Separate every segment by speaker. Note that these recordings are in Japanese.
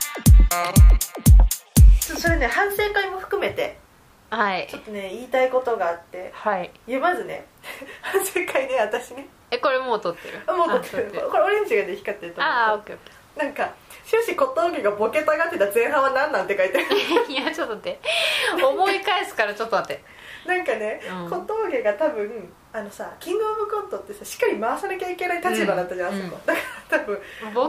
Speaker 1: ちょっとそれね反省会も含めて
Speaker 2: はい
Speaker 1: ちょっとね言いたいことがあって
Speaker 2: はい
Speaker 1: いやまずね 反省会ね私ね
Speaker 2: えこれもう撮ってる
Speaker 1: あもうこっちこれこれオレンジがね光ってると思
Speaker 2: ああーオ
Speaker 1: う
Speaker 2: ッケーオッケー
Speaker 1: なんか終始小峠がボケたがってた前半は何なんて書いてある
Speaker 2: いやちょっと待って思い返すからちょっと待って
Speaker 1: なんかね、
Speaker 2: うん
Speaker 1: 小峠が多分あのさキングオブコントってさしっかり回さなきゃいけない立場だったじゃん、
Speaker 2: うん
Speaker 1: あそこだから多分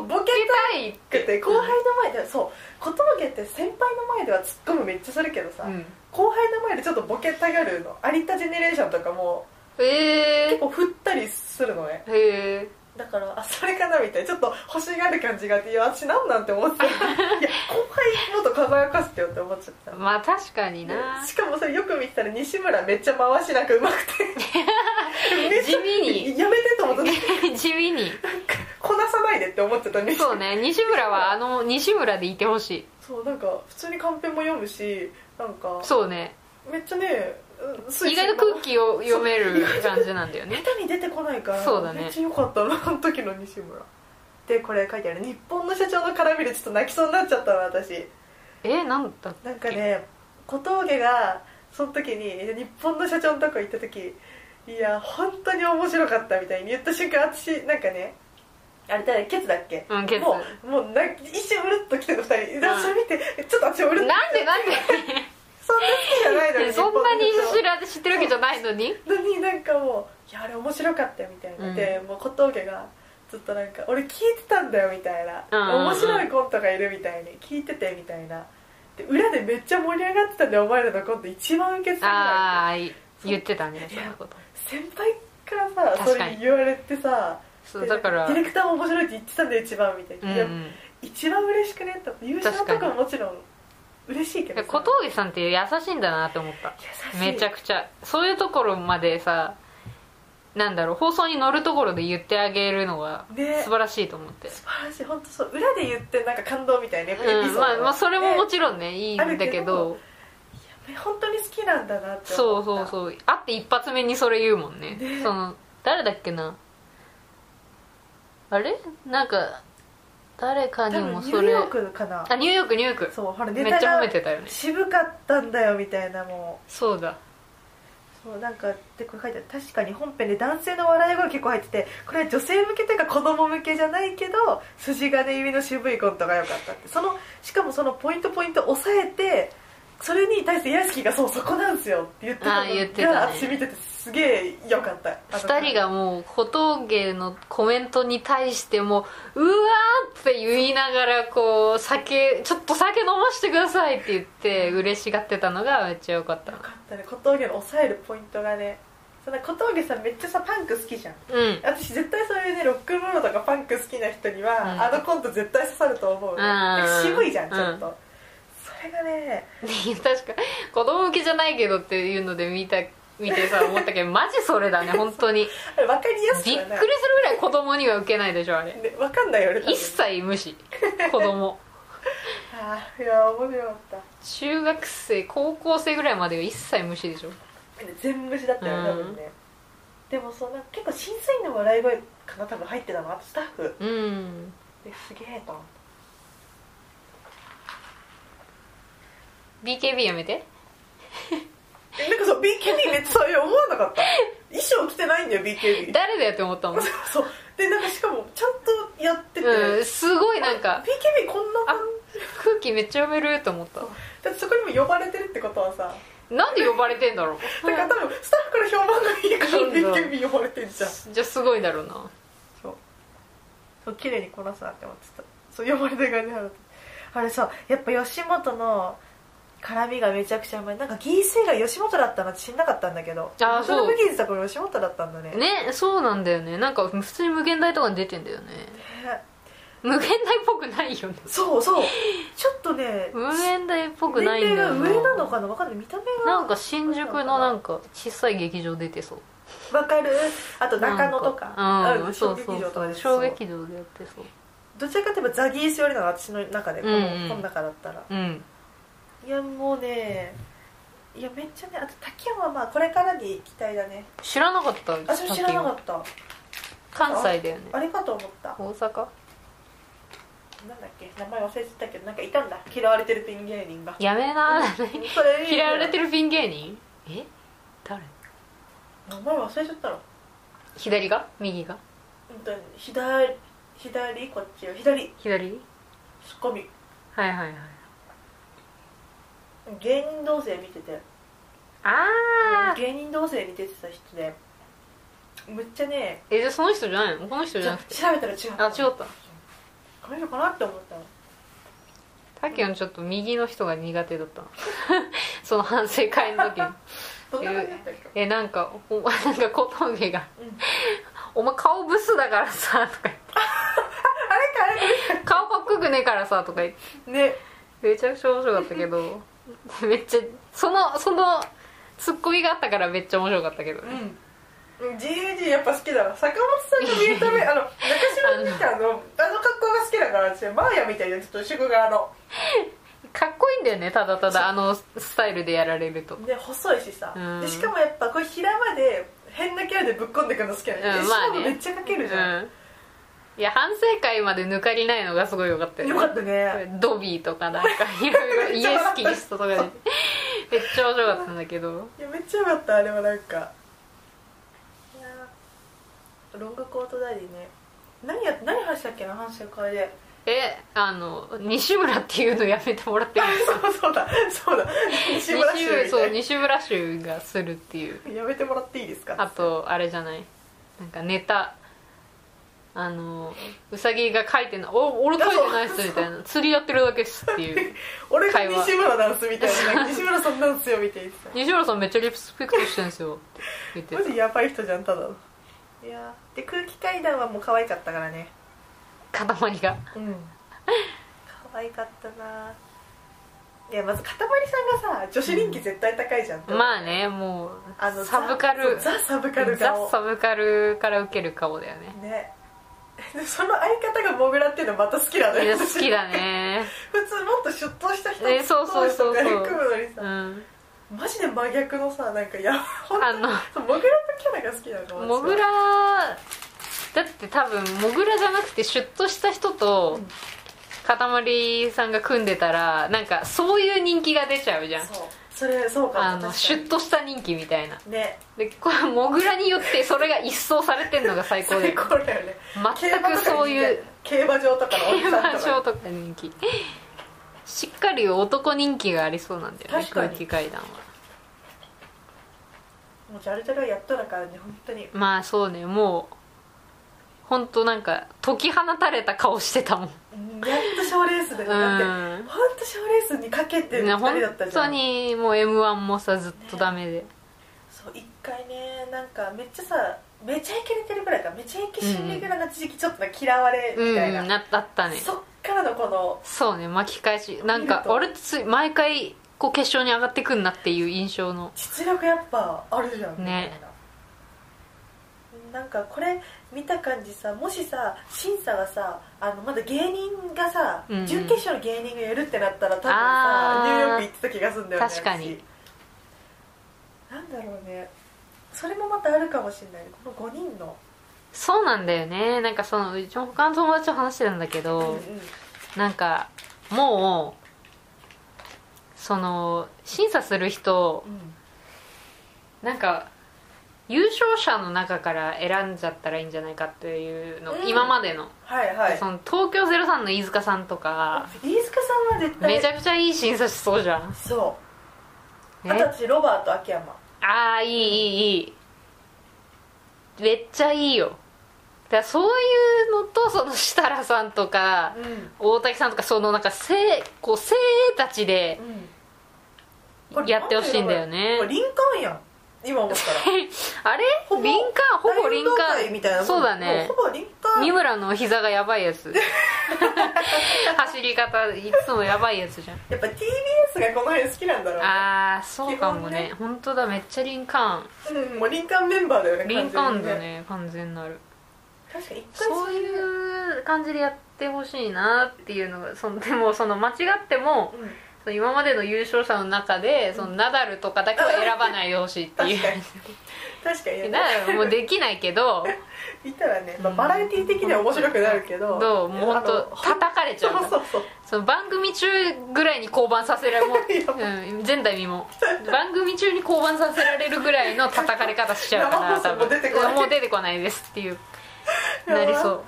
Speaker 2: ボケたいっ
Speaker 1: くて
Speaker 2: て
Speaker 1: 後輩の前で、そう小峠って先輩の前では突っ込むめっちゃするけどさ、
Speaker 2: うん
Speaker 1: 後輩の前でちょっとボケたがるの有田ジェネレーションとかも
Speaker 2: へ
Speaker 1: 結構振ったりするのね
Speaker 2: えへえ
Speaker 1: だからあそれかなみたいなちょっと欲しがる感じがあっていや私なんなんて思 ってたいや後輩もっと輝かせてよって思っちゃった
Speaker 2: まあ確かにな
Speaker 1: しかもそれよく見てたら西村めっちゃ回しなんかうまく てめっちゃ
Speaker 2: 地味に
Speaker 1: やめてと思って
Speaker 2: 地味に
Speaker 1: こなさないでって思っちゃったね
Speaker 2: そうね西村はあの西村でいてほしい
Speaker 1: そうなんか普通にカンペも読むしなんか
Speaker 2: そうね
Speaker 1: めっちゃねうんスイ
Speaker 2: 意
Speaker 1: スイ
Speaker 2: 外と空気を読める感じなんだよね
Speaker 1: 下手に出てこないから
Speaker 2: そうだね
Speaker 1: めっちゃ良かったなあの時の西村でこれ書いてある日本の社長の絡みでちょっと泣きそうになっちゃったわ私
Speaker 2: えなんだっけ
Speaker 1: なんかね小峠がその時に日本の社長のとこ行った時いや本当に面白かったみたいに言った瞬間私なんかねあれ誰ケツだっけ
Speaker 2: うんケツ
Speaker 1: もうもうな一瞬うるっと来てた2人でそれ見てちょっと私うるっと
Speaker 2: なんでなん
Speaker 1: そんな好きじゃないのに
Speaker 2: でそんなに
Speaker 1: 日本の社長
Speaker 2: 知ら知ってるわけじゃないのに
Speaker 1: のになんかもう「いやあれ面白かったよ」みたいな、
Speaker 2: うん
Speaker 1: でもう小峠がずっとなんか「俺聞いてたんだよ」みたいな、
Speaker 2: うんうんうん
Speaker 1: 面白いコントがいるみたいに聞いててみたいなで裏でめっちゃ盛り上がってたんだよお前らのコント一番受けすぎない
Speaker 2: ああ言ってたねそんなこと
Speaker 1: 先輩からさそ
Speaker 2: 確かに
Speaker 1: れ言われてさ
Speaker 2: そう
Speaker 1: で
Speaker 2: だから
Speaker 1: ディレクターも面白いって言ってたんだよ一番みたいな、
Speaker 2: うん
Speaker 1: いうや
Speaker 2: ん
Speaker 1: 一番嬉しくねって優勝とかももちろん嬉しいけどさ
Speaker 2: 小峠さんって優しいんだなって思った
Speaker 1: 優しい
Speaker 2: めちゃくちゃそういうところまでさなんだろう放送に乗るところで言ってあげるのが
Speaker 1: ね
Speaker 2: 素晴らしいと思って、
Speaker 1: 素晴らしい本当そう裏で言ってなんか感動みたいなやっぱエピ
Speaker 2: う
Speaker 1: ソー
Speaker 2: ん
Speaker 1: ド
Speaker 2: まあ、まあそれもも
Speaker 1: ね
Speaker 2: ちろんねいいんだけど
Speaker 1: あるけど本当に好きなんだなって
Speaker 2: そ
Speaker 1: 思
Speaker 2: う
Speaker 1: った
Speaker 2: そうそう会って一発目にそれ言うもんね
Speaker 1: ね
Speaker 2: その誰だっけなあれなんか誰かに
Speaker 1: 多分
Speaker 2: も
Speaker 1: ニ
Speaker 2: そ
Speaker 1: ュー
Speaker 2: れ
Speaker 1: ヨークかな
Speaker 2: あニューヨークニューヨーク
Speaker 1: そうほらネ
Speaker 2: め
Speaker 1: タ
Speaker 2: っちゃ褒
Speaker 1: が
Speaker 2: めてたよね
Speaker 1: 渋かったんだよみたいなも
Speaker 2: そうだ
Speaker 1: うそうなんかでこれ書いてある確かに本編で男性の笑い声結構入っててこれは女性向けというか子供向けじゃないけど筋金入りの渋いコントが良かったってそのしかもそのポイントポイント押さえてそれに対して屋敷が「そうそこなんですよ」って言ってたの
Speaker 2: あー言ってたね
Speaker 1: が私見ててすげえ良かった
Speaker 2: 2人がもう小峠のコメントに対してもううわーって言いながらこう酒ちょっと酒飲ましてくださいって言って嬉しがってたのがめっちゃ良かった
Speaker 1: よかったね小峠の抑えるポイントがねそんな小峠さんめっちゃさパンク好きじゃん
Speaker 2: うん
Speaker 1: 私絶対そういうねロックンロールとかパンク好きな人には、
Speaker 2: うん
Speaker 1: あのコント絶対刺さると思う、
Speaker 2: ん
Speaker 1: なんか渋いじゃんちょっと、
Speaker 2: う
Speaker 1: それがね
Speaker 2: 確か子供向けじゃないけどっていうので見た見てさ思った けどマジそれだね本当 に
Speaker 1: あれ分かりやすく
Speaker 2: びっくりす
Speaker 1: は
Speaker 2: る
Speaker 1: ない
Speaker 2: ぐらい子供にはウケないでしょあれ
Speaker 1: ね分かんないよね多分
Speaker 2: 一切無視子供
Speaker 1: あーいや面白かった
Speaker 2: 中学生高校生ぐらいまでは一切無視でしょ
Speaker 1: 全無視だったよね多分ね、でもそんな結構審査員の笑い声かな多分入ってたのあとスタッフ
Speaker 2: うん
Speaker 1: ですげえと思って
Speaker 2: BKB やめて
Speaker 1: えなんかそう BKB めっちゃそういう思わなかった 衣装着てないんだよ BKB
Speaker 2: 誰だよって思ったもん
Speaker 1: そうでなんかしかもちゃんとやってて、
Speaker 2: うん、すごいなんか
Speaker 1: PKB こんな感じ
Speaker 2: 空気めっちゃ読めると思った
Speaker 1: だってそこにも呼ばれてるってことはさ
Speaker 2: なんで呼ばれてんだろう
Speaker 1: だから多分スタッフから評判がいいか
Speaker 2: いいんだ
Speaker 1: ら BKB 呼ばれてんじゃん
Speaker 2: じゃあすごいんだろうな
Speaker 1: そうそう綺麗にこなすなって思ってたそう呼ばれてる感じなのあれさやっぱ吉本の絡みがめちゃくちゃうまいなんかギース以外吉本だったのって知んなかったんだけど
Speaker 2: あーそう
Speaker 1: のブギーズとこれ吉本だったんだね
Speaker 2: ねそうなんだよねなんか普通に無限大とかに出てんだよね
Speaker 1: ね
Speaker 2: 無限大っぽくないよね
Speaker 1: そうそうちょっとね
Speaker 2: 無限大っぽくない
Speaker 1: 年
Speaker 2: んだよ
Speaker 1: 齢が上なのかなわかんない見た目が
Speaker 2: なんか新宿のなんか小さい劇場出てそう
Speaker 1: わかるあと中野とか
Speaker 2: なんかう
Speaker 1: あ小
Speaker 2: んそう
Speaker 1: 劇
Speaker 2: そう
Speaker 1: 場と
Speaker 2: そ
Speaker 1: か
Speaker 2: う
Speaker 1: で
Speaker 2: 小劇場でやってそう
Speaker 1: どちらかといえばザギースよりなの私の中でこ
Speaker 2: うんうん
Speaker 1: のこの中だったら
Speaker 2: うん
Speaker 1: いやもうねいやめっちゃねあと滝山はまあこれからに期待だね
Speaker 2: 知らなかった
Speaker 1: あそれ知らなか
Speaker 2: っ
Speaker 1: った
Speaker 2: た関西だよね
Speaker 1: あれかと思った
Speaker 2: 大阪
Speaker 1: なんだっけ名前忘れてたけどなんかいたんだ嫌われてるピン芸人 が
Speaker 2: やめな
Speaker 1: それ
Speaker 2: 嫌われて
Speaker 1: る
Speaker 2: るピン芸人え誰
Speaker 1: 名前忘れちゃったの
Speaker 2: 左が右が
Speaker 1: うんと左左こっちよ左ツ
Speaker 2: 左
Speaker 1: ッコミ
Speaker 2: はいはいはい
Speaker 1: 芸人同棲見てて
Speaker 2: ああ
Speaker 1: 芸人同棲に出てた人でむっちゃね
Speaker 2: えじゃあその人じゃないのこの人
Speaker 1: ち
Speaker 2: じゃ
Speaker 1: ょ
Speaker 2: なくて
Speaker 1: 調べたら違う
Speaker 2: あ違った
Speaker 1: この人かなって思ったの
Speaker 2: タキオンちょっと右の人が苦手だ ったのその反省会の時 に
Speaker 1: どんな感じだったっけ
Speaker 2: えなんかお なんか小峠が
Speaker 1: うん
Speaker 2: 「お前顔ブスだからさ」とか言って
Speaker 1: あれかあれ
Speaker 2: 「顔かっこよくねえからさ」とか言って
Speaker 1: かね
Speaker 2: めちゃくちゃ面白かったけ どめっちゃそのそのツッコミがあったからめっちゃ面白かったけどね、
Speaker 1: うん GAG やっぱ好きだわ坂本さんが見るためあの中島みたいなのあの格好が好きだから私マーヤみたいなちょっと宿があの
Speaker 2: かっこいいんだよねただただあのスタイルでやられると
Speaker 1: で細いしさ
Speaker 2: うん
Speaker 1: でしかもやっぱこう平場で変なキャラでぶっこんでくるの好きなの、
Speaker 2: う
Speaker 1: で
Speaker 2: ん
Speaker 1: し
Speaker 2: まあ
Speaker 1: か
Speaker 2: ね
Speaker 1: もめっちゃかけるじゃん、
Speaker 2: うんいや反省会まで抜かりないのがすごいよかったよね
Speaker 1: よかったね
Speaker 2: ドビーと かなんかいろいろイエスキリストとかでめっちゃ面白かったんだけど
Speaker 1: いやめっちゃよかったあれはなんかいやーロングコートダディね何や何話したっけな反省会で
Speaker 2: えあの西村っていうのやめてもらっていいですか
Speaker 1: そうそうだそうだ西村
Speaker 2: 西
Speaker 1: 修
Speaker 2: 村そう
Speaker 1: み
Speaker 2: 西村衆がするっていう
Speaker 1: たいなやめてもらっていいですか
Speaker 2: あとあれじゃないなんかネタあのうさぎが書いてないお俺書いてないっすみたいな釣りやってるだけっすっていう
Speaker 1: 俺が
Speaker 2: 会話
Speaker 1: 西村ダンスみたいな西村さんダンスよみたいな
Speaker 2: 西村さんめっちゃリスペクトしてるんですよって言って
Speaker 1: マジやばい人じゃんただのいやーで空気階段はもう可愛かったからね
Speaker 2: た塊が
Speaker 1: うん可愛かったないやまずかたまりさんがさ女子人気絶対高いじゃんって思う
Speaker 2: まあねもう
Speaker 1: あの
Speaker 2: サブカル
Speaker 1: ザ・ザサブカル顔
Speaker 2: ザサブカルから受ける顔だよね
Speaker 1: ねその相方がモグラっていうのまた好きなの
Speaker 2: いや
Speaker 1: よ
Speaker 2: 好きだ ね
Speaker 1: 普通もっとシュッとした人
Speaker 2: えそうそうそう
Speaker 1: 太
Speaker 2: そう
Speaker 1: い人が組むのに
Speaker 2: う
Speaker 1: さ、
Speaker 2: ん
Speaker 1: マジで真逆のさなんかやほんと
Speaker 2: あの
Speaker 1: そうモグラのキャラが好きなの私は
Speaker 2: モグラだって多分モグラじゃなくてシュッとした人と
Speaker 1: うん
Speaker 2: かたまりさんが組んでたらなんかそういう人気が出ちゃうじゃん
Speaker 1: そうそれそうかも
Speaker 2: あのシュッとした人気みたいな
Speaker 1: ね
Speaker 2: でこれモグラによってそれが一掃されてんのが最高
Speaker 1: 最
Speaker 2: で
Speaker 1: 高だよね
Speaker 2: 全くそういう
Speaker 1: 競馬場とかのお
Speaker 2: 競
Speaker 1: じさん
Speaker 2: 馬
Speaker 1: とか
Speaker 2: 場とか人気しっかり男人気がありそうなんだよね
Speaker 1: 確か
Speaker 2: 空
Speaker 1: に
Speaker 2: 気階段は
Speaker 1: もうジャルジャルはやっとだからね本当に
Speaker 2: まあそうねもう本当なんか解き放たれた顔してたもん
Speaker 1: うんやっと賞レースだよだって
Speaker 2: う
Speaker 1: 本当賞レースにかけてる
Speaker 2: ん
Speaker 1: 2
Speaker 2: ね
Speaker 1: 人だ
Speaker 2: 本
Speaker 1: ったじゃ
Speaker 2: 当
Speaker 1: ん、
Speaker 2: にもう m 1もさずっとダメで、
Speaker 1: そう一回ねなんかめっちゃさめちゃイケ出てるぐらいかめちゃイケ死んでぐらいの時期ちょっと嫌われ
Speaker 2: うん
Speaker 1: みたいな、
Speaker 2: うんなあったね
Speaker 1: そっからのこの
Speaker 2: そうね巻き返しなん
Speaker 1: 見
Speaker 2: か
Speaker 1: ると
Speaker 2: 俺つ毎回こう決勝に上がってくんなっていう印象の
Speaker 1: 実力やっぱあるじゃんみたい
Speaker 2: ね
Speaker 1: ななんかこれ見た感じさもしさ審査がさあのまだ芸人がさ、
Speaker 2: うんうん
Speaker 1: 準決勝の芸人がやるってなったら多分
Speaker 2: あ
Speaker 1: さ
Speaker 2: ー
Speaker 1: ニューヨーク行ってた気がするんだよね
Speaker 2: 確かに
Speaker 1: 私なんだろうねそれもまたあるかもしれないこの5人の、
Speaker 2: そうなんだよねなんかそのうちの他の友達と話してたんだけ
Speaker 1: うんう
Speaker 2: ど
Speaker 1: ん、
Speaker 2: なんかもうその審査する人
Speaker 1: うん
Speaker 2: なんか優勝者の中から選んじゃったらいいんじゃないかっていうの、
Speaker 1: うん
Speaker 2: 今までの,、
Speaker 1: はいはい
Speaker 2: その東京03の飯塚さんとか
Speaker 1: 飯塚さんは絶対
Speaker 2: めちゃくちゃいい審査しそうじゃん
Speaker 1: そう
Speaker 2: え
Speaker 1: あと私ロバート秋山
Speaker 2: ああいいいいいいめっちゃいいよだからそういうのとその設楽さんとか
Speaker 1: うん、うん、
Speaker 2: 大竹さんとかそのなんか精こう精鋭たちで
Speaker 1: これ
Speaker 2: やってほしいんだよね
Speaker 1: これ林間やん今思ったら
Speaker 2: あれ
Speaker 1: ほぼ
Speaker 2: 林間ほぼ林
Speaker 1: 大運動会みたいなも
Speaker 2: 間
Speaker 1: ん
Speaker 2: そうだね
Speaker 1: もうほぼ林間
Speaker 2: 三村の膝がやばい やつ走り方いつもやばいやつじゃん
Speaker 1: やっぱ TBS がこの辺好きなんだろうね
Speaker 2: ああそうかもね
Speaker 1: 基
Speaker 2: 本当だめっちゃ林間
Speaker 1: うんもう林間メンバーだよね
Speaker 2: 林間だ
Speaker 1: 完全に
Speaker 2: ね完全なる
Speaker 1: 確かに一回
Speaker 2: そ
Speaker 1: う、
Speaker 2: ういう感じでやってほしいなっていうのがそのでもその間違っても
Speaker 1: うん、
Speaker 2: その今までの優勝者の中でそのナダルとかだけは選ばないでほしいってい
Speaker 1: 確か
Speaker 2: う
Speaker 1: に確かに、
Speaker 2: ナダルもうできないけど
Speaker 1: いたらね、まあ、バラエティー的には面白くなるけど、
Speaker 2: どうもう本
Speaker 1: あの
Speaker 2: 当叩かれちゃう
Speaker 1: そうそうそう
Speaker 2: その番組中ぐらいに降板させられ もう、うん、前代未聞番組中に降板させられるぐらいの叩かれ方しちゃうから
Speaker 1: 生放送も出てこない
Speaker 2: 多分もう出てこないですっていうなりそう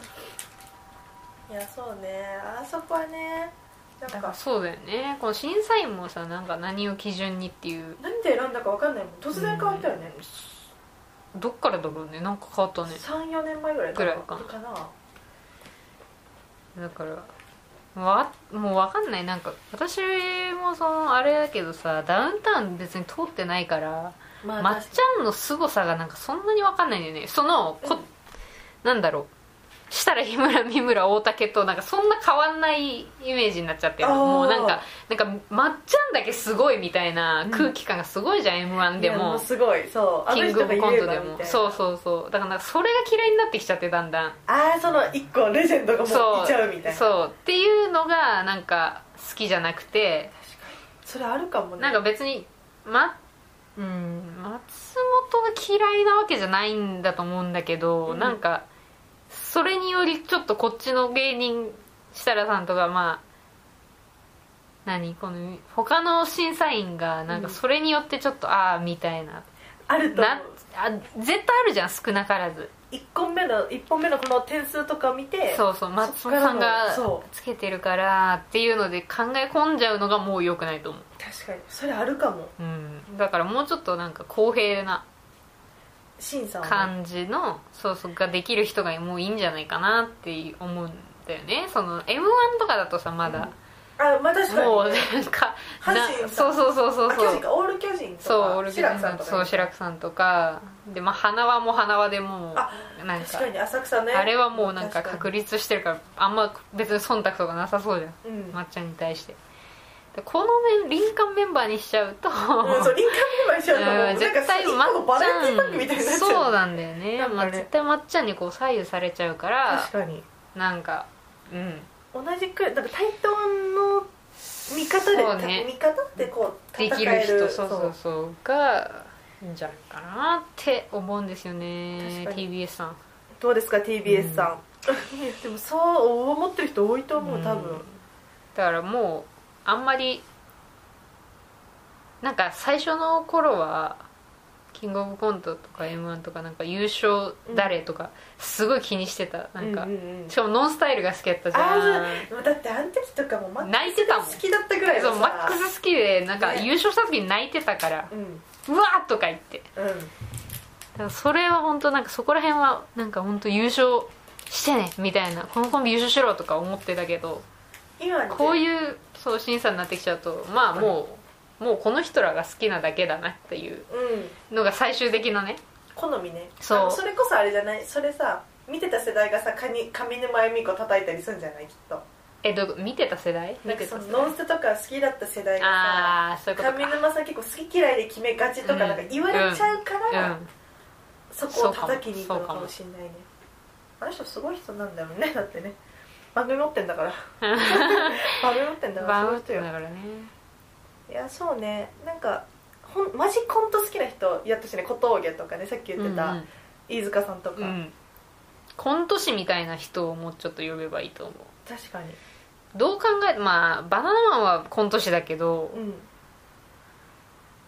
Speaker 1: いやそうねあそこはねなん
Speaker 2: だから
Speaker 1: か
Speaker 2: そうだよねこの審査員もさなんか何を基準にっていう
Speaker 1: 何で選んだか分かんないもん突然変わったよね、
Speaker 2: どっからだろうねなんか変わったね
Speaker 1: 34年前ぐらい
Speaker 2: ぐらいか
Speaker 1: かな
Speaker 2: だからわもうわかんないなんか私もそのあれだけどさダウンタウン別に通ってないから
Speaker 1: ま
Speaker 2: まっちゃんの凄さがなんかそんなに分かんないんだよねそのこ、
Speaker 1: うん
Speaker 2: なんだろう設楽日村三村大竹となんかそんな変わんないイメージになっちゃってる
Speaker 1: あー
Speaker 2: もうなんかなんかまっちゃんだけすごいみたいな
Speaker 1: うん
Speaker 2: 空気感がすごいじゃん、m 1で
Speaker 1: いやう
Speaker 2: も
Speaker 1: すごいそうあ
Speaker 2: キ
Speaker 1: の
Speaker 2: ン
Speaker 1: 人
Speaker 2: グオ
Speaker 1: が
Speaker 2: ブコ
Speaker 1: 言
Speaker 2: ン
Speaker 1: え
Speaker 2: トで
Speaker 1: ばみ
Speaker 2: も
Speaker 1: たいな
Speaker 2: そうそうそうだからなんかそれが嫌いになってきちゃってだんだん
Speaker 1: ああその一個レジェンドがもう
Speaker 2: そう
Speaker 1: いちゃうみたいな
Speaker 2: そうっていうのがなんか好きじゃなくて
Speaker 1: それあるかもね
Speaker 2: なんか別にまうん松本が嫌いなわけじゃないんだと思うんだけど、
Speaker 1: うん
Speaker 2: なんかそれによりちょっとこっちの芸人設楽さんとかまあ何この他の審査員がなんか
Speaker 1: うん
Speaker 2: それによってちょっと、ああみたいな
Speaker 1: あると思
Speaker 2: な
Speaker 1: う
Speaker 2: あ絶対あるじゃん少なからず
Speaker 1: 1本目の一本目のこの点数とかを見て
Speaker 2: そうそう松本さん
Speaker 1: そっか
Speaker 2: が
Speaker 1: らのそう
Speaker 2: つけてるからっていうので考え込んじゃうのがもう良くないと思う、
Speaker 1: 確かにそれあるかも
Speaker 2: うん、だからもうちょっとなんか公平な
Speaker 1: 審査はね
Speaker 2: 感じのそうそうができる人がもういいんじゃないかなって思うんだよねその m 1とかだとさまだ、
Speaker 1: あまあ確かに
Speaker 2: もうなんか
Speaker 1: 阪
Speaker 2: な
Speaker 1: 神さん
Speaker 2: そうそうそうそう
Speaker 1: あ
Speaker 2: そ
Speaker 1: 巨人
Speaker 2: う
Speaker 1: かオール巨人とか
Speaker 2: そうオルビ
Speaker 1: 白木さんとか
Speaker 2: そう白くさんとかでまあ花輪も花輪でも
Speaker 1: あ
Speaker 2: うなん
Speaker 1: 確
Speaker 2: か
Speaker 1: かに浅草ね
Speaker 2: あれはもうなんか
Speaker 1: 確
Speaker 2: 確立してるからあんま別に忖度とかなさそうじゃん
Speaker 1: にうん、
Speaker 2: まっちゃんに対してでこの面林間メンバーにしちゃうと、
Speaker 1: うん、そう、輪郭にはしちゃうと思う。
Speaker 2: うん絶対まっ
Speaker 1: なんか、バラエティ番組み
Speaker 2: ち
Speaker 1: たい
Speaker 2: ゃん
Speaker 1: になっち
Speaker 2: そう
Speaker 1: ゃう。
Speaker 2: なんだよね
Speaker 1: なんかね
Speaker 2: まあ絶対まっちゃんにこう左右されちゃうから
Speaker 1: 確かに。
Speaker 2: なんかうん
Speaker 1: 同じくらい、なんか、対等の見方で、
Speaker 2: そうね
Speaker 1: 見方ってこう、
Speaker 2: で
Speaker 1: 戦
Speaker 2: き
Speaker 1: え
Speaker 2: る
Speaker 1: る。
Speaker 2: 人そうそうそうがいいんじゃないかなって思うんですよね
Speaker 1: 確か
Speaker 2: TBS さん
Speaker 1: どうですか、TBS さん。 でも、そう思ってる人多いと思う、多
Speaker 2: うん
Speaker 1: 分。
Speaker 2: だからもうあんまりなんか最初の頃はキングオブコントとか m 1とかなんか優勝誰とかすごい気にしてたなんか、
Speaker 1: うううん
Speaker 2: しかもノンスタイルが好きやったじゃ
Speaker 1: あ
Speaker 2: ん
Speaker 1: ーそうだってあの時とかもマック
Speaker 2: 泣いてたもん
Speaker 1: ス好きだったぐらい
Speaker 2: そ
Speaker 1: の
Speaker 2: う
Speaker 1: さ
Speaker 2: マックス好きでなんか
Speaker 1: ね
Speaker 2: 優勝した時に泣いてたから
Speaker 1: うんうん
Speaker 2: 「うわ!」とか言ってだからそれは本当なんかそこら辺はなんか本当優勝してねみたいなこのコンビ優勝しろとか思ってたけど
Speaker 1: 今
Speaker 2: こう
Speaker 1: う
Speaker 2: いうそう審査になってきちゃうとまあもうもうこの人らが好きなだけだなっていう
Speaker 1: うん
Speaker 2: のが最終的なね
Speaker 1: 好みね
Speaker 2: そう
Speaker 1: あのそれこそあれじゃないそれさ見てた世代がさかに上沼恵美子叩いたりするんじゃないきっと
Speaker 2: えどういうこと見てた世代
Speaker 1: な
Speaker 2: 見
Speaker 1: んか
Speaker 2: てた
Speaker 1: そのノン
Speaker 2: 世代
Speaker 1: スタとか好きだった世代がさ
Speaker 2: ああそういうこと
Speaker 1: 上
Speaker 2: か
Speaker 1: 沼さん結構好き嫌いで決めがちとか
Speaker 2: うん
Speaker 1: なんか言われちゃうから、
Speaker 2: うん
Speaker 1: そこを叩きに行くのかもしんないねあの人すごい人なんだもんねだってね番組持ってんだから 番組持ってんだからそ
Speaker 2: バ
Speaker 1: う
Speaker 2: ウ
Speaker 1: い
Speaker 2: ン
Speaker 1: う人
Speaker 2: ド
Speaker 1: よ
Speaker 2: だからね
Speaker 1: いやそうねなんかほんマジコント好きな人やったしね小峠とかねさっき言って
Speaker 2: うんう
Speaker 1: た
Speaker 2: ん
Speaker 1: 飯塚さんとか、
Speaker 2: うんコント師みたいな人をもうちょっと呼べばいいと思う
Speaker 1: 確かに
Speaker 2: どう考えてまあバナナマンはコント師だけど
Speaker 1: うん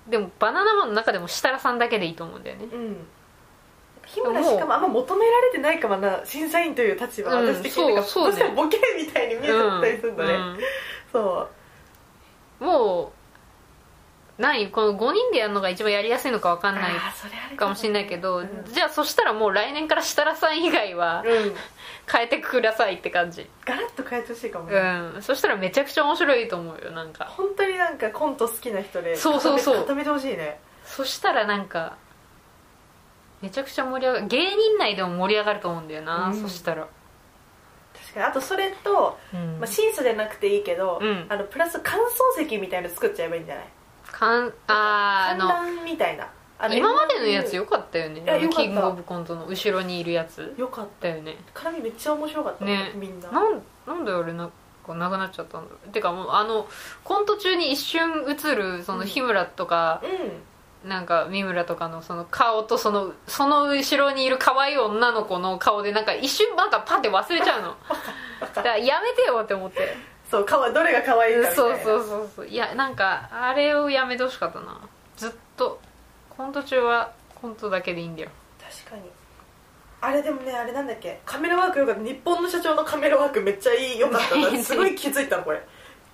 Speaker 2: でもバナナマンの中でも設楽さんだけでいいと思うんだよね
Speaker 1: うん日村しかもあんま求められてないかもな審査員という立場、
Speaker 2: うん
Speaker 1: 私的になんか
Speaker 2: そうそうね
Speaker 1: どうしてもボケみたいに見えちゃったりするんだね、そ
Speaker 2: うんもう何この5人でやるのが一番やりやすいのか分か
Speaker 1: うん
Speaker 2: ない
Speaker 1: あーそれある
Speaker 2: かもしれないけど、
Speaker 1: うん
Speaker 2: じゃあそしたらもう来年から設楽さん以外は
Speaker 1: うん
Speaker 2: 変えてくださいって感じ
Speaker 1: ガラッと変えてほしいかも、ね
Speaker 2: うんそしたらめちゃくちゃ面白いと思うよなんか
Speaker 1: 本当になんかコント好きな人で
Speaker 2: そうそうそう
Speaker 1: 固めてほしいね
Speaker 2: そしたらなんかめちゃくちゃ盛り上がる芸人内でも盛り上がると思うんだよな、
Speaker 1: うん
Speaker 2: そしたら、
Speaker 1: 確かにあとそれと、
Speaker 2: うん
Speaker 1: まあ、審査じゃなくていいけど、
Speaker 2: うん
Speaker 1: あのプラス感想席みたいの作っちゃえばいいんじゃない
Speaker 2: かんあーあ
Speaker 1: 観
Speaker 2: の
Speaker 1: 覧みたいなあの
Speaker 2: 今までのやつ良かったよね
Speaker 1: いや
Speaker 2: あの
Speaker 1: 良かった
Speaker 2: キングオブコントの後ろにいるやつ
Speaker 1: よかっ
Speaker 2: だよね
Speaker 1: た絡みめっちゃ面白かったもん
Speaker 2: ね
Speaker 1: みんな
Speaker 2: なんなんであれなこうなくなっちゃったんだてかもうあのコント中に一瞬映るその日村とか、なんか三村とかのその顔とそのその後ろにいる可愛い女の子の顔でなんか一瞬なんかパッて忘れちゃう のだからやめてよって思って
Speaker 1: そうかわどれが可愛いかみたいな
Speaker 2: そうそうそうそういやなんかあれをやめてほしかったなずっとコント中はコントだけでいいんだよ
Speaker 1: 確かにあれでもねあれなんだっけカメラワークよかった日本の社長のカメラワークめっちゃいいよかった なすごい気づいたのこれ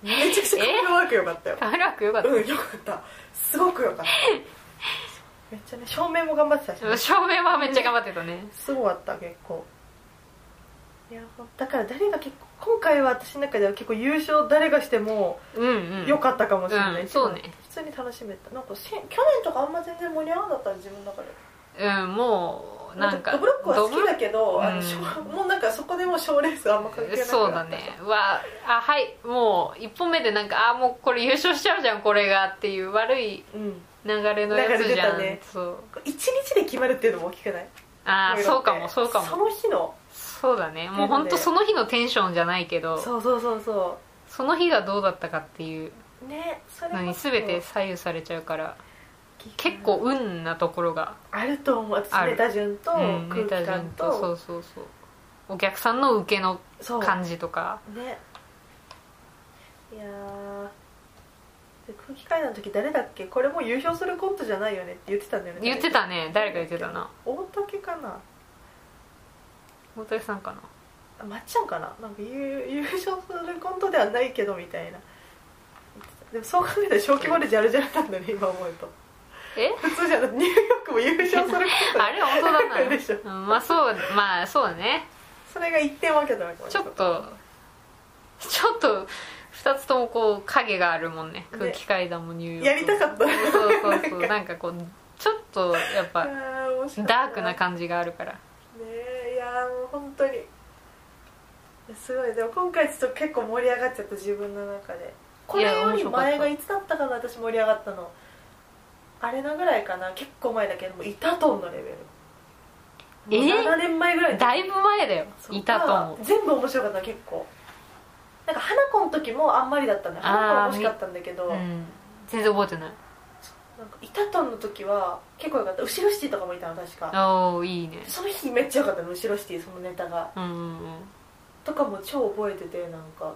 Speaker 1: めちゃくちゃカメラワークよかったよ
Speaker 2: カメラワークよかった、
Speaker 1: うんよかったすごくよかっためっちゃね照明も頑張ってたしね、
Speaker 2: 照明はめっちゃ頑張ってたね
Speaker 1: すごかった結構いやほんだから誰が結構今回は私の中では結構優勝誰がしても
Speaker 2: うんうん
Speaker 1: 良かったかもしれない、
Speaker 2: うんそうね
Speaker 1: 普通に楽しめたなんかせ去年とかあんま全然盛り上がらなかった自分の中で
Speaker 2: うんもうなんか
Speaker 1: ドブロックは好きだけど、
Speaker 2: うん
Speaker 1: あのしょもうなんかそこでも賞レースはあんま関係なくなった
Speaker 2: そうだねわあはいもう一本目でなんかあもうこれ優勝しちゃうじゃんこれがっていう悪い
Speaker 1: うん
Speaker 2: 流れのやつじゃ
Speaker 1: 流れ出
Speaker 2: ん、
Speaker 1: たね
Speaker 2: そう
Speaker 1: 一日で決まるっていうのも大きくない
Speaker 2: ああ
Speaker 1: 色々
Speaker 2: そうかも
Speaker 1: って
Speaker 2: そうか
Speaker 1: そ
Speaker 2: も
Speaker 1: の日の
Speaker 2: そうだねもう本当その日のテンションじゃないけどそ
Speaker 1: そうそうそうそ
Speaker 2: の日がどうだったかっていう
Speaker 1: うねそれこそ
Speaker 2: のに全て左右されちゃうから結構運なところが、
Speaker 1: あると思う
Speaker 2: あ
Speaker 1: 私
Speaker 2: る
Speaker 1: ネタ順と
Speaker 2: うん、
Speaker 1: 空気
Speaker 2: ネタ
Speaker 1: 感
Speaker 2: 順
Speaker 1: と、
Speaker 2: とそうそうそうお客さんの受けの
Speaker 1: そう
Speaker 2: 感じとか
Speaker 1: ねいやーで空気階段の時誰だっけこれもう優勝するコントじゃないよねって言ってたんだよね
Speaker 2: 言ってたね誰か言ってたな
Speaker 1: 大竹かな
Speaker 2: 大竹さんかな
Speaker 1: あまっちゃんかななんか優優勝するコントではないけどみたいなでもそう考えたら小規模でジャルジャルなんだね今思うと
Speaker 2: え
Speaker 1: 普通じゃなくニューヨークも優勝するコント
Speaker 2: あれ本当だな
Speaker 1: でしょ
Speaker 2: うんまあそうまあそうだね
Speaker 1: それが一点わけだなこれ
Speaker 2: ちょっとちょっと2つともこう影があるもんね
Speaker 1: ね
Speaker 2: 空気階段もニューヨーク
Speaker 1: やりたかった
Speaker 2: たそうそうそうなんかこうちょっとやっぱ
Speaker 1: あー面白い
Speaker 2: ダークな感じがあるから
Speaker 1: ねえいやーもう本当にすごいでも今回ちょっと結構盛り上がっちゃった自分の中でこれよ
Speaker 2: 面
Speaker 1: り
Speaker 2: 白かった
Speaker 1: 前がいつだったかな私盛り上がったのあれなぐらいかな結構前だけどもういたとんのレベル
Speaker 2: え
Speaker 1: もう7年前ぐらい
Speaker 2: だいぶ前だよ
Speaker 1: そう
Speaker 2: いたと思う
Speaker 1: 全部面白かったの結構なんか花子の時もあんまりだったんだよ
Speaker 2: あー
Speaker 1: 花子は面白かったんだけど、
Speaker 2: うん全然覚えてない
Speaker 1: なんかいたとんの時は結構よかった後ろシティとかもいたの確か
Speaker 2: おおいいね
Speaker 1: その日めっちゃよかったの後ろシティそのネタが
Speaker 2: うんうんうん
Speaker 1: とかも超覚えててなんか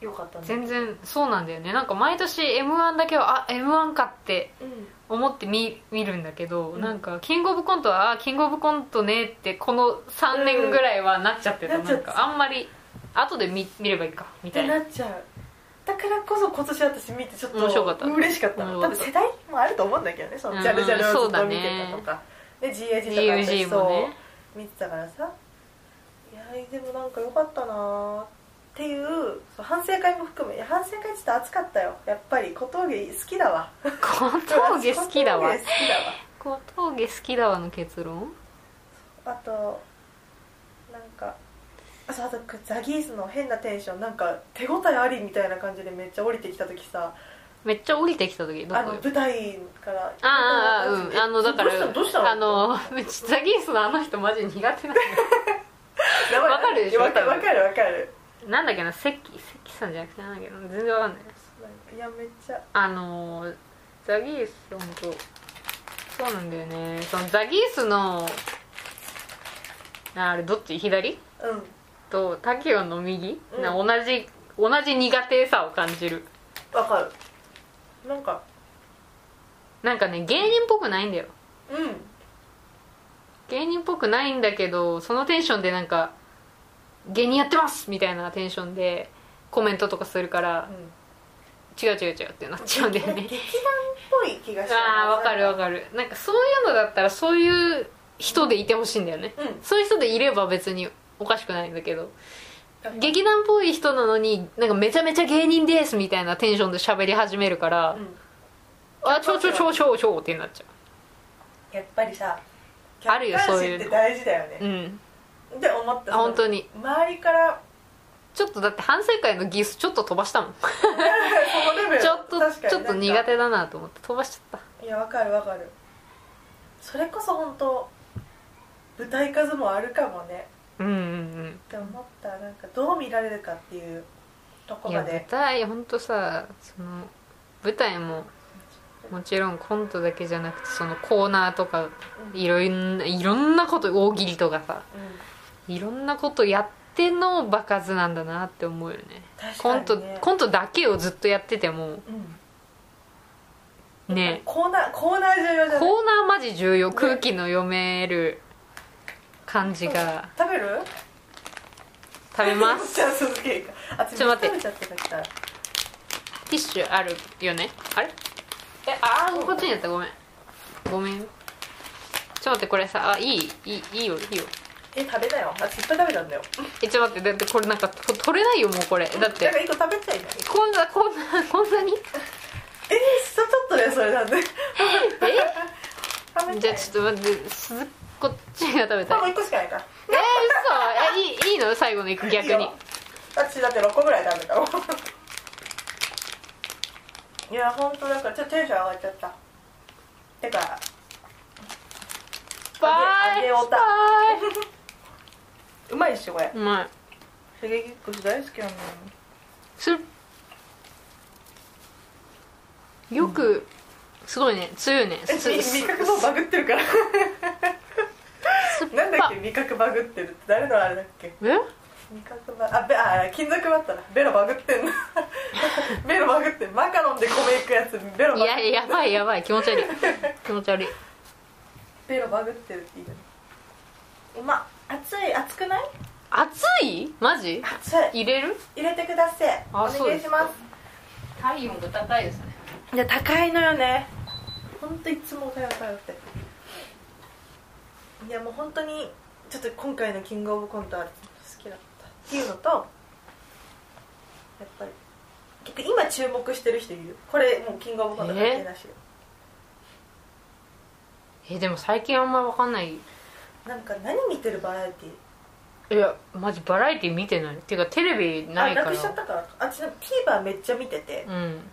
Speaker 1: よかったね
Speaker 2: 全然そうなんだよねなんか毎年 m 1だけはあ m 1かって
Speaker 1: うん
Speaker 2: 思って見見るんだけど、
Speaker 1: うん
Speaker 2: なんかキングオブコントはあーキングオブコントねってこの3年ぐらいはなっちゃってた、
Speaker 1: うん
Speaker 2: なんかあんまり後で見見ればいいかみ
Speaker 1: ったて
Speaker 2: い
Speaker 1: な
Speaker 2: な
Speaker 1: っちゃうだからこそ今年私見てちょっと
Speaker 2: 面白かった
Speaker 1: 嬉しかったの
Speaker 2: 面
Speaker 1: 多
Speaker 2: 白かっ
Speaker 1: 分
Speaker 2: た
Speaker 1: 世代もあると思うんだけどねそ
Speaker 2: うん
Speaker 1: のジャルジャルをずっと見てた
Speaker 2: そうだね
Speaker 1: とか、で GAG と
Speaker 2: GUG
Speaker 1: か
Speaker 2: も
Speaker 1: も
Speaker 2: ね
Speaker 1: そう見てたからさいやーでもなんか良かったなーっていうそう反省会も含めいや反省会ちょっと熱かったよやっぱり小峠好きだわ
Speaker 2: 小峠好きだわ
Speaker 1: 小峠好きだわ
Speaker 2: 小峠好きだわの結論
Speaker 1: あとなんかあそうあとザギースの変なテンションなんか手応えありみたいな感じでめっちゃ降りてきた時さ
Speaker 2: めっちゃ降りてきた時ど
Speaker 1: あ
Speaker 2: こ
Speaker 1: の
Speaker 2: よ
Speaker 1: 舞台から
Speaker 2: あーあーうんあのだから
Speaker 1: どうしたのどうしたの
Speaker 2: あのうちザギースのあの人マジ苦手なんだよ
Speaker 1: やばい
Speaker 2: わかるでしょ
Speaker 1: わかるわかるわかる
Speaker 2: なんだっけな関関さんじゃなくてなんだっけな全然わかんない
Speaker 1: いやめっちゃ
Speaker 2: あのーザギース本当そうなんだよねそのザギースのなあれどっち
Speaker 1: う
Speaker 2: 左
Speaker 1: ん
Speaker 2: とタケオの右、
Speaker 1: うん
Speaker 2: な同じ同じ苦手さを感じる
Speaker 1: わかるなんか
Speaker 2: なんかね芸人っぽくないんだよ
Speaker 1: うん
Speaker 2: 芸人っぽくないんだけどそのテンションでなんか芸人やってますみたいなテンションでコメントとかするから違う違う違うってなっちゃうんだ
Speaker 1: な
Speaker 2: よ
Speaker 1: んか
Speaker 2: ね
Speaker 1: 劇団っぽい気がした
Speaker 2: ああわかるわ
Speaker 1: る
Speaker 2: かるなんかそういうのだったらそういう人でいてほしいんだよね
Speaker 1: うん
Speaker 2: そういう人でいれば別におかしくないんだけど劇団っぽい人なのになんかめちゃめちゃ芸人ですみたいなテンションで喋り始めるから、
Speaker 1: うん
Speaker 2: あちょちょちょちょちょってなっちゃ
Speaker 1: やっぱりさ
Speaker 2: あるよ
Speaker 1: 客観視
Speaker 2: そういうの
Speaker 1: って大事だよ
Speaker 2: うう
Speaker 1: ね
Speaker 2: ん
Speaker 1: って思った
Speaker 2: あ本当に
Speaker 1: 周りから
Speaker 2: ちょっとだって反省会のギースちょっと飛ばしたもん
Speaker 1: このレベル
Speaker 2: ちょっと
Speaker 1: 確かに
Speaker 2: ちょっと苦手だなと思って飛ばしちゃっ
Speaker 1: いやわかるわかるそれこそ本当舞台数もあるかもね
Speaker 2: たうんうんうん
Speaker 1: って思ったなんかどう見られるかっていうどこ
Speaker 2: い
Speaker 1: ま
Speaker 2: や舞
Speaker 1: で
Speaker 2: 台ほんとさその舞台ももちろんコントだけじゃなくてそのコーナーとか
Speaker 1: うん
Speaker 2: いろんないろんなこと大喜利とかさ
Speaker 1: うん
Speaker 2: いろんなことやっての場数なんだなって思うよね
Speaker 1: 確
Speaker 2: コ
Speaker 1: か
Speaker 2: ント
Speaker 1: にね
Speaker 2: コントだけをずっとやってても
Speaker 1: うん
Speaker 2: ね
Speaker 1: コーナーコーナー重要じ
Speaker 2: コ
Speaker 1: ゃ
Speaker 2: ー
Speaker 1: ない
Speaker 2: ナーマジ重要空気の読める感じが
Speaker 1: 食べる
Speaker 2: 食べます
Speaker 1: じゃあ続けるかあち
Speaker 2: ちょっと待って
Speaker 1: 食べちゃってたから
Speaker 2: ティッシュあるよねあれえああこっちにやったごめんごめんちょっと待ってこれさあいいいいいいよいいよ
Speaker 1: え食べなよ私いっぱい食べたんだよ
Speaker 2: えちょっと待ってだってこれなんかと取れないよもうこれだっ
Speaker 1: なんか
Speaker 2: て
Speaker 1: 一個食べちゃいない
Speaker 2: こんなこんなこんなに
Speaker 1: えー、ちょっとだよそれなんで 食べちゃい
Speaker 2: じゃあちょっと待って鈴こっちが食べた
Speaker 1: あもう
Speaker 2: い
Speaker 1: 一個しかないから
Speaker 2: えー、嘘えいいいいの最後のいく逆
Speaker 1: いい
Speaker 2: に
Speaker 1: よ私だって6個ぐらい食べたもんいや本当なんかちょっとテンション上がっちゃったてか
Speaker 2: バ
Speaker 1: あ
Speaker 2: イ
Speaker 1: げおた
Speaker 2: バ
Speaker 1: うまいっしょこれ
Speaker 2: イうまい
Speaker 1: 刺激っこし大好きなの
Speaker 2: するよくすごいね強いね
Speaker 1: え
Speaker 2: す す
Speaker 1: 味
Speaker 2: す
Speaker 1: 覚もバグってるから
Speaker 2: 酸っぱ
Speaker 1: なんだっけ味覚バグってるって誰のあれだっけ
Speaker 2: え
Speaker 1: 味覚バあべあ金属バッタだベロバグってんの ベロバグってるマカロンで米いくやつベロ
Speaker 2: い
Speaker 1: バグ
Speaker 2: ややばいやばい気持ち悪い気持ち悪い
Speaker 1: ベロバグってるって言うのうま熱い熱くない
Speaker 2: 熱いマジ
Speaker 1: 熱い
Speaker 2: 入れる
Speaker 1: 入れてくださいお
Speaker 2: あそう
Speaker 1: 願い
Speaker 2: です
Speaker 1: し
Speaker 2: か
Speaker 1: ます
Speaker 2: 体温が高いですね
Speaker 1: いや高いのよね本当いつもお金が高くていやもう本当にちょっと今回の「キングオブコント」は好きだったっていうのとやっぱり結局今注目してる人いるこれもう「キングオブコント」関係なしよ、
Speaker 2: えでも最近あんま分かんない
Speaker 1: なんか何見てるバラエティ
Speaker 2: いやマジバラエティ見てないっていうかテレビ
Speaker 1: ー
Speaker 2: ない
Speaker 1: あ
Speaker 2: か
Speaker 1: な
Speaker 2: ら
Speaker 1: くしちゃったからあちなみに TVer めっちゃ見てて、
Speaker 2: うん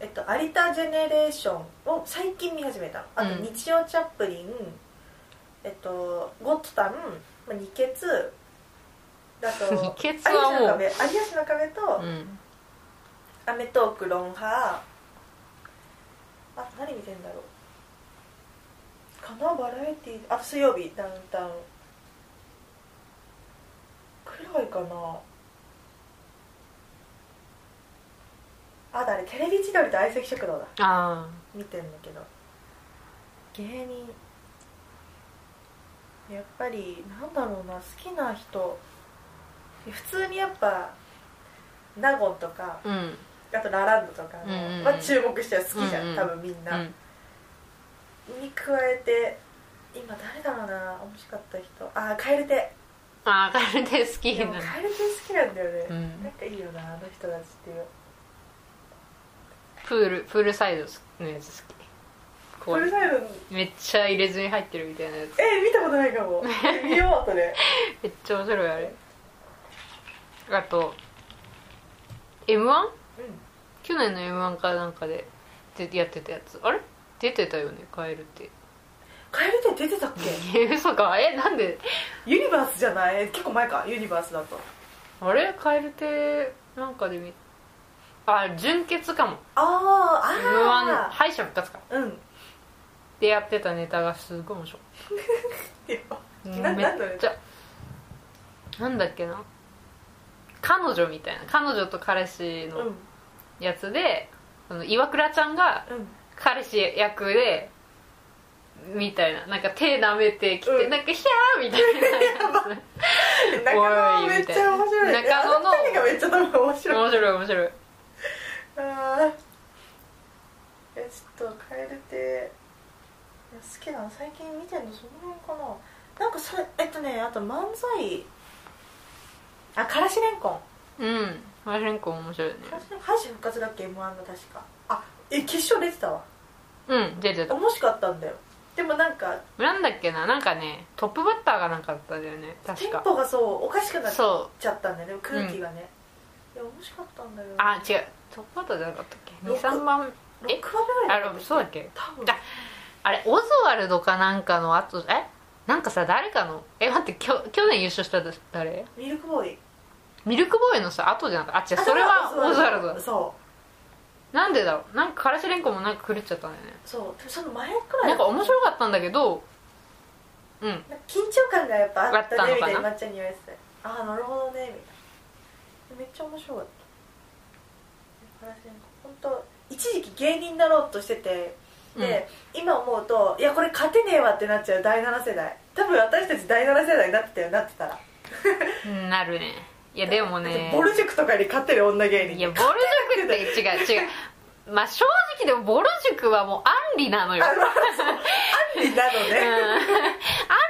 Speaker 1: えっと、有田ジェネレーションを最近見始めたのあと
Speaker 2: うん
Speaker 1: 日曜チャップリン、えっとゴッタンまあ二欠 だと
Speaker 2: 二欠はもう
Speaker 1: 有吉の壁有吉の
Speaker 2: う
Speaker 1: 壁と
Speaker 2: ん
Speaker 1: 『アメトーーク』『ロンハー』あと何見てんだろうかなバラエティーあと水曜日ダウンタウンくらいかなあとあれテレビ千鳥と相席食堂だ
Speaker 2: あ
Speaker 1: 見てんだけど芸人やっぱりなんだろうな好きな人普通にやっぱ納言とか
Speaker 2: あうん
Speaker 1: あとラランドとかの
Speaker 2: うんうんうん
Speaker 1: は注目しては好きじゃん、
Speaker 2: うんうん
Speaker 1: 多分みん
Speaker 2: う
Speaker 1: な、
Speaker 2: ん
Speaker 1: に加えて今誰だろうな面白かった人ああ蛙亭
Speaker 2: ああれで好き
Speaker 1: で
Speaker 2: な
Speaker 1: も
Speaker 2: の
Speaker 1: 蛙亭好きなんだよね、
Speaker 2: うん
Speaker 1: なんかいいよなあの人たちっていう
Speaker 2: プールプールサイドのやつ好きこ
Speaker 1: これ
Speaker 2: う
Speaker 1: だよ
Speaker 2: めっちゃ入れ墨入ってるみたいなやつ
Speaker 1: え見たことないか も見ようとね
Speaker 2: めっちゃ面白いあれあと m 1
Speaker 1: うん
Speaker 2: 去年の m 1かなんかででやってたやつあれ出てたよねカエルって
Speaker 1: 蛙亭出てたっけ
Speaker 2: え嘘かえなんで
Speaker 1: ユニバースじゃない結構前かユニバースだと
Speaker 2: あれカエルってなんかで見あ純潔かも
Speaker 1: あ
Speaker 2: m 1
Speaker 1: ああ
Speaker 2: 敗者復活か
Speaker 1: あうん
Speaker 2: でやってたネタがすごい面白い
Speaker 1: な
Speaker 2: め
Speaker 1: なんだろ
Speaker 2: っちゃなんだっけな彼女みたいな彼女と彼氏
Speaker 1: うん
Speaker 2: のやつで、あの岩倉ちゃんが
Speaker 1: うん
Speaker 2: 彼氏役でみたいななんか手舐めてきて、
Speaker 1: うん
Speaker 2: なんかヒャーみたいなや
Speaker 1: 中野めっちゃ面白い
Speaker 2: おいみたいな
Speaker 1: あの二人がめっちゃ多分面
Speaker 2: つ
Speaker 1: 白い
Speaker 2: 面白い面白い
Speaker 1: あーえちょっと蛙亭いや好きなの最近見てんのその辺かななんかさえっとねあと漫才あからしれんこん
Speaker 2: うんマシンコ面白いね
Speaker 1: からしれん敗者復活だっけ m 1の確かあえ決勝出てたわ
Speaker 2: うん出てた
Speaker 1: 面白かったんだよでもなんか
Speaker 2: なんだっけななんかねトップバッターがなんかだったんだよね
Speaker 1: テ
Speaker 2: 確
Speaker 1: ン
Speaker 2: か
Speaker 1: ポがそうおかしくなっ
Speaker 2: そう
Speaker 1: ちゃったんだよね空気がね、いや面白かったんだよ
Speaker 2: あ違うトップバッターじゃなかったっけ
Speaker 1: 六
Speaker 2: 23番え
Speaker 1: 6話ぐらいだった
Speaker 2: あそうだっけ
Speaker 1: 多分
Speaker 2: だあれオズワルドかなんかのあとえなんかさ誰かのえ待ってきょ去年優勝した誰
Speaker 1: ミルクボーイ
Speaker 2: ミルクボーイのさ後じゃなくあ違うそれはオズワルドだ
Speaker 1: そ
Speaker 2: なんでだろうなんかからしれんこもなんか狂っちゃったんだよね
Speaker 1: うそうその前くらい
Speaker 2: なんか面白かったんだけどうん
Speaker 1: なんか緊張感がやっぱあったね
Speaker 2: あったの
Speaker 1: み
Speaker 2: かな
Speaker 1: たいにまっちゃんに言われててああなるほどねみたいなめっちゃ面白かった本当一時期芸人になろうとしててで、今思うといやこれ勝てねえわってなっちゃう第7世代多分私たち第7世代になってたよなってたら
Speaker 2: うんなるねいやでもね
Speaker 1: ボル塾とかに勝てる女芸人
Speaker 2: いやボル塾って違う違うまあ正直でもボル塾はもうアンリなのよ
Speaker 1: あのそうアンリなの
Speaker 2: うん
Speaker 1: ね、
Speaker 2: ア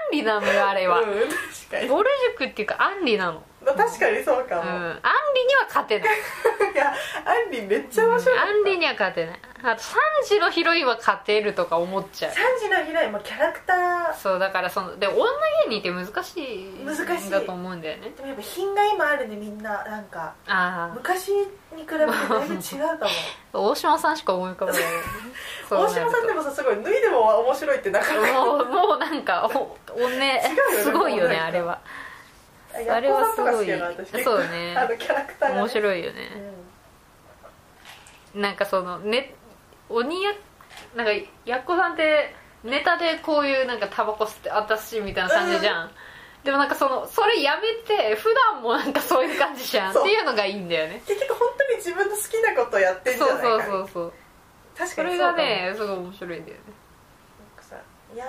Speaker 2: ンリなのよあれは、
Speaker 1: うん確かに、
Speaker 2: ボル塾っていうかアンリなの
Speaker 1: まあ、確かにそうか
Speaker 2: うん
Speaker 1: も、
Speaker 2: アンリには勝てない
Speaker 1: いやアンリめっちゃ面白かった、
Speaker 2: アンリには勝てないあと3時のヒロインは勝てるとか思っちゃう
Speaker 1: 3時のヒロインもキャラクター
Speaker 2: そうだからそので女芸人って難しい
Speaker 1: 難しい
Speaker 2: んだと思うんだよね
Speaker 1: でもやっぱ品が今あるねみんななんか
Speaker 2: ああ
Speaker 1: 昔に比べてだいぶ違 うかも
Speaker 2: 大島さんしか思い浮かばない
Speaker 1: 大島さんでもさすごい脱いでも面白いってなかなか
Speaker 2: ももうもうなんかおおね
Speaker 1: 違うよね
Speaker 2: すごいよね
Speaker 1: もうなんか
Speaker 2: あれは
Speaker 1: や
Speaker 2: あ
Speaker 1: っ
Speaker 2: れ
Speaker 1: こさ
Speaker 2: は
Speaker 1: ん
Speaker 2: す
Speaker 1: とか
Speaker 2: ご
Speaker 1: 好
Speaker 2: い
Speaker 1: きやな私結構
Speaker 2: そうね
Speaker 1: あのキャラクターが、ね、
Speaker 2: 面
Speaker 1: い、
Speaker 2: 白いよね、なんかそのね鬼やなんかやっこさんってネタでこういうなんかタバコ吸って私みたいな感じじゃん、でもなんかそのそれやめて普段もなんかそういう感じじゃんっ
Speaker 1: そう
Speaker 2: ていうのがいいんだよね
Speaker 1: 結局本当に自分の好きなことをやってんじ
Speaker 2: そ
Speaker 1: ゃ
Speaker 2: う
Speaker 1: ないか
Speaker 2: そうそうそう
Speaker 1: 確
Speaker 2: そ
Speaker 1: かにそ
Speaker 2: れ
Speaker 1: うか
Speaker 2: が
Speaker 1: も
Speaker 2: ねすごい面白いんだよね
Speaker 1: なんかさいや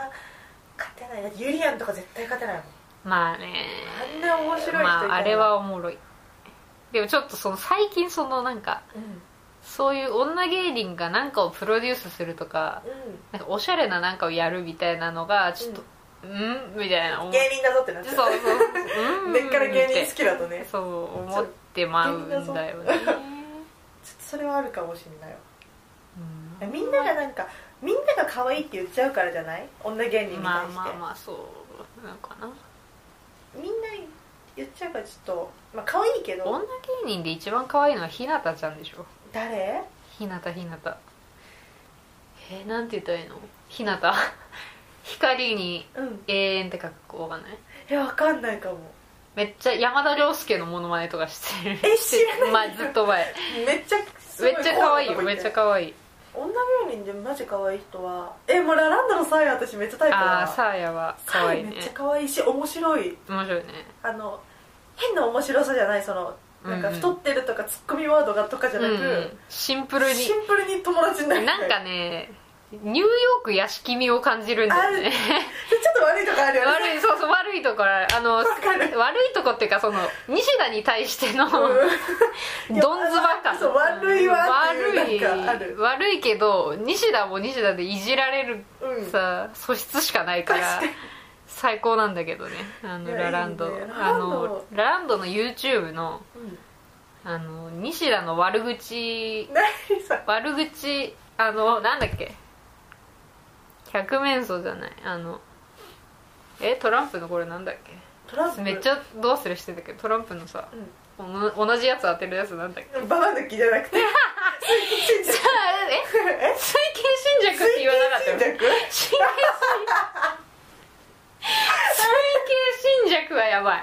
Speaker 1: 勝てないなユリアンとか絶対勝てないもん
Speaker 2: まあね
Speaker 1: あんな面白い人いたら
Speaker 2: まああれはおもろいでもちょっとその最近そのなんか
Speaker 1: うん
Speaker 2: そういう女芸人が何かをプロデュースするとか
Speaker 1: う
Speaker 2: なんかおしゃれななんかをやるみたいなのがちょっと、うん、みたいな思
Speaker 1: ん
Speaker 2: っ
Speaker 1: 芸人だぞってなっち
Speaker 2: そ
Speaker 1: ゃ
Speaker 2: うそううそううん
Speaker 1: 根っから芸人好きだとね
Speaker 2: そう思ってまうんだよね、
Speaker 1: ちょっとそれはあるかもしれないわ
Speaker 2: うん
Speaker 1: みんながなんかみんなが可愛いって言っちゃうからじゃない女芸人に対して、
Speaker 2: まあまあまあそうなのかな
Speaker 1: みんな言っちゃうからちょっとまあ可愛いけど
Speaker 2: 女芸人で一番可愛いのはひなたちゃんでしょ
Speaker 1: 誰
Speaker 2: ひなたひなたえー、なんて言ったらいいのひなた光に
Speaker 1: うん
Speaker 2: 永遠って書くわかんない
Speaker 1: いやわかんないかも
Speaker 2: めっちゃ山田涼介のモノマネとかしてる
Speaker 1: え知らない
Speaker 2: まあずっと前
Speaker 1: めっちゃ
Speaker 2: めっちゃ可愛いよ
Speaker 1: すご
Speaker 2: め
Speaker 1: い
Speaker 2: っちゃ可愛い
Speaker 1: 女芸人でマジ可愛い人はえもうラランドのサイ私めっちゃタイプだ
Speaker 2: あ
Speaker 1: な
Speaker 2: あーサーヤは可
Speaker 1: サ
Speaker 2: 愛
Speaker 1: イ
Speaker 2: いね
Speaker 1: めっちゃ可愛いし面白い
Speaker 2: 面白いね
Speaker 1: あの変な面白さじゃないそのなんか
Speaker 2: うんうん
Speaker 1: 太ってるとかツッコミワードがとかじゃなく、
Speaker 2: うんうんシンプルに
Speaker 1: シンプルに友達になりたい
Speaker 2: なんかねニューヨーク屋敷味を感じるんだよね
Speaker 1: でちょっと悪いとこあるよね
Speaker 2: 悪いそうそう悪いところあの悪
Speaker 1: かる
Speaker 2: いとこっていうかその西田に対しての ど
Speaker 1: うん
Speaker 2: んずばっか
Speaker 1: そう悪いわっていうなんかあ
Speaker 2: 悪い
Speaker 1: る
Speaker 2: 悪いけど西田も西田でいじられる
Speaker 1: うん
Speaker 2: さ、素質しかないから最高なんだけどねあ
Speaker 1: い
Speaker 2: の
Speaker 1: や
Speaker 2: ラランド
Speaker 1: いいね
Speaker 2: あ
Speaker 1: ララン
Speaker 2: の
Speaker 1: ド
Speaker 2: ラランドの YouTube の
Speaker 1: うん
Speaker 2: あの西田の悪口
Speaker 1: 何さ
Speaker 2: 悪口あのなんだっけ百面相じゃないあのえトランプのこれなんだっけ
Speaker 1: トランプ
Speaker 2: めっちゃどうするしてたけどトランプのさ
Speaker 1: う
Speaker 2: おの同じやつ当てるやつな んだっけ
Speaker 1: んババ抜きじゃ なくて水
Speaker 2: え
Speaker 1: 金
Speaker 2: 水金信弱って言わなかった
Speaker 1: 信
Speaker 2: よ
Speaker 1: 者く
Speaker 2: 神経衰衰弱はやばい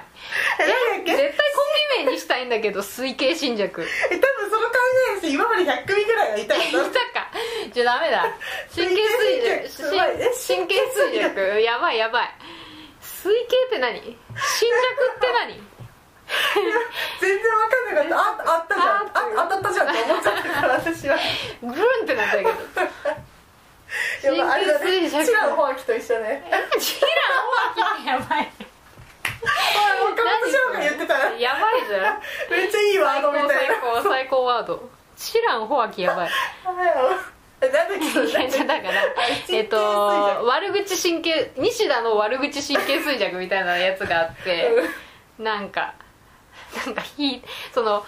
Speaker 1: え
Speaker 2: 絶対コンビ名にしたいんだけど水系信弱い
Speaker 1: え多分その考えの人今まで100組ぐらいはいた よ
Speaker 2: たかじゃあダメだ神経 衰
Speaker 1: 水系衰弱
Speaker 2: 弱し神経衰弱やばいやばい水系って何信弱って何
Speaker 1: 全然分かんなかったああったじゃんあ
Speaker 2: あ
Speaker 1: 当たったじゃんって思っちゃったから私は
Speaker 2: グルンってなったけど
Speaker 1: やっぱあれだ
Speaker 2: 神経衰
Speaker 1: ね
Speaker 2: 弱
Speaker 1: チラのホアキと一緒ね
Speaker 2: チラの大きってやばい
Speaker 1: おい岡本翔が言ってたら
Speaker 2: やばいじゃん
Speaker 1: めっちゃいいワー
Speaker 2: 最
Speaker 1: ドみ
Speaker 2: 高
Speaker 1: たい
Speaker 2: 最
Speaker 1: な
Speaker 2: 高最高ワードチランホアキや ばい
Speaker 1: えなんだっけそれ
Speaker 2: いやじゃあだからえっと悪口神経西田の悪口神経衰弱みたいなやつがあってなんかなんかひその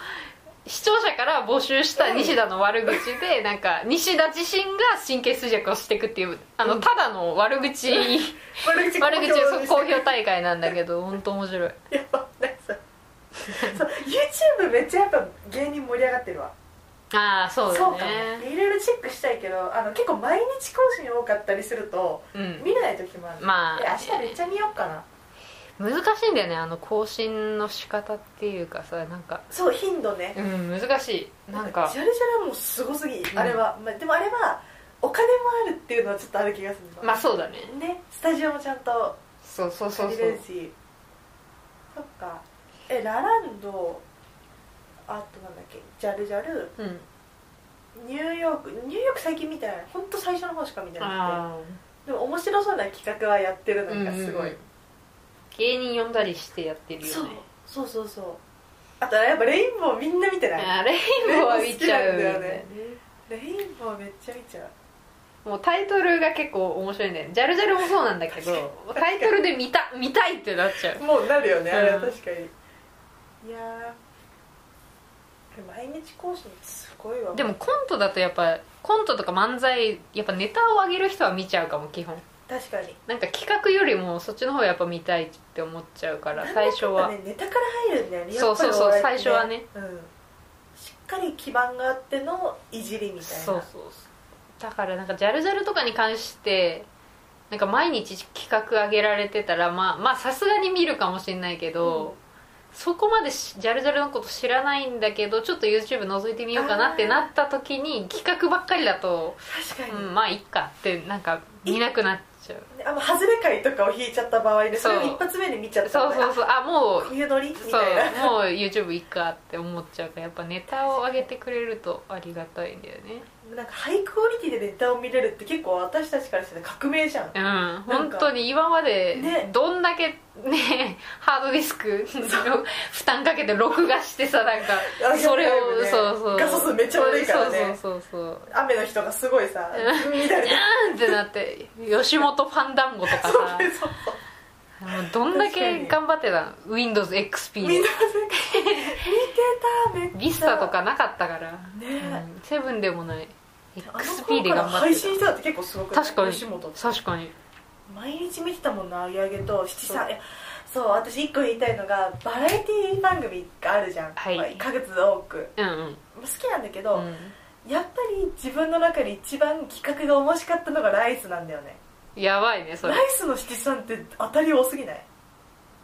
Speaker 2: 視聴者から募集した西田の悪口でなんか西田自身が神経衰弱をしていくっていうあのただの 悪口
Speaker 1: 悪口
Speaker 2: 悪口そう
Speaker 1: 公
Speaker 2: 公
Speaker 1: 表
Speaker 2: 表大会なんだけど本当面白い
Speaker 1: やばないそれそう YouTube めっちゃやっぱ芸人盛り上がってるわ
Speaker 2: ああそう
Speaker 1: そ
Speaker 2: だ
Speaker 1: うかも
Speaker 2: ね
Speaker 1: いろいろチェックしたいけどあの結構毎日更新多かったりすると
Speaker 2: うん
Speaker 1: 見れない時もある
Speaker 2: まあ
Speaker 1: え明日めっちゃ見ようかな
Speaker 2: 難しいんだよねあの更新の仕方っていうかさなんか
Speaker 1: そう頻度ね
Speaker 2: うん難しいなんか
Speaker 1: ジャルジャルはもうすごすぎ、
Speaker 2: ん
Speaker 1: あれは、まあ、でもあれはお金もあるっていうのはちょっとある気がするの
Speaker 2: まあそうだね
Speaker 1: ねスタジオもちゃんと
Speaker 2: そうそうそう
Speaker 1: 借
Speaker 2: そ
Speaker 1: り
Speaker 2: う
Speaker 1: れるしそっかえラランドあとなんだっけジャルジャル
Speaker 2: うん
Speaker 1: ニューヨークニューヨーク最近見てない本当最初の方しか見てな
Speaker 2: あ
Speaker 1: くてでも面白そうな企画はやってる
Speaker 2: あ
Speaker 1: のがすごい、
Speaker 2: 芸人呼んだりしてやってる
Speaker 1: そ
Speaker 2: よ
Speaker 1: う
Speaker 2: ね
Speaker 1: そうそうそうあとやっぱレインボーみんな見てない
Speaker 2: あレインボーは見ちゃ
Speaker 1: レインボー好きな
Speaker 2: うよ
Speaker 1: んだよね
Speaker 2: ね
Speaker 1: レインボーめっちゃ見ちゃう
Speaker 2: もうタイトルが結構面白いんだよねジャルジャルもそうなんだけどタイトルで見た見たいってなっちゃう
Speaker 1: もうなるよね、
Speaker 2: うん
Speaker 1: あれは確かにいやー毎日更新すごいわ
Speaker 2: でもコントだとやっぱコントとか漫才やっぱネタを上げる人は見ちゃうかも基本
Speaker 1: 確かに
Speaker 2: なんか企画よりもそっちの方がやっぱ見たいって思っちゃうから
Speaker 1: なんだかんだ
Speaker 2: 最初は、
Speaker 1: ね、ネタから入るんだよね
Speaker 2: そうそうそう
Speaker 1: やっぱりお笑いってうん、しっかり基盤があってのいじりみたいな
Speaker 2: そうそうそうだからなんかジャルジャルとかに関してなんか毎日企画上げられてたらまあまあさすがに見るかもしれないけど、そこまでしジャルジャルのこと知らないんだけどちょっと YouTube 覗いてみようかなってなった時に企画ばっかりだと、
Speaker 1: 確か
Speaker 2: う
Speaker 1: に、
Speaker 2: ん、まあいっかってなんか見なくなっちゃう
Speaker 1: あの外れ会とかを引いちゃった場合でそ
Speaker 2: そう
Speaker 1: れを一発目で見ちゃった
Speaker 2: そうそうそうあもう
Speaker 1: う冬のりみ
Speaker 2: そう
Speaker 1: たいな
Speaker 2: もう YouTube いっかって思っちゃうからやっぱネタを上げてくれるとありがたいんだよね
Speaker 1: なんかハイクオリティでネタを見れるって結構私たちからして革命じゃん、
Speaker 2: うん
Speaker 1: か
Speaker 2: 本当に今まで
Speaker 1: ね
Speaker 2: どんだけね ハードディスクの負担かけて録画してさなんか
Speaker 1: あ
Speaker 2: それ
Speaker 1: やばい
Speaker 2: を
Speaker 1: よね
Speaker 2: そうそう
Speaker 1: 画素数めっちゃ悪いからね
Speaker 2: そうそうそうそう
Speaker 1: 雨の日とかすごいさ見たりとか
Speaker 2: なんってなって吉本ファン団子とか
Speaker 1: そう
Speaker 2: さ
Speaker 1: そうそう
Speaker 2: もうどんだけ頑張ってたの WindowsXP
Speaker 1: みん
Speaker 2: で
Speaker 1: な見 てためっちゃ
Speaker 2: ビスタとかなかったから、
Speaker 1: ね
Speaker 2: うんセブンでもない
Speaker 1: あの
Speaker 2: XP
Speaker 1: 頃
Speaker 2: で
Speaker 1: から
Speaker 2: 頑張っ
Speaker 1: 配
Speaker 2: て
Speaker 1: 信してたって結構すごくな
Speaker 2: た
Speaker 1: い
Speaker 2: 確かに
Speaker 1: 吉本って
Speaker 2: 確かに
Speaker 1: 毎日見てたもんな上げと七三いやそう私一個言いたいのがバラエティ番組があるじゃん、
Speaker 2: はい
Speaker 1: まあ数多く
Speaker 2: うんうん
Speaker 1: 好きなんだけ
Speaker 2: う
Speaker 1: ど、
Speaker 2: ん
Speaker 1: やっぱり自分の中で一番企画が面白かったのがライスなんだよね
Speaker 2: やばいねそ
Speaker 1: ラ
Speaker 2: れ
Speaker 1: イスの七三って当たり多すぎない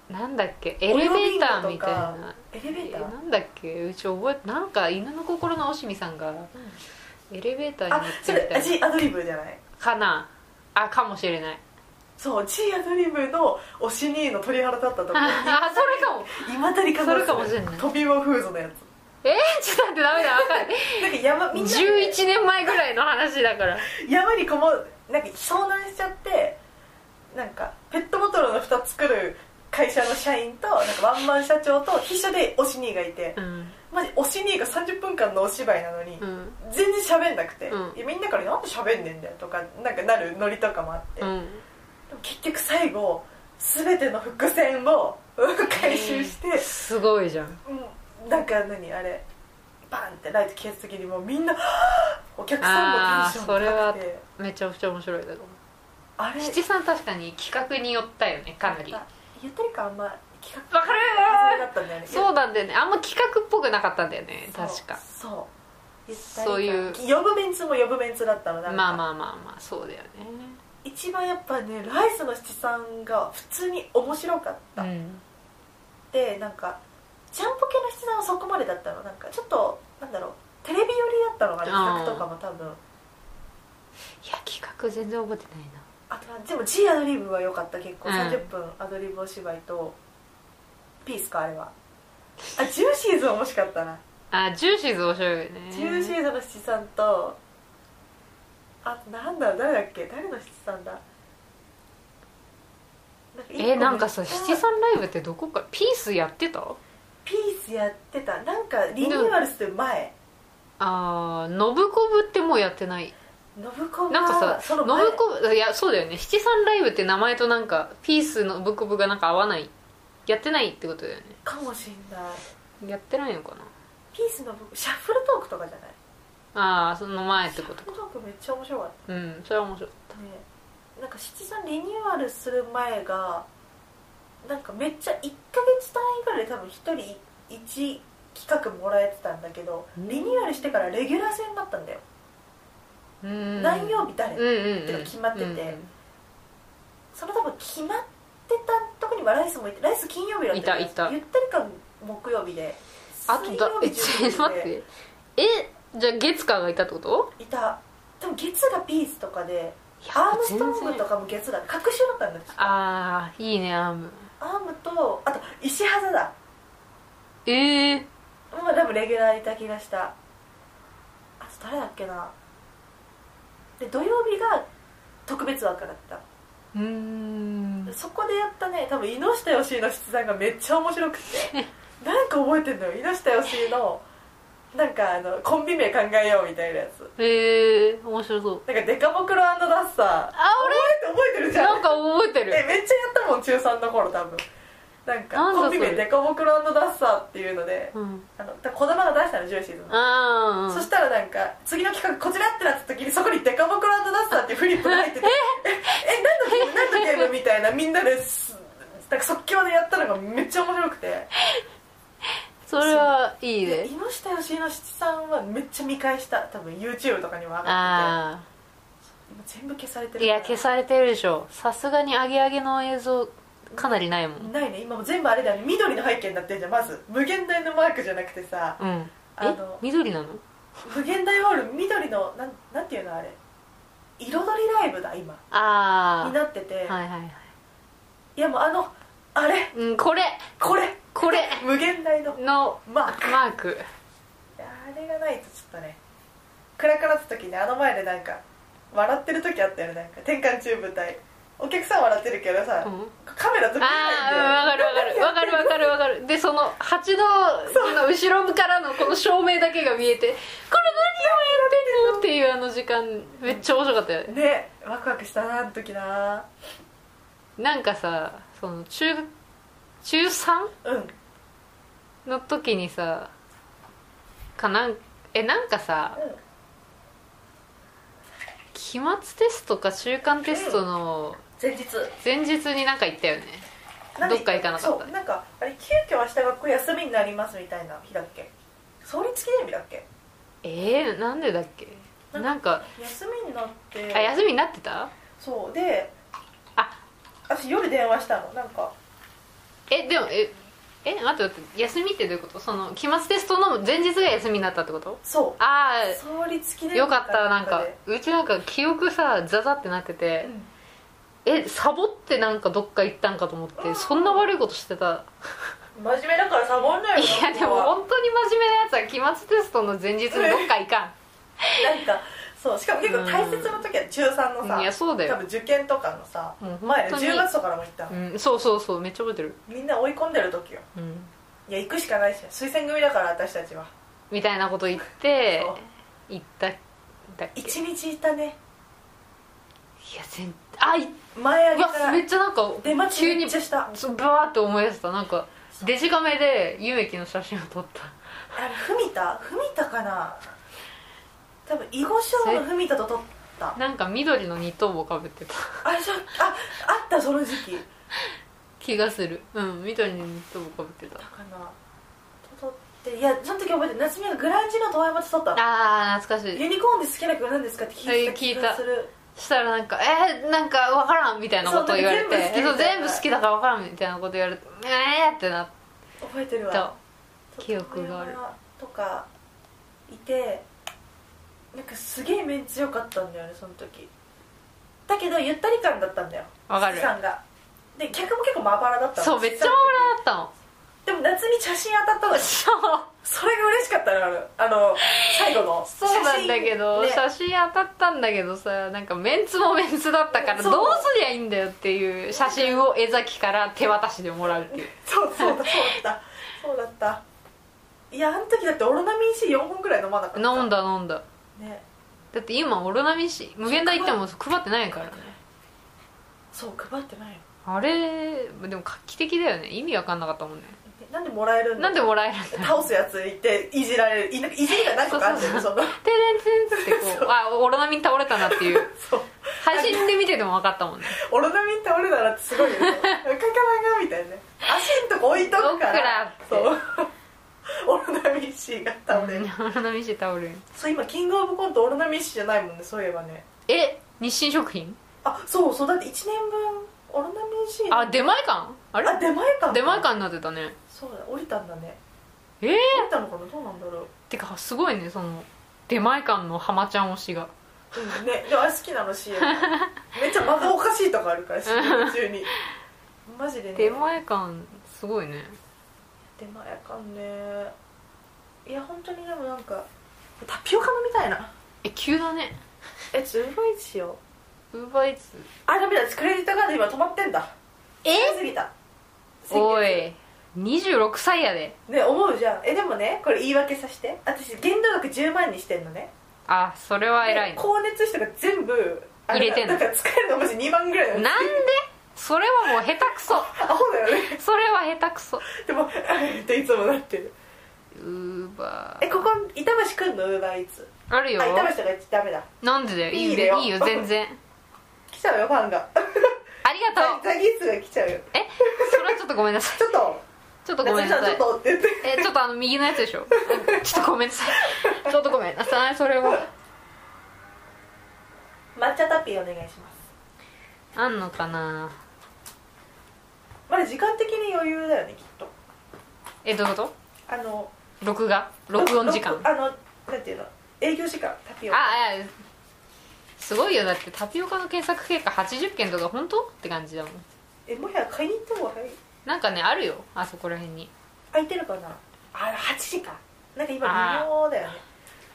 Speaker 2: なんだっけエレベーターみたいな
Speaker 1: エレベーター
Speaker 2: えなんだっけうち覚えなんか犬の心のおしみさんがエレベーターに乗
Speaker 1: あそ
Speaker 2: ってみ
Speaker 1: れ
Speaker 2: た
Speaker 1: あ
Speaker 2: い
Speaker 1: G アドリブじゃない
Speaker 2: かなあかもしれない
Speaker 1: そう G アドリブの推しにの鳥肌立 ったとこ
Speaker 2: あそれかも
Speaker 1: 今たりか
Speaker 2: それかもしれない
Speaker 1: 飛びをフーズのやつ
Speaker 2: えー、ちょっと待ってダメだ分かんない
Speaker 1: なんか山みんなで
Speaker 2: 11年前ぐらいの話だから
Speaker 1: 山にこもなんか遭難しちゃってなんかペットボトルの蓋作る会社の社員となんかワンマン社長と秘書でおしにがいて
Speaker 2: うん
Speaker 1: マジおしにが30分間のお芝居なのに、
Speaker 2: うん
Speaker 1: 全然喋んなくて、
Speaker 2: うん
Speaker 1: いやみんなから「なんで喋んねんだよ」とかなんかなるノリとかもあって、で
Speaker 2: う
Speaker 1: も
Speaker 2: ん
Speaker 1: 結局最後全ての伏線をうん回収して、
Speaker 2: すごいじゃん
Speaker 1: うんなんか何あれバンってライト消えた時にもうみんなはぁお客さんのテンション
Speaker 2: あーそれ
Speaker 1: 高
Speaker 2: は
Speaker 1: くて
Speaker 2: めちゃくちゃ面白いだろ
Speaker 1: あれ
Speaker 2: 七三確かに企画によったよねかなり
Speaker 1: なんかゆったりかあんま企画
Speaker 2: わかる
Speaker 1: だったんだよね
Speaker 2: そうなんだよねあんま企画っぽくなかったんだよね
Speaker 1: そう
Speaker 2: 確か
Speaker 1: そうゆったり感
Speaker 2: そういう
Speaker 1: 呼ぶメンツも呼ぶメンツだったのなんか
Speaker 2: まあまあまあまあそうだよね
Speaker 1: 一番やっぱねライスの七三が普通に面白かった、
Speaker 2: うん
Speaker 1: でなんかジャンポケの七三はそこまでだったのなんかちょっとなんだろうテレビ寄りだったのが企画とかも多分
Speaker 2: いや企画全然覚えてないな
Speaker 1: あとでも G アドリブは良かった結構、
Speaker 2: うん
Speaker 1: 30分アドリブお芝居とピースかあれはあジューシーズは惜しかったな、
Speaker 2: あジューシーズ面白いよね
Speaker 1: ジューシーズの七三とあとなんだ誰だっけ誰の七三だなんか一個
Speaker 2: えなんかさ
Speaker 1: めっちゃ
Speaker 2: 七三ライブってどこかピースやってた
Speaker 1: ピースやってたなんかリニューアルする前
Speaker 2: あーノブコブってもうやってない
Speaker 1: ノブコブ
Speaker 2: なんか
Speaker 1: そ
Speaker 2: さ
Speaker 1: の
Speaker 2: ノ
Speaker 1: 前
Speaker 2: ブコブいやそうだよね七三ライブって名前となんかピースノブコブがなんか合わないやってないってことだよね
Speaker 1: かもしんない
Speaker 2: やってないのかな
Speaker 1: ピースのブシャッフルトークとかじゃない
Speaker 2: ああその前って
Speaker 1: シャッ
Speaker 2: こと
Speaker 1: フルトークめっちゃ面白かった
Speaker 2: うんそれは面白い
Speaker 1: ねなんか七三リニューアルする前がなんかめっちゃ1ヶ月単位ぐらいで多分1人1企画もらえてたんだけど
Speaker 2: うん
Speaker 1: リニューアルしてからレギュラー制になったんだよ、
Speaker 2: うん
Speaker 1: 何曜日誰、
Speaker 2: うんうんうん
Speaker 1: てか決まってて
Speaker 2: うんうん
Speaker 1: その多分決まってたとこにはライスもいてライス金曜日だったよね
Speaker 2: いたいた
Speaker 1: ゆったりか木曜日で
Speaker 2: あとだえちょっと待ってえじゃあ月火がいたってこと
Speaker 1: いた多分月がピースとかで
Speaker 2: いや
Speaker 1: アームストー
Speaker 2: 全
Speaker 1: ム
Speaker 2: 然
Speaker 1: とかも月だ隔週だったんだよ
Speaker 2: ああいいねアーム
Speaker 1: アームとあと石肌だ
Speaker 2: ええ
Speaker 1: まあ多分レギュラーにいた気がしたあと誰だっけなで土曜日が特別枠だった
Speaker 2: うーん
Speaker 1: そこでやったね多分井下義しの出題がめっちゃ面白 くてなんか覚えてんのよ井下義しのなんかあのコンビ名考えようみたいなやつ
Speaker 2: ええ面白そう
Speaker 1: なんかデカボクロダッサー覚
Speaker 2: あ
Speaker 1: えて覚えてる
Speaker 2: 俺
Speaker 1: じゃん
Speaker 2: なんか覚えて
Speaker 1: え
Speaker 2: る
Speaker 1: めっちゃやったもん中3の頃多分なんか
Speaker 2: なんだ
Speaker 1: コンビ
Speaker 2: そ
Speaker 1: 名
Speaker 2: れ
Speaker 1: デカボクロダッサーっていうので
Speaker 2: うん
Speaker 1: あのだから児玉が出したのジューシーズの
Speaker 2: あ
Speaker 1: そし
Speaker 2: あ
Speaker 1: たらなんか次の企画こちらってなった時にそこにデカボクランドダッサーっていうフリップが入っててええ何のゲーム何のゲームみたいなみんなですなんか即興でやったのがめっちゃ面白くて
Speaker 2: それはいい
Speaker 1: で
Speaker 2: ね
Speaker 1: 井下義しの七さんはめっちゃ見返した多分 YouTube とかにも上がって
Speaker 2: あ
Speaker 1: て今全部消されて
Speaker 2: あ
Speaker 1: る
Speaker 2: いや消されてるでしょさすがにアゲアゲの映像かなりないもん
Speaker 1: ないね今もう全部あれだよね緑の背景になってんじゃんまず無限大のマークじゃなくてさ
Speaker 2: うん
Speaker 1: あ
Speaker 2: え
Speaker 1: の
Speaker 2: 緑なの
Speaker 1: 無限大ホール緑のなんなんていうのあれ彩りライブだ今
Speaker 2: あ
Speaker 1: になってて、
Speaker 2: あはいはいはい
Speaker 1: いやもうあのあれ
Speaker 2: うんこれ
Speaker 1: これ
Speaker 2: これ
Speaker 1: 無限大の
Speaker 2: の
Speaker 1: マーク
Speaker 2: マーク
Speaker 1: いやあれがないとちょっとね暗くなった時にあの前でなんか笑ってる時あったよねなんか転換中舞台お客さん笑ってるけどさ、
Speaker 2: うん
Speaker 1: カメラと見え
Speaker 2: あ
Speaker 1: ないんだよ
Speaker 2: あわかるわかるわかるわかるわかるでその蜂のその後ろからのこの照明だけが見えてこれ何をやってんのっていうあの時間めっちゃ面白かったよね
Speaker 1: ねワクワクしたなあの時な
Speaker 2: なんかさその中中 3?
Speaker 1: うん
Speaker 2: の時にさかなんえなんかさ期末テストか中間テストの
Speaker 1: 前日
Speaker 2: 前日になんか行ったよね
Speaker 1: なん
Speaker 2: どっか行かなかった
Speaker 1: そうなんかあれ急遽明日学校休みになりますみたいな日だっけ創立記念日だっけ
Speaker 2: えー、なんでだっけなんか
Speaker 1: 休みになって
Speaker 2: あ休みになってた
Speaker 1: そうで
Speaker 2: あ
Speaker 1: 私夜電話したのなんか
Speaker 2: えでもええ待って待って休みってどういうことその期末テストの前日が休みになったってこと
Speaker 1: そう
Speaker 2: あ
Speaker 1: 創立記念
Speaker 2: あ
Speaker 1: 日
Speaker 2: よかったなんか
Speaker 1: で
Speaker 2: うちなんか記憶さザザってなくて、えサボってなんかどっか行ったんかと思ってそんな悪いことしてた
Speaker 1: うん真面目だからサボんないいよ
Speaker 2: やで
Speaker 1: こ
Speaker 2: も
Speaker 1: こは
Speaker 2: 本当に真面目なやつは期末テストの前日にどっか行か
Speaker 1: なんかそうしかも結構大切な時は中3のさ
Speaker 2: うんいやそうだよ
Speaker 1: 多分受験とかのさ
Speaker 2: うん
Speaker 1: 前の
Speaker 2: 本当に
Speaker 1: 10月とかからも行ったの
Speaker 2: ん、うん、そうそうそうめっちゃ覚えてる、
Speaker 1: みんな追い込んでる時よ
Speaker 2: うん、
Speaker 1: いや行くしかないし推薦組だから私たちは
Speaker 2: みたいなこと言って
Speaker 1: そう
Speaker 2: 行っただっけい
Speaker 1: 一日いたね
Speaker 2: や全あいう
Speaker 1: 前あげか
Speaker 2: わめっ
Speaker 1: ら
Speaker 2: ちゃなんか
Speaker 1: 出待ち
Speaker 2: 急
Speaker 1: め
Speaker 2: に
Speaker 1: っちゃしたあ
Speaker 2: そうブワーって思い出したなんかデジカメでゆめきの写真を撮った
Speaker 1: れ文田文田かな多分囲碁将の文田と撮った
Speaker 2: なんか緑のニット帽かぶってた
Speaker 1: あれじゃああったその時期
Speaker 2: 気がするうん緑のニット帽かぶってた
Speaker 1: だから撮っていやその時覚えてる夏美がグランジの遠山と撮ったの
Speaker 2: あー懐かしい
Speaker 1: ユニコーンで好きな曲なんですかって聞いてた気がする
Speaker 2: そしたらなんか「えー、なんか分からん」みたいなこと言われて
Speaker 1: そう
Speaker 2: そう全
Speaker 1: 全
Speaker 2: 部
Speaker 1: 部
Speaker 2: 好
Speaker 1: 好
Speaker 2: き
Speaker 1: き
Speaker 2: だから分からんみたいなこと言われて「えー」ってなっ
Speaker 1: 覚えてる
Speaker 2: た
Speaker 1: わ
Speaker 2: 記憶がある
Speaker 1: とかいてなんかすげえメンツ良かったんだよねその時だけどゆったり感だったんだよ
Speaker 2: わかる
Speaker 1: 七さんがで客も結構まばらだったの
Speaker 2: そうめっちゃおもろだったの
Speaker 1: でも夏美写真当たったのよ
Speaker 2: そう
Speaker 1: それが嬉しかったのよあの最後の
Speaker 2: そうなんだけど
Speaker 1: 写真ね
Speaker 2: 写真当たったんだけどさなんかメンツもメンツだったからど
Speaker 1: そう
Speaker 2: うすりゃいいんだよっていう写真を江崎から手渡しでもらうっていう
Speaker 1: そうそうだそうだそうだったいやあの時だってオロナミン C4 本ぐらい飲まなかった
Speaker 2: 飲んだ飲んだ
Speaker 1: ね
Speaker 2: だって今オロナミシ無限大行っても配ってないからね
Speaker 1: そう配ってないよ
Speaker 2: あれでも画期的だよね意味わかんなかったもんね
Speaker 1: えなんでもらえるんだ
Speaker 2: なんでもらえるんだろう
Speaker 1: 倒すやついていじられるいなんかいじりが何個かあって
Speaker 2: そう
Speaker 1: その
Speaker 2: てれんてんってこうあオロナミン倒れたなっていう
Speaker 1: そう
Speaker 2: 配信で見てても分かったもんね
Speaker 1: オロナミン倒れたらってすごいよねカカラがみたいなね足んとこ置いとくから
Speaker 2: どっ
Speaker 1: そうオロナミン C が倒れる、
Speaker 2: うんオロナミシ倒れる
Speaker 1: そう今キングオブコントオロナミン C じゃないもんねそういえばね
Speaker 2: え日清食品
Speaker 1: あそうそうだって1年分オロナミンしいな
Speaker 2: あ出前館あれ
Speaker 1: あ出前館
Speaker 2: 出前館になってたね
Speaker 1: そうだ降りたんだね
Speaker 2: えー、
Speaker 1: 降りたのかなどうなんだろう
Speaker 2: てかすごいねその出前館の浜ちゃん推しが
Speaker 1: うんねでもあれ好きなの CM めっちゃバカおかしいとかあるから CM 中にマジでね
Speaker 2: 出前館すごいね
Speaker 1: 出前館ねいや本当にでもなんかタピオカ飲みたいな
Speaker 2: え急だね
Speaker 1: えちょっとウーバーイーツしよう
Speaker 2: ウーバーイーツ
Speaker 1: あダメだクレジットカード今止まってんだ
Speaker 2: え
Speaker 1: 過ぎた
Speaker 2: おい26歳やで
Speaker 1: ね思うじゃんえでもねこれ言い訳させて私限度額10万にしてんのね
Speaker 2: あそれは偉い
Speaker 1: で
Speaker 2: ね
Speaker 1: 光熱費とか全部あ
Speaker 2: 入れてんの
Speaker 1: だから使えるのマジ2万ぐらいなの
Speaker 2: なんでそれはもう下手くそ
Speaker 1: アホだよね
Speaker 2: それは下手くそ
Speaker 1: でもっていつもなってる
Speaker 2: ウーバ
Speaker 1: え
Speaker 2: ー
Speaker 1: ここ板橋くんのウーバーイーツ
Speaker 2: あるよ
Speaker 1: あ板橋とかダメだ
Speaker 2: なんでだよい
Speaker 1: いい
Speaker 2: いよ
Speaker 1: ねよ
Speaker 2: い いよ全然
Speaker 1: 来ちゃうよファンが
Speaker 2: ありがとう
Speaker 1: ザギーツが来ちゃうよ
Speaker 2: えそれはちょっとごめんなさい
Speaker 1: ちょっと
Speaker 2: ちょっとごめんな
Speaker 1: 夏美
Speaker 2: さい
Speaker 1: ちゃんちょっとって言って
Speaker 2: えちょっとあの右のやつでしょ ちょっとごめんなさいちょっとごめんなさいそれは
Speaker 1: 抹茶タピーお願いします
Speaker 2: あんのかな
Speaker 1: まだ時間的に余裕だよねきっと
Speaker 2: えどういうこ
Speaker 1: あの
Speaker 2: と録画録音時間
Speaker 1: 録あのなんていうの営業時間タピオカ
Speaker 2: あいやすごいよだってタピオカの検索結果80件とか本当って感じだもん
Speaker 1: えもはや買いに行った方が早い
Speaker 2: なんかねあるよあそこら辺に
Speaker 1: 空いてるかなあ8時かなんか今微妙だよね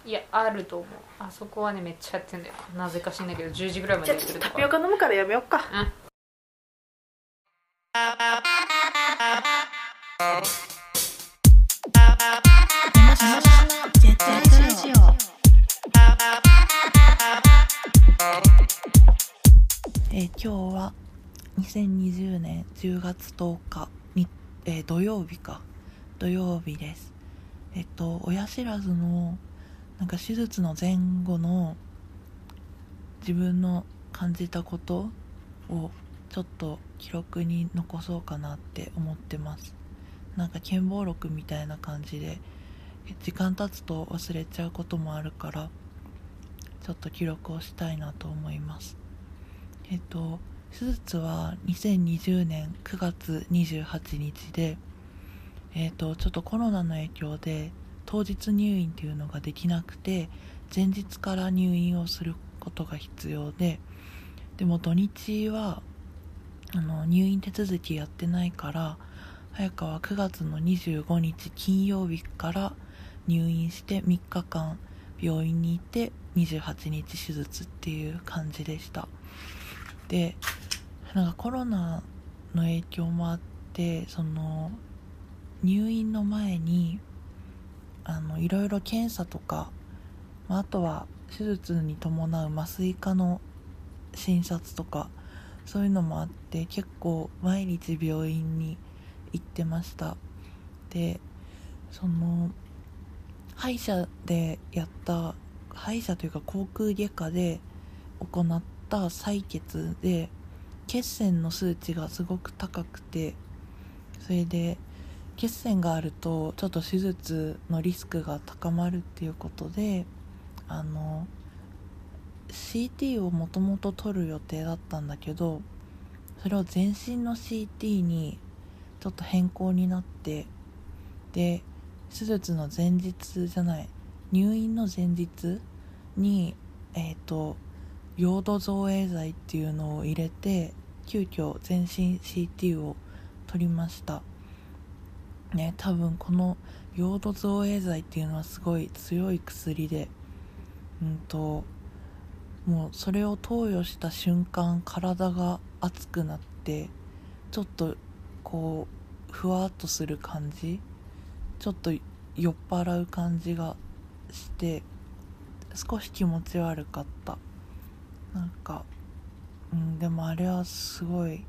Speaker 2: いやあると思うあそこはねめっちゃやってんだよなぜか知んないけど10時ぐらいま
Speaker 1: じゃ
Speaker 2: で
Speaker 1: あ
Speaker 2: やっ
Speaker 1: ちょっ
Speaker 2: て
Speaker 1: と
Speaker 2: ると
Speaker 1: タ
Speaker 2: か
Speaker 1: ピオカ飲むからやめよっか
Speaker 2: うん
Speaker 3: えー今日は2020年10月10日に、えー土曜日か土曜日ですえっと親知らずのなんか手術の前後の自分の感じたことをちょっと記録に残そうかなって思ってますなんか健忘録みたいな感じでえ時間経つと忘れちゃうこともあるからちょっと記録をしたいなと思いますえっと、手術は2020年9月28日で、えっと、ちょっとコロナの影響で当日入院というのができなくて前日から入院をすることが必要ででも土日はあの入院手続きやってないから早川は9月の25日金曜日から入院して3日間病院にいて28日手術っていう感じでした。でなんかコロナの影響もあってその入院の前にあのいろいろ検査とか、まあ、あとは手術に伴う麻酔科の診察とかそういうのもあって結構毎日病院に行ってましたでその歯医者でやった歯医者というか口腔外科で行った採血で血栓の数値がすごく高くてそれで血栓があるとちょっと手術のリスクが高まるっていうことであの CT をもともと取る予定だったんだけどそれを全身の CT にちょっと変更になってで手術の前日じゃない入院の前日にえっ、と用土造影剤っていうのを入れて急遽全身 CT を取りましたね多分この用土造影剤っていうのはすごい強い薬でうんともうそれを投与した瞬間体が熱くなってちょっとこうふわっとする感じちょっと酔っ払う感じがして少し気持ち悪かったなんか、うん、でもあれはすごい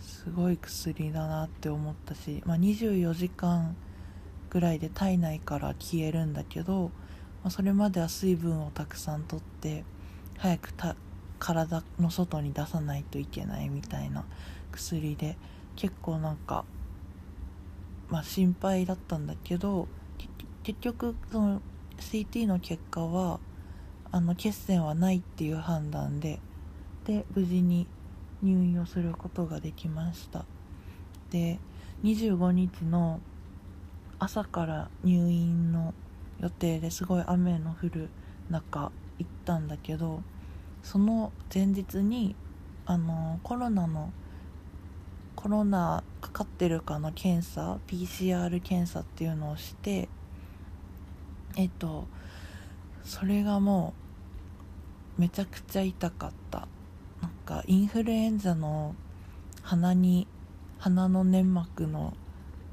Speaker 3: すごい薬だなって思ったし、まあ、24時間ぐらいで体内から消えるんだけど、まあ、それまでは水分をたくさんとって早くた体の外に出さないといけないみたいな薬で結構なんか、まあ、心配だったんだけど結結局その CT の結果はあの血栓はないっていう判断でで無事に入院をすることができましたで25日の朝から入院の予定ですごい雨の降る中行ったんだけどその前日にあのコロナのコロナかかってるかの検査 PCR 検査っていうのをしてえっとそれがもうめちゃくちゃ痛かったなんかインフルエンザの鼻に鼻の粘膜の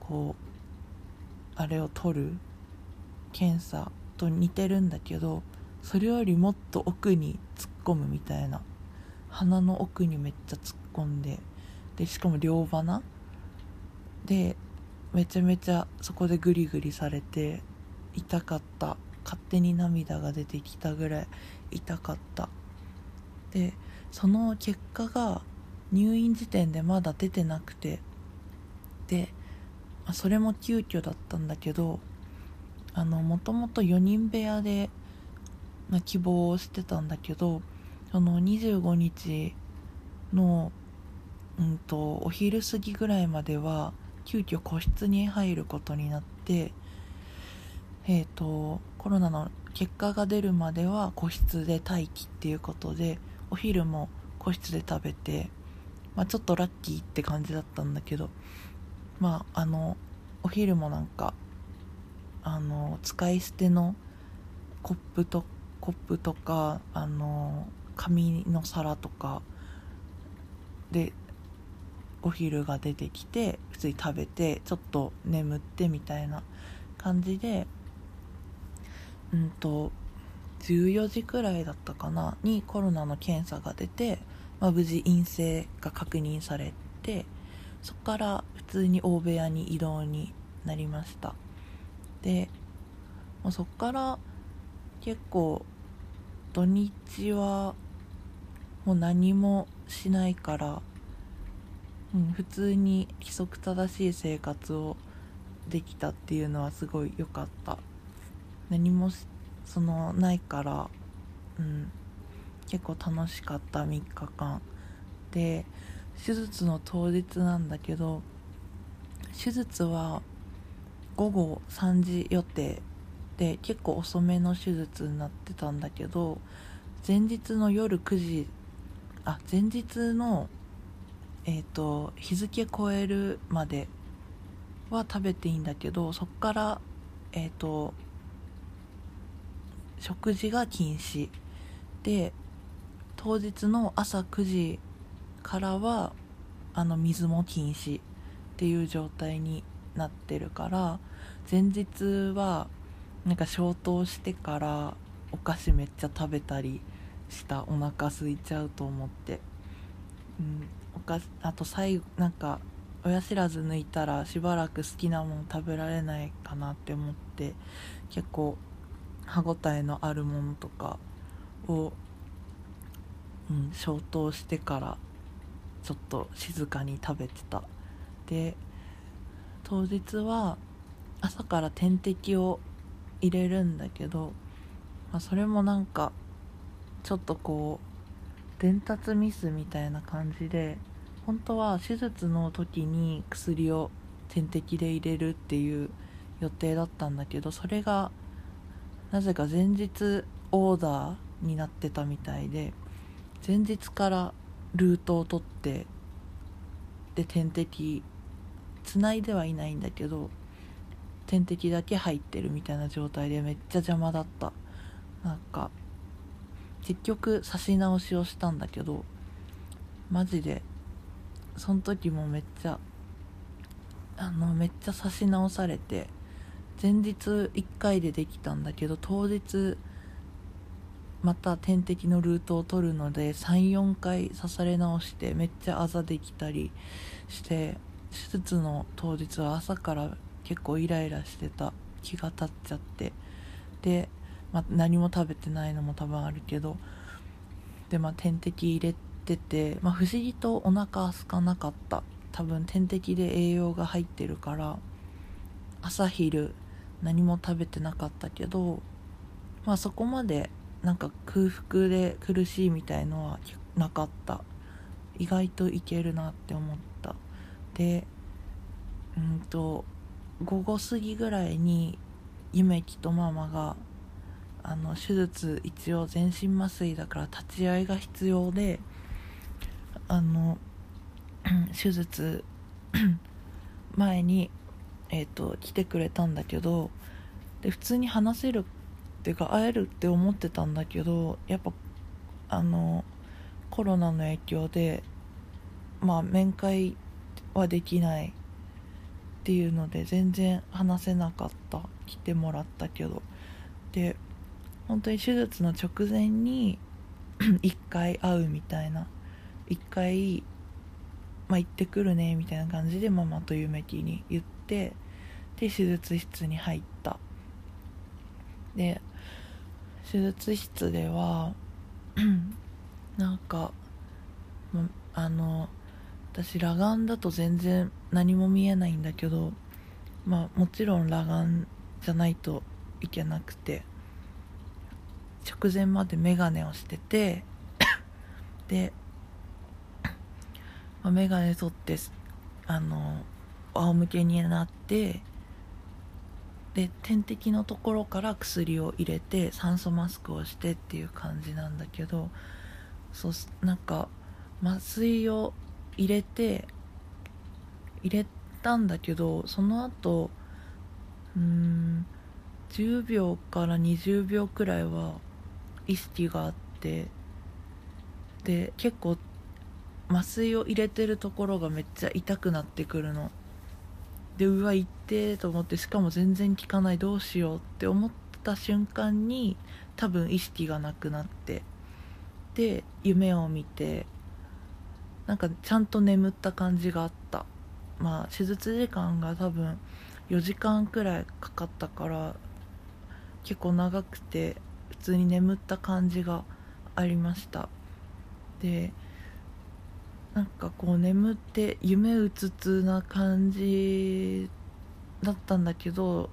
Speaker 3: こうあれを取る検査と似てるんだけどそれよりもっと奥に突っ込むみたいな鼻の奥にめっちゃ突っ込んででしかも両鼻でめちゃめちゃそこでグリグリされて痛かった勝手に涙が出てきたぐらい痛かったでその結果が入院時点でまだ出てなくてでまあそれも急遽だったんだけどあのもともと4人部屋で、まあ、希望をしてたんだけどその25日の、うん、とお昼過ぎぐらいまでは急遽個室に入ることになってえー、とコロナの結果が出るまでは個室で待機っていうことでお昼も個室で食べて、まあ、ちょっとラッキーって感じだったんだけどまああのお昼もなんかあの使い捨てのコップとコップとかあの紙の皿とかでお昼が出てきて普通に食べてちょっと眠ってみたいな感じでうんと14時くらいだったかなにコロナの検査が出て、まあ、無事陰性が確認されてそこから普通に大部屋に移動になりましたでもうそこから結構土日はもう何もしないから、うん、普通に規則正しい生活をできたっていうのはすごい良かった何もしそのないから、うん、結構楽しかった3日間で手術の当日なんだけど手術は午後3時予定で結構遅めの手術になってたんだけど前日の夜9時あ前日の、えー、と日付超えるまでは食べていいんだけどそっからえっ、と食事が禁止で当日の朝9時からはあの水も禁止っていう状態になってるから前日はなんか消灯してからお菓子めっちゃ食べたりしたお腹空いちゃうと思って、うん、おかあと最後なんか親知らず抜いたらしばらく好きなもの食べられないかなって思って結構歯ごたえのあるものとかを、うん、消灯してからちょっと静かに食べてたで当日は朝から点滴を入れるんだけど、まあ、それもなんかちょっとこう伝達ミスみたいな感じで本当は手術の時に薬を点滴で入れるっていう予定だったんだけどそれがなぜか前日オーダーになってたみたいで前日からルートを取ってで点滴つないではいないんだけど点滴だけ入ってるみたいな状態でめっちゃ邪魔だったなんか結局差し直しをしたんだけどマジでその時もめっちゃあのめっちゃ差し直されて前日1回でできたんだけど当日また点滴のルートを取るので34回刺され直してめっちゃあざできたりして手術の当日は朝から結構イライラしてた気が立っちゃってで、まあ、何も食べてないのも多分あるけどで、まあ、点滴入れてて、まあ、不思議とお腹空かなかった多分点滴で栄養が入ってるから朝昼何も食べてなかったけど、まあ、そこまでなんか空腹で苦しいみたいのはなかった意外といけるなって思ったでうんと午後過ぎぐらいに夢きとママがあの手術一応全身麻酔だから立ち会いが必要であの 手術前に、えー、と来てくれたんだけどで普通に話せるっていうか会えるって思ってたんだけどやっぱあのコロナの影響で、まあ、面会はできないっていうので全然話せなかった来てもらったけどで本当に手術の直前に一回会うみたいな一回、まあ、行ってくるねみたいな感じでママとゆめきに言ってで手術室に入ったで手術室では なんかもうあの私裸眼だと全然何も見えないんだけどまあもちろん裸眼じゃないといけなくて直前まで眼鏡をしててで、まあ、眼鏡取ってあの仰向けになってで点滴のところから薬を入れて酸素マスクをしてっていう感じなんだけどそうすなんか麻酔を入れて入れたんだけどその後うーん10秒から20秒くらいは意識があってで結構麻酔を入れてるところがめっちゃ痛くなってくるのでうわ痛ってと思ってしかも全然効かないどうしようって思った瞬間に多分意識がなくなってで夢を見てなんかちゃんと眠った感じがあったまあ手術時間が多分4時間くらいかかったから結構長くて普通に眠った感じがありましたでなんかこう眠って夢うつつな感じだったんだけど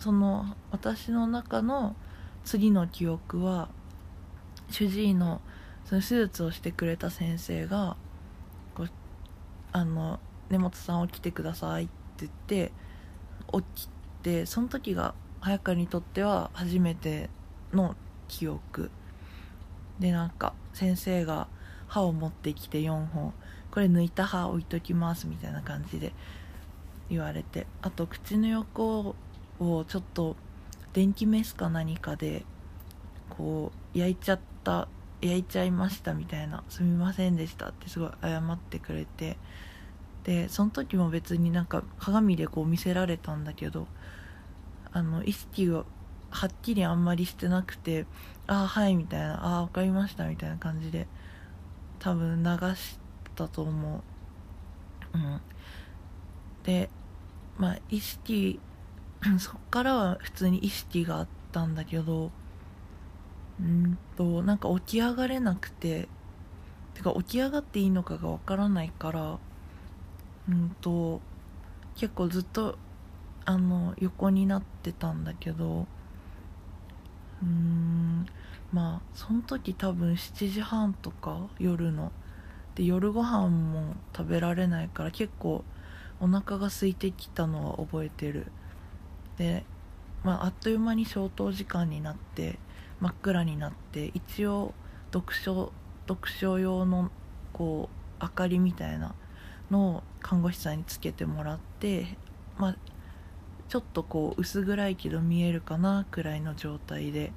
Speaker 3: その私の中の次の記憶は主治医のその手術をしてくれた先生がこうあの根本さん起きてくださいって言って起きてその時が早川にとっては初めての記憶でなんか先生が歯を持ってきて4本これ抜いた歯置いときますみたいな感じで言われてあと口の横をちょっと電気メスか何かでこう焼いちゃった焼いちゃいましたみたいな「すみませんでした」ってすごい謝ってくれてでその時も別になんか鏡でこう見せられたんだけどあの意識をはっきりあんまりしてなくて「ああはい」みたいな「ああ分かりました」みたいな感じで多分流したと思ううんでまあ意識 そっからは普通に意識があったんだけどうーんとなんか起き上がれなくててか起き上がっていいのかがわからないからうんと結構ずっとあの横になってたんだけどうーんまあその時多分7時半とか夜ので夜ご飯も食べられないから結構お腹が空いてきたのは覚えてるで、まあ、あっという間に消灯時間になって真っ暗になって一応読書読書用のこう明かりみたいなのを看護師さんにつけてもらって、まあ、ちょっとこう薄暗いけど見えるかなくらいの状態で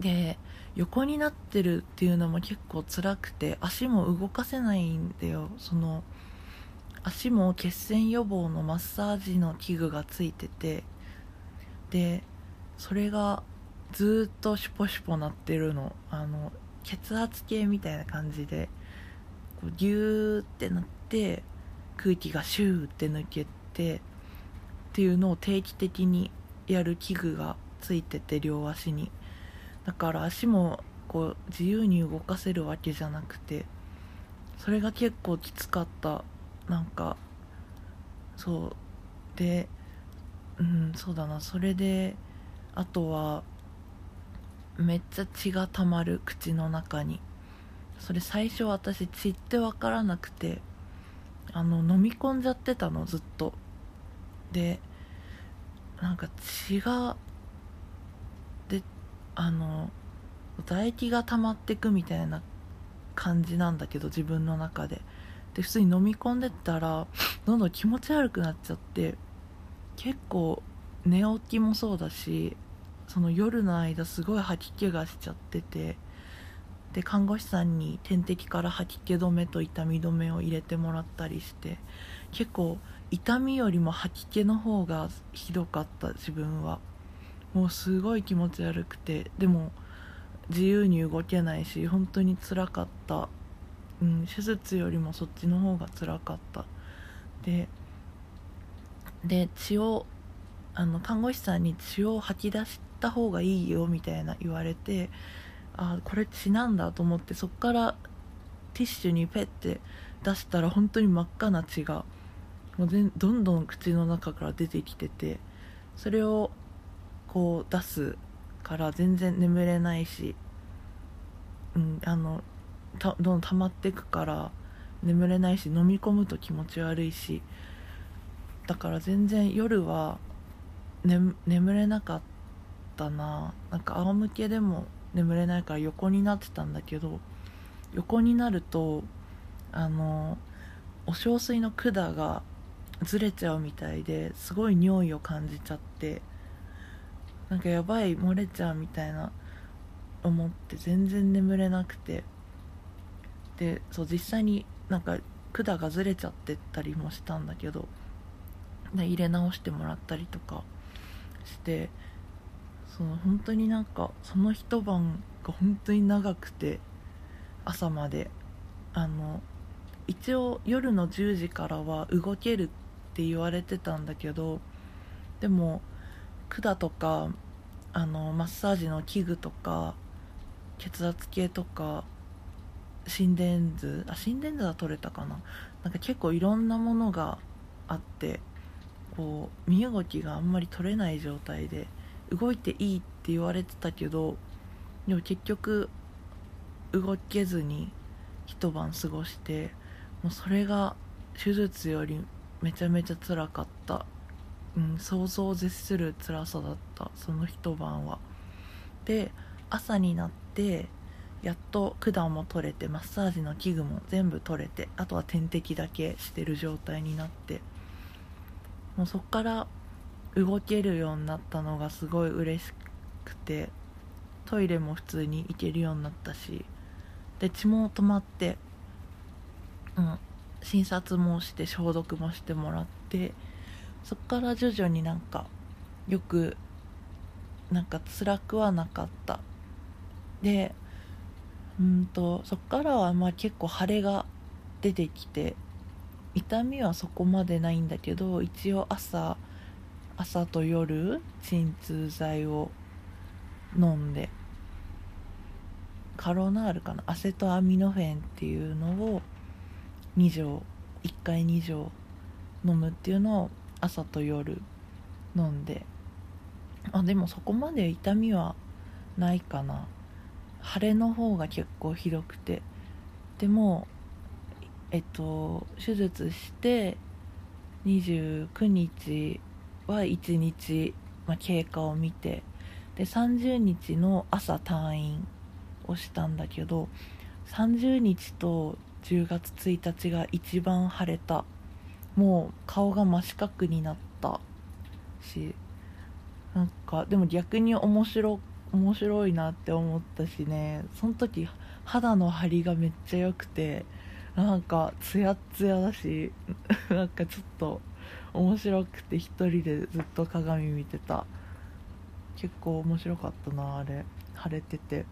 Speaker 3: で横になってるっていうのも結構辛くて足も動かせないんだよその足も血栓予防のマッサージの器具がついててでそれがずーっとシュポシュポなってるのあの血圧計みたいな感じでこうギューってなって空気がシューって抜けてっていうのを定期的にやる器具がついてて両足にだから足もこう自由に動かせるわけじゃなくてそれが結構きつかったなんかそうでうんそうだなそれであとはめっちゃ血がたまる口の中にそれ最初私血って分からなくてあの飲み込んじゃってたのずっとでなんか血がであの唾液が溜まってくみたいな感じなんだけど自分の中でで普通に飲み込んでったらどんどん気持ち悪くなっちゃって結構寝起きもそうだしその夜の間すごい吐き気がしちゃっててで看護師さんに点滴から吐き気止めと痛み止めを入れてもらったりして結構痛みよりも吐き気の方がひどかった自分はもうすごい気持ち悪くてでも自由に動けないし本当につらかった、うん、手術よりもそっちの方がつらかったでで血をあの看護師さんに血を吐き出した方がいいよみたいな言われてあこれ血なんだと思ってそっからティッシュにペッて出したら本当に真っ赤な血がもう全どんどん口の中から出てきててそれをこう出すから全然眠れないし、うん、あのたどんどん溜まってくから眠れないし飲み込むと気持ち悪いしだから全然夜は、ね、眠れなかったななんか仰向けでも眠れないから横になってたんだけど横になるとあのお小水の管がずれちゃうみたいですごい匂いを感じちゃってなんかやばい漏れちゃうみたいな思って全然眠れなくてでそう実際になんか管がずれちゃってったりもしたんだけどで入れ直してもらったりとかしてその本当になんかその一晩が本当に長くて朝まであの一応夜の10時からは動けるって言われてたんだけどでも管とかあのマッサージの器具とか血圧計とか心電図あ心電図は取れたかななんか結構いろんなものがあってこう身動きがあんまり取れない状態で動いていいって言われてたけどでも結局動けずに一晩過ごしてもうそれが手術よりめちゃめちゃ辛かった、うん、想像を絶する辛さだったその一晩はで朝になってやっと管も取れてマッサージの器具も全部取れてあとは点滴だけしてる状態になってもうそっから動けるようになったのがすごい嬉しくてトイレも普通に行けるようになったしで血も止まって、うん、診察もして消毒もしてもらってそっから徐々になんかよくなんか辛くはなかったでうんとそっからはまあ結構腫れが出てきて痛みはそこまでないんだけど一応朝朝と夜鎮痛剤を飲んでカロナールかなアセトアミノフェンっていうのを2錠1回2錠飲むっていうのを朝と夜飲んであでもそこまで痛みはないかな腫れの方が結構ひどくてでもえっと手術して29日は1日、まあ、経過を見てで30日の朝退院をしたんだけど30日と10月1日が一番腫れたもう顔が真四角になったしなんかでも逆に面白面白いなって思ったしねその時肌の張りがめっちゃ良くてなんかツヤッツヤだし なんかちょっと面白くて一人でずっと鏡見てた結構面白かったなあれ腫れてて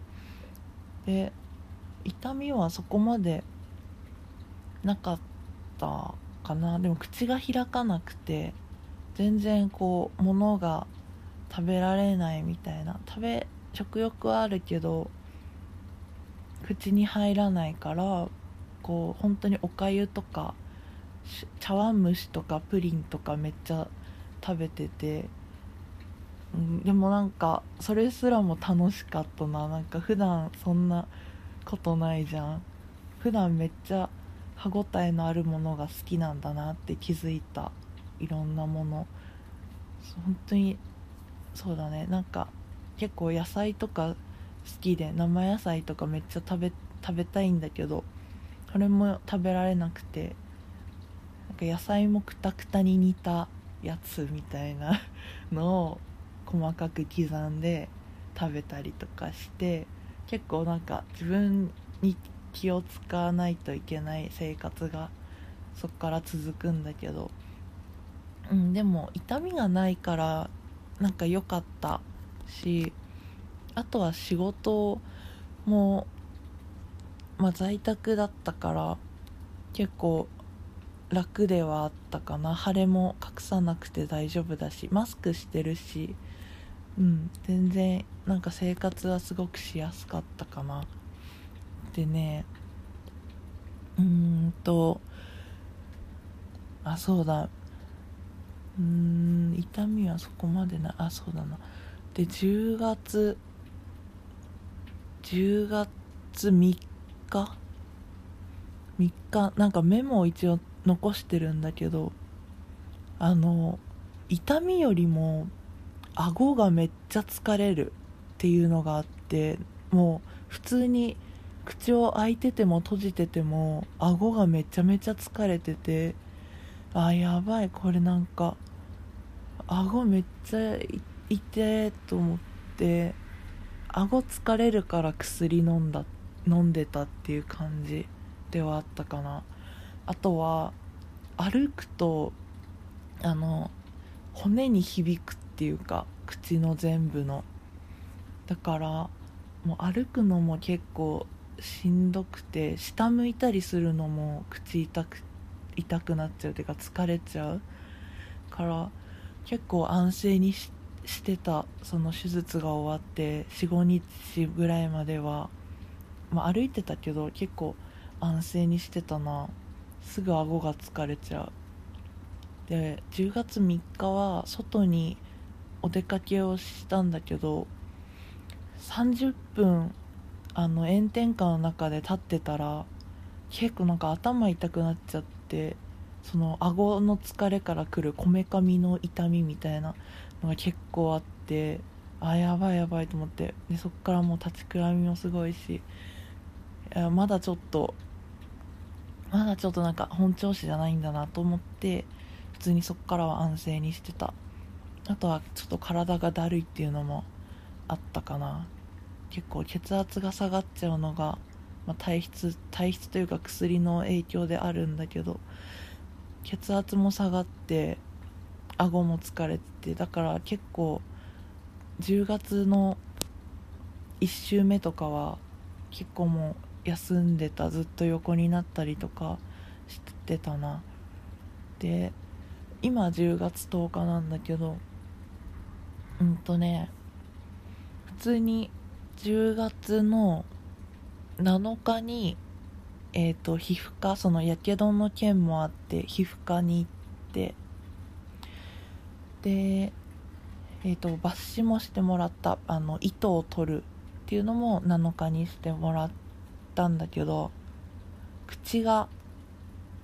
Speaker 3: で痛みはそこまでなかったかなでも口が開かなくて全然こう物が食べられないみたいな食べ食欲はあるけど口に入らないからこう本当におかゆとかし茶碗蒸しとかプリンとかめっちゃ食べてて、うん、でもなんかそれすらも楽しかったななんか普段そんなことないじゃん普段めっちゃ歯ごたえのあるものが好きなんだなって気づいたいろんなものそう本当にそうだねなんか結構野菜とか好きで生野菜とかめっちゃ食べ食べたいんだけどそれも食べられなくてなんか野菜もくたくたに煮たやつみたいな のを細かく刻んで食べたりとかして結構なんか自分に気を使わないといけない生活がそっから続くんだけど、うん、でも痛みがないからなんか良かったしあとは仕事も、まあ、在宅だったから結構楽ではあったかな腫れも隠さなくて大丈夫だしマスクしてるし、うん、全然なんか生活はすごくしやすかったかなでねうーんとあそうだうーん痛みはそこまでないあそうだなで10月10月3日3日なんかメモを一応残してるんだけどあの痛みよりも顎がめっちゃ疲れるっていうのがあってもう普通に口を開いてても閉じてても顎がめちゃめちゃ疲れててあやばいこれなんか顎めっちゃい痛えと思って顎疲れるから薬飲んだ飲んでたっていう感じではあったかなあとは歩くとあの骨に響くっていうか口の全部のだからもう歩くのも結構しんどくて下向いたりするのも口痛く痛くなっちゃうっていうか疲れちゃうから結構安静にししてたその手術が終わって45日ぐらいまでは、まあ、歩いてたけど結構安静にしてたなすぐ顎が疲れちゃうで10月3日は外にお出かけをしたんだけど30分あの炎天下の中で立ってたら結構なんか頭痛くなっちゃってその顎の疲れからくるこめかみの痛みみたいなのが結構あってあやばいやばいと思ってでそっからもう立ちくらみもすごいしいやまだちょっとまだちょっとなんか本調子じゃないんだなと思って普通にそっからは安静にしてたあとはちょっと体がだるいっていうのもあったかな結構血圧が下がっちゃうのが、まあ体質体質というか薬の影響であるんだけど血圧も下がって顎も疲れててだから結構10月の1週目とかは結構もう休んでたずっと横になったりとかしてたなで今10月10日なんだけどうんとね普通に10月の7日に、えー、と皮膚科そのやけどの件もあって皮膚科に行ってで、えー、と抜歯もしてもらったあの糸を取るっていうのも7日にしてもらったんだけど口が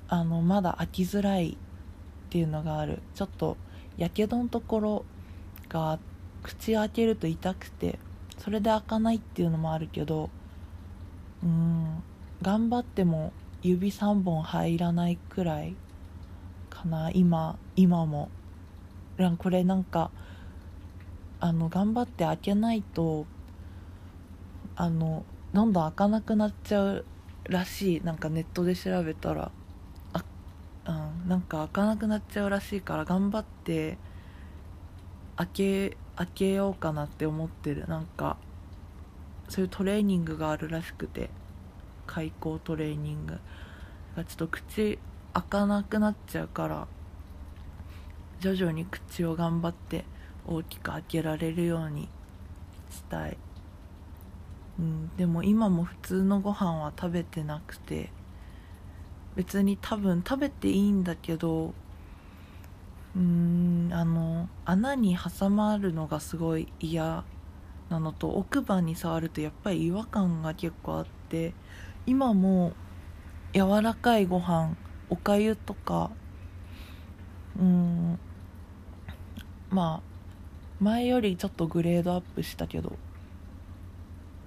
Speaker 3: あのまだ開きづらいっていうのがあるちょっとやけどのところがあって口開けると痛くてそれで開かないっていうのもあるけどうーん頑張っても指3本入らないくらいかな今今もなんこれなんかあの頑張って開けないとあのどんどん開かなくなっちゃうらしいなんかネットで調べたらあ、うん、なんか開かなくなっちゃうらしいから頑張って開け開けようかなって思ってるなんかそういうトレーニングがあるらしくて開口トレーニングだからちょっと口開かなくなっちゃうから徐々に口を頑張って大きく開けられるようにしたい、うん、でも今も普通のご飯は食べてなくて別に多分食べていいんだけどうーんあの穴に挟まるのがすごい嫌なのと奥歯に触るとやっぱり違和感が結構あって今も柔らかいご飯おかゆとかうんまあ前よりちょっとグレードアップしたけど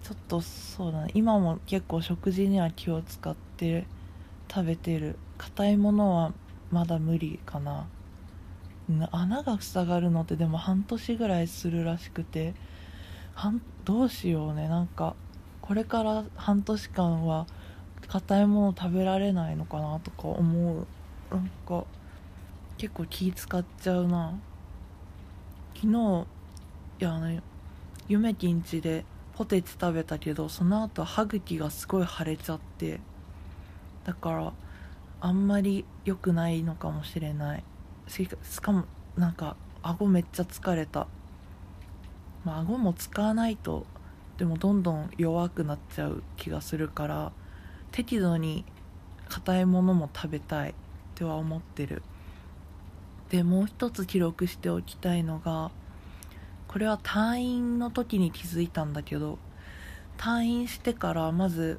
Speaker 3: ちょっとそうだね今も結構食事には気を使って食べてる硬いものはまだ無理かなうん穴が塞がるのってでも半年ぐらいするらしくて半どうしようねなんかこれから半年間は硬いもの食べられないのかなとか思うなんか結構気使っちゃうな昨日いやあのゆめきんちでポテチ食べたけどその後歯茎がすごい腫れちゃってだからあんまり良くないのかもしれないししかもなんか顎めっちゃ疲れたまあ顎も使わないとでもどんどん弱くなっちゃう気がするから適度に硬いものも食べたいっては思ってるでもう一つ記録しておきたいのがこれは退院の時に気づいたんだけど退院してからまず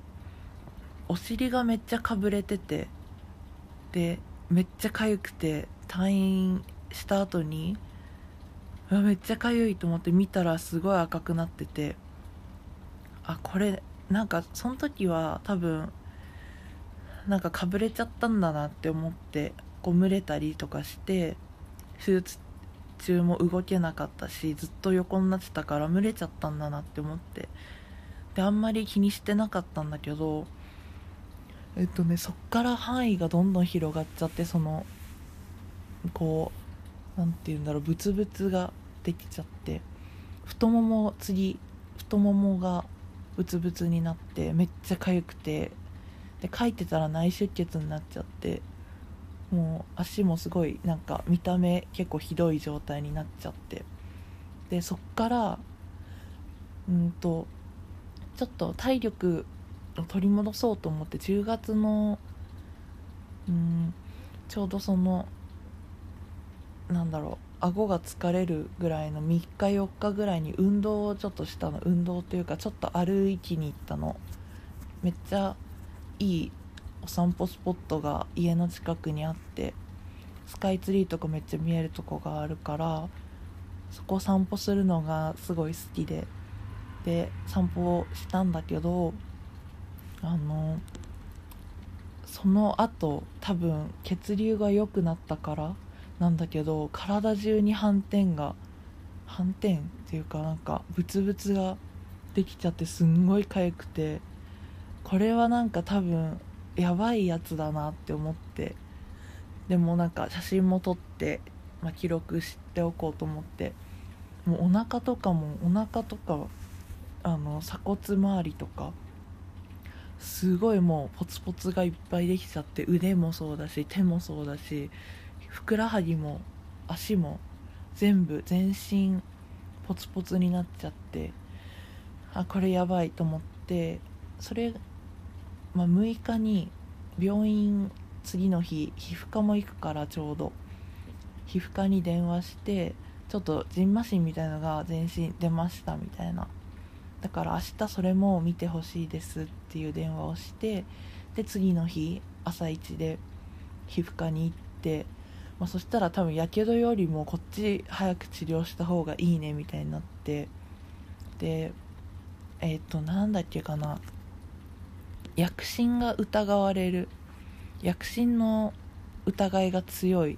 Speaker 3: お尻がめっちゃかぶれててでめっちゃ痒くて退院した後にうわめっちゃ痒いと思って見たらすごい赤くなっててあこれなんかその時は多分なんかかぶれちゃったんだなって思ってこう蒸れたりとかして手術中も動けなかったしずっと横になってたから蒸れちゃったんだなって思ってであんまり気にしてなかったんだけどえっとねそっから範囲がどんどん広がっちゃってそのこうなんて言うんだろうブツブツができちゃって太もも次太ももがブツブツになってめっちゃ痒くてで書いてたら内出血になっちゃってもう足もすごいなんか見た目結構ひどい状態になっちゃってでそっからうんとちょっと体力を取り戻そうと思って10月のうんちょうどそのなんだろう顎が疲れるぐらいの3日4日ぐらいに運動をちょっとしたの運動というかちょっと歩きに行ったのめっちゃいいお散歩スポットが家の近くにあってスカイツリーとかめっちゃ見えるとこがあるからそこ散歩するのがすごい好きでで散歩をしたんだけどあのその後多分血流が良くなったからなんだけど体中に斑点が斑点っていうかなんかブツブツができちゃってすんごい痒くてこれはなんか多分やばいやつだなって思ってでもなんか写真も撮って、まあ、記録しておこうと思ってもうお腹とかもお腹とかあの鎖骨周りとかすごいもうポツポツがいっぱいできちゃって腕もそうだし手もそうだしふくらはぎも足も全部全身ポツポツになっちゃってあこれやばいと思ってそれまあ、6日に病院次の日皮膚科も行くからちょうど皮膚科に電話してちょっとじんましんみたいのが全身出ましたみたいなだから明日それも見てほしいですっていう電話をしてで次の日朝一で皮膚科に行って、まあ、そしたら多分やけどよりもこっち早く治療した方がいいねみたいになってでえっ、となんだっけかな薬疹が疑われる薬疹の疑いが強いっ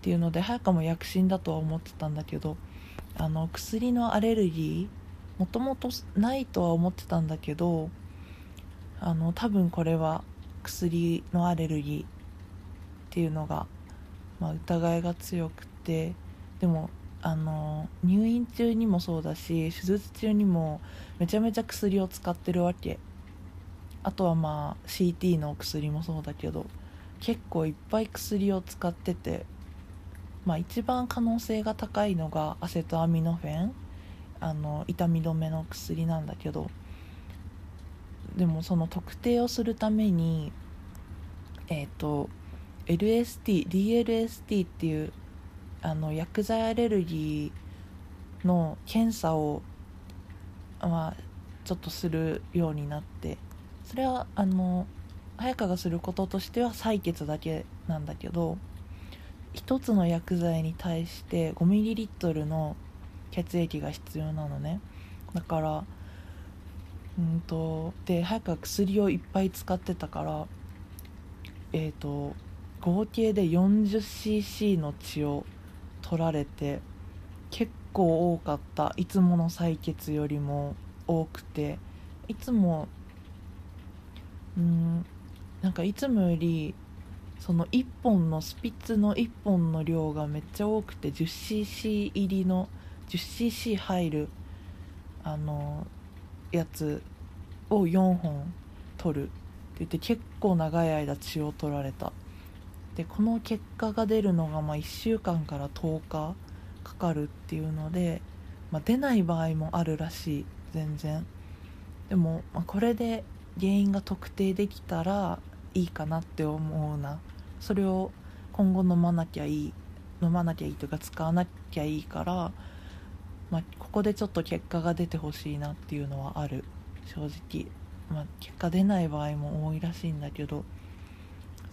Speaker 3: ていうので早川も薬疹だとは思ってたんだけどあの薬のアレルギーもともとないとは思ってたんだけどあの多分これは薬のアレルギーっていうのが、まあ、疑いが強くてでもあの入院中にもそうだし手術中にもめちゃめちゃ薬を使ってるわけあとはまあ CT の薬もそうだけど結構いっぱい薬を使ってて、まあ、一番可能性が高いのがアセトアミノフェンあの痛み止めの薬なんだけどでもその特定をするためにえっ、と LSTDLST っていうあの薬剤アレルギーの検査を、まあ、ちょっとするようになってそれはあの早川がすることとしては採血だけなんだけど1つの薬剤に対して5ミリリットルの血液が必要なのねだからうんとで早川薬をいっぱい使ってたからえっ、と合計で 40cc の血を取られて結構多かったいつもの採血よりも多くていつもうんなんかいつもよりその1本のスピッツの1本の量がめっちゃ多くて 10cc 入りの 10cc 入るあのやつを4本取るって言って結構長い間血を取られたでこの結果が出るのがまあ1週間から10日かかるっていうので、まあ、出ない場合もあるらしい全然でも、まあ、これで原因が特定できたらいいかなって思うなそれを今後飲まなきゃいい飲まなきゃいいというか使わなきゃいいから、まあ、ここでちょっと結果が出てほしいなっていうのはある正直、まあ、結果出ない場合も多いらしいんだけど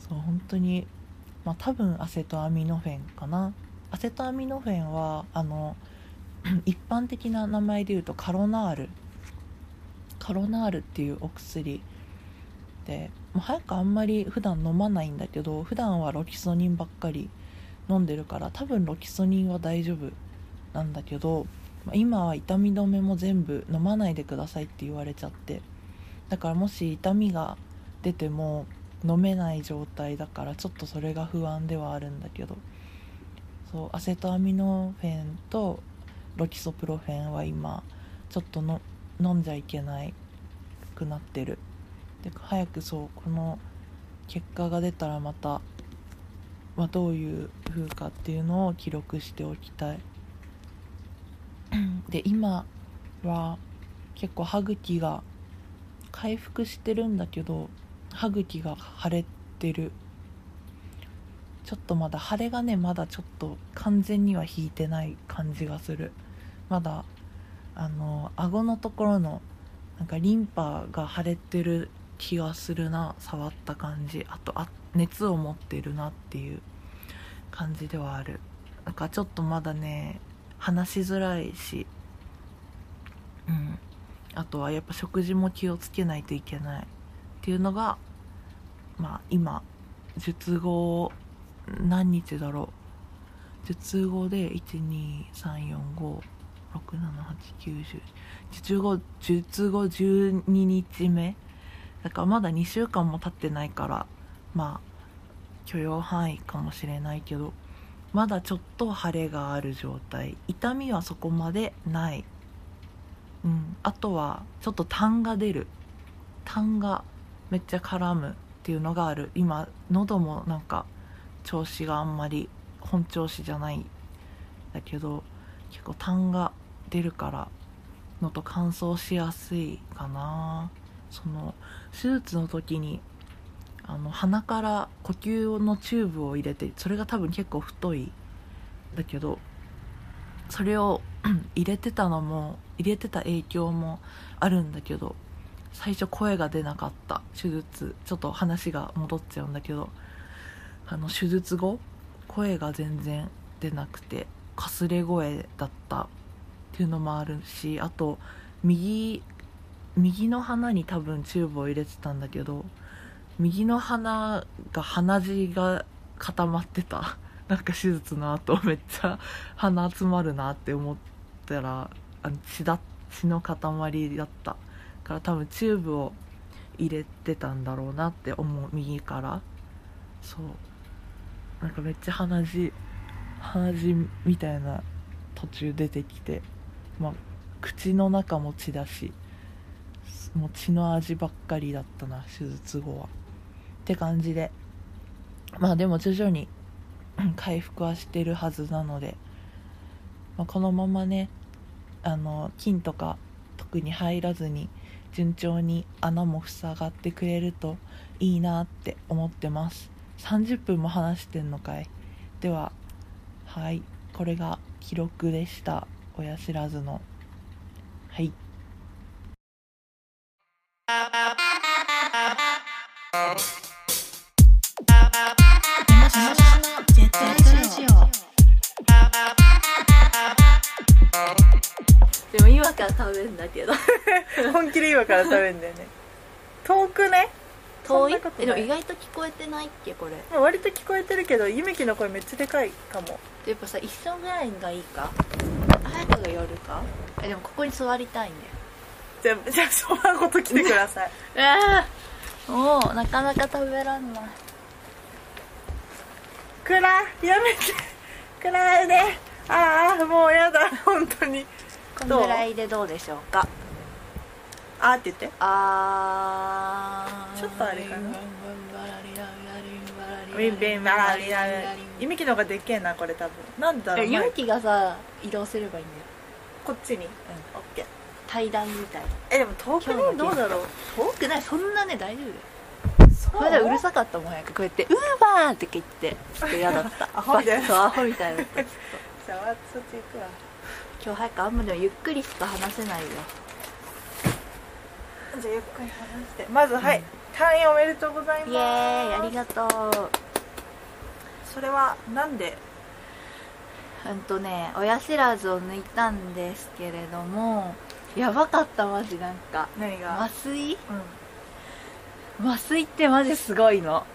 Speaker 3: そう本当にまあ多分アセトアミノフェンかなアセトアミノフェンはあの 一般的な名前で言うとカロナールカロナールっていうお薬でもう早くあんまり普段飲まないんだけど普段はロキソニンばっかり飲んでるから多分ロキソニンは大丈夫なんだけどまあ今は痛み止めも全部飲まないでくださいって言われちゃってだからもし痛みが出ても飲めない状態だからちょっとそれが不安ではあるんだけどそうアセトアミノフェンとロキソプロフェンは今ちょっとの飲んじゃいけないくなってるで早くそうこの結果が出たらまた、まあ、どういう風かっていうのを記録しておきたいで今は結構歯茎が回復してるんだけど歯茎が腫れてるちょっとまだ腫れがねまだちょっと完全には引いてない感じがするまだあの顎のところのなんかリンパが腫れてる気がするな触った感じあとあ熱を持ってるなっていう感じではあるなんかちょっとまだね話しづらいしうんあとはやっぱ食事も気をつけないといけないっていうのがまあ今術後何日だろう術後で12345678910術後術後12日目だからまだ2週間も経ってないからまあ許容範囲かもしれないけどまだちょっと腫れがある状態痛みはそこまでない、うん、あとはちょっと痰が出る痰がめっちゃ絡むっていうのがある今喉もなんか調子があんまり本調子じゃないんだけど結構痰が出るからのと乾燥しやすいかなその手術の時にあの鼻から呼吸のチューブを入れてそれが多分結構太いんだけどそれを入れてたのも入れてた影響もあるんだけど最初声が出なかった手術ちょっと話が戻っちゃうんだけどあの手術後声が全然出なくてかすれ声だったっていうのもあるしあと右右の鼻に多分チューブを入れてたんだけど右の鼻が鼻血が固まってたなんか手術の後めっちゃ鼻詰まるなって思ったらあの血だ血の塊だったから多分チューブを入れてたんだろうなって思う右からそうなんかめっちゃ鼻血鼻血みたいな途中出てきてまあ口の中も血だしもう血の味ばっかりだったな手術後はって感じでまあでも徐々にうん回復はしてるはずなので、まあ、このままねあの菌とか特に入らずに順調に穴も塞がってくれるといいなって思ってます30分も話してんのかいでははいこれが記録でした親知らずのはい
Speaker 1: 今から食べるんだよね遠くね
Speaker 4: 遠い
Speaker 1: そんなこと
Speaker 4: えで
Speaker 1: な
Speaker 4: も
Speaker 1: い
Speaker 4: 意外と聞こえてないっけこれ
Speaker 1: まあ割と聞こえてるけどゆめきの声めっちゃでかいかも
Speaker 4: やっぱさ一緒ぐらいがいいか早くが夜かえでもここに座りたいん
Speaker 1: じゃあ じゃあそばごと来てくだ さい
Speaker 4: だよああもうなかなか食べらんない
Speaker 1: 暗いやめて暗いねああもうやだ本当に
Speaker 4: こ
Speaker 1: どう
Speaker 4: のぐらいでどうでしょうか
Speaker 1: あーって言って
Speaker 4: あー
Speaker 1: ちょっとあれかなウィンビンバラリララゆめきの方がでっけえなこれ多分なんだろう
Speaker 4: え
Speaker 1: 前
Speaker 4: 勇気がさ移動すればいいんだよ
Speaker 1: こっちに、うん、オッケー
Speaker 4: 対談みたい
Speaker 1: えでも遠くね
Speaker 4: 今日の
Speaker 1: どうだろう
Speaker 4: 遠くないそんなね大丈夫だよ
Speaker 1: そ
Speaker 4: これでうるさかったもんやこうやって「ウーバー!」って言ってちょっと嫌だった
Speaker 1: アホみたいな
Speaker 4: そうアホみたいだった今
Speaker 1: じゃあそっち行くわ
Speaker 4: 日早くあんまでもゆっくりしか話せないよ
Speaker 1: じゃあゆっくり話してまずはい退院おめでとうございます
Speaker 4: イエーイありがとう
Speaker 1: それはなんで
Speaker 4: うんとね親知らずを抜いたんですけれどもやばかったマジなんか
Speaker 1: 何が、
Speaker 4: 麻酔
Speaker 1: うん、
Speaker 4: 麻酔ってマジすごいの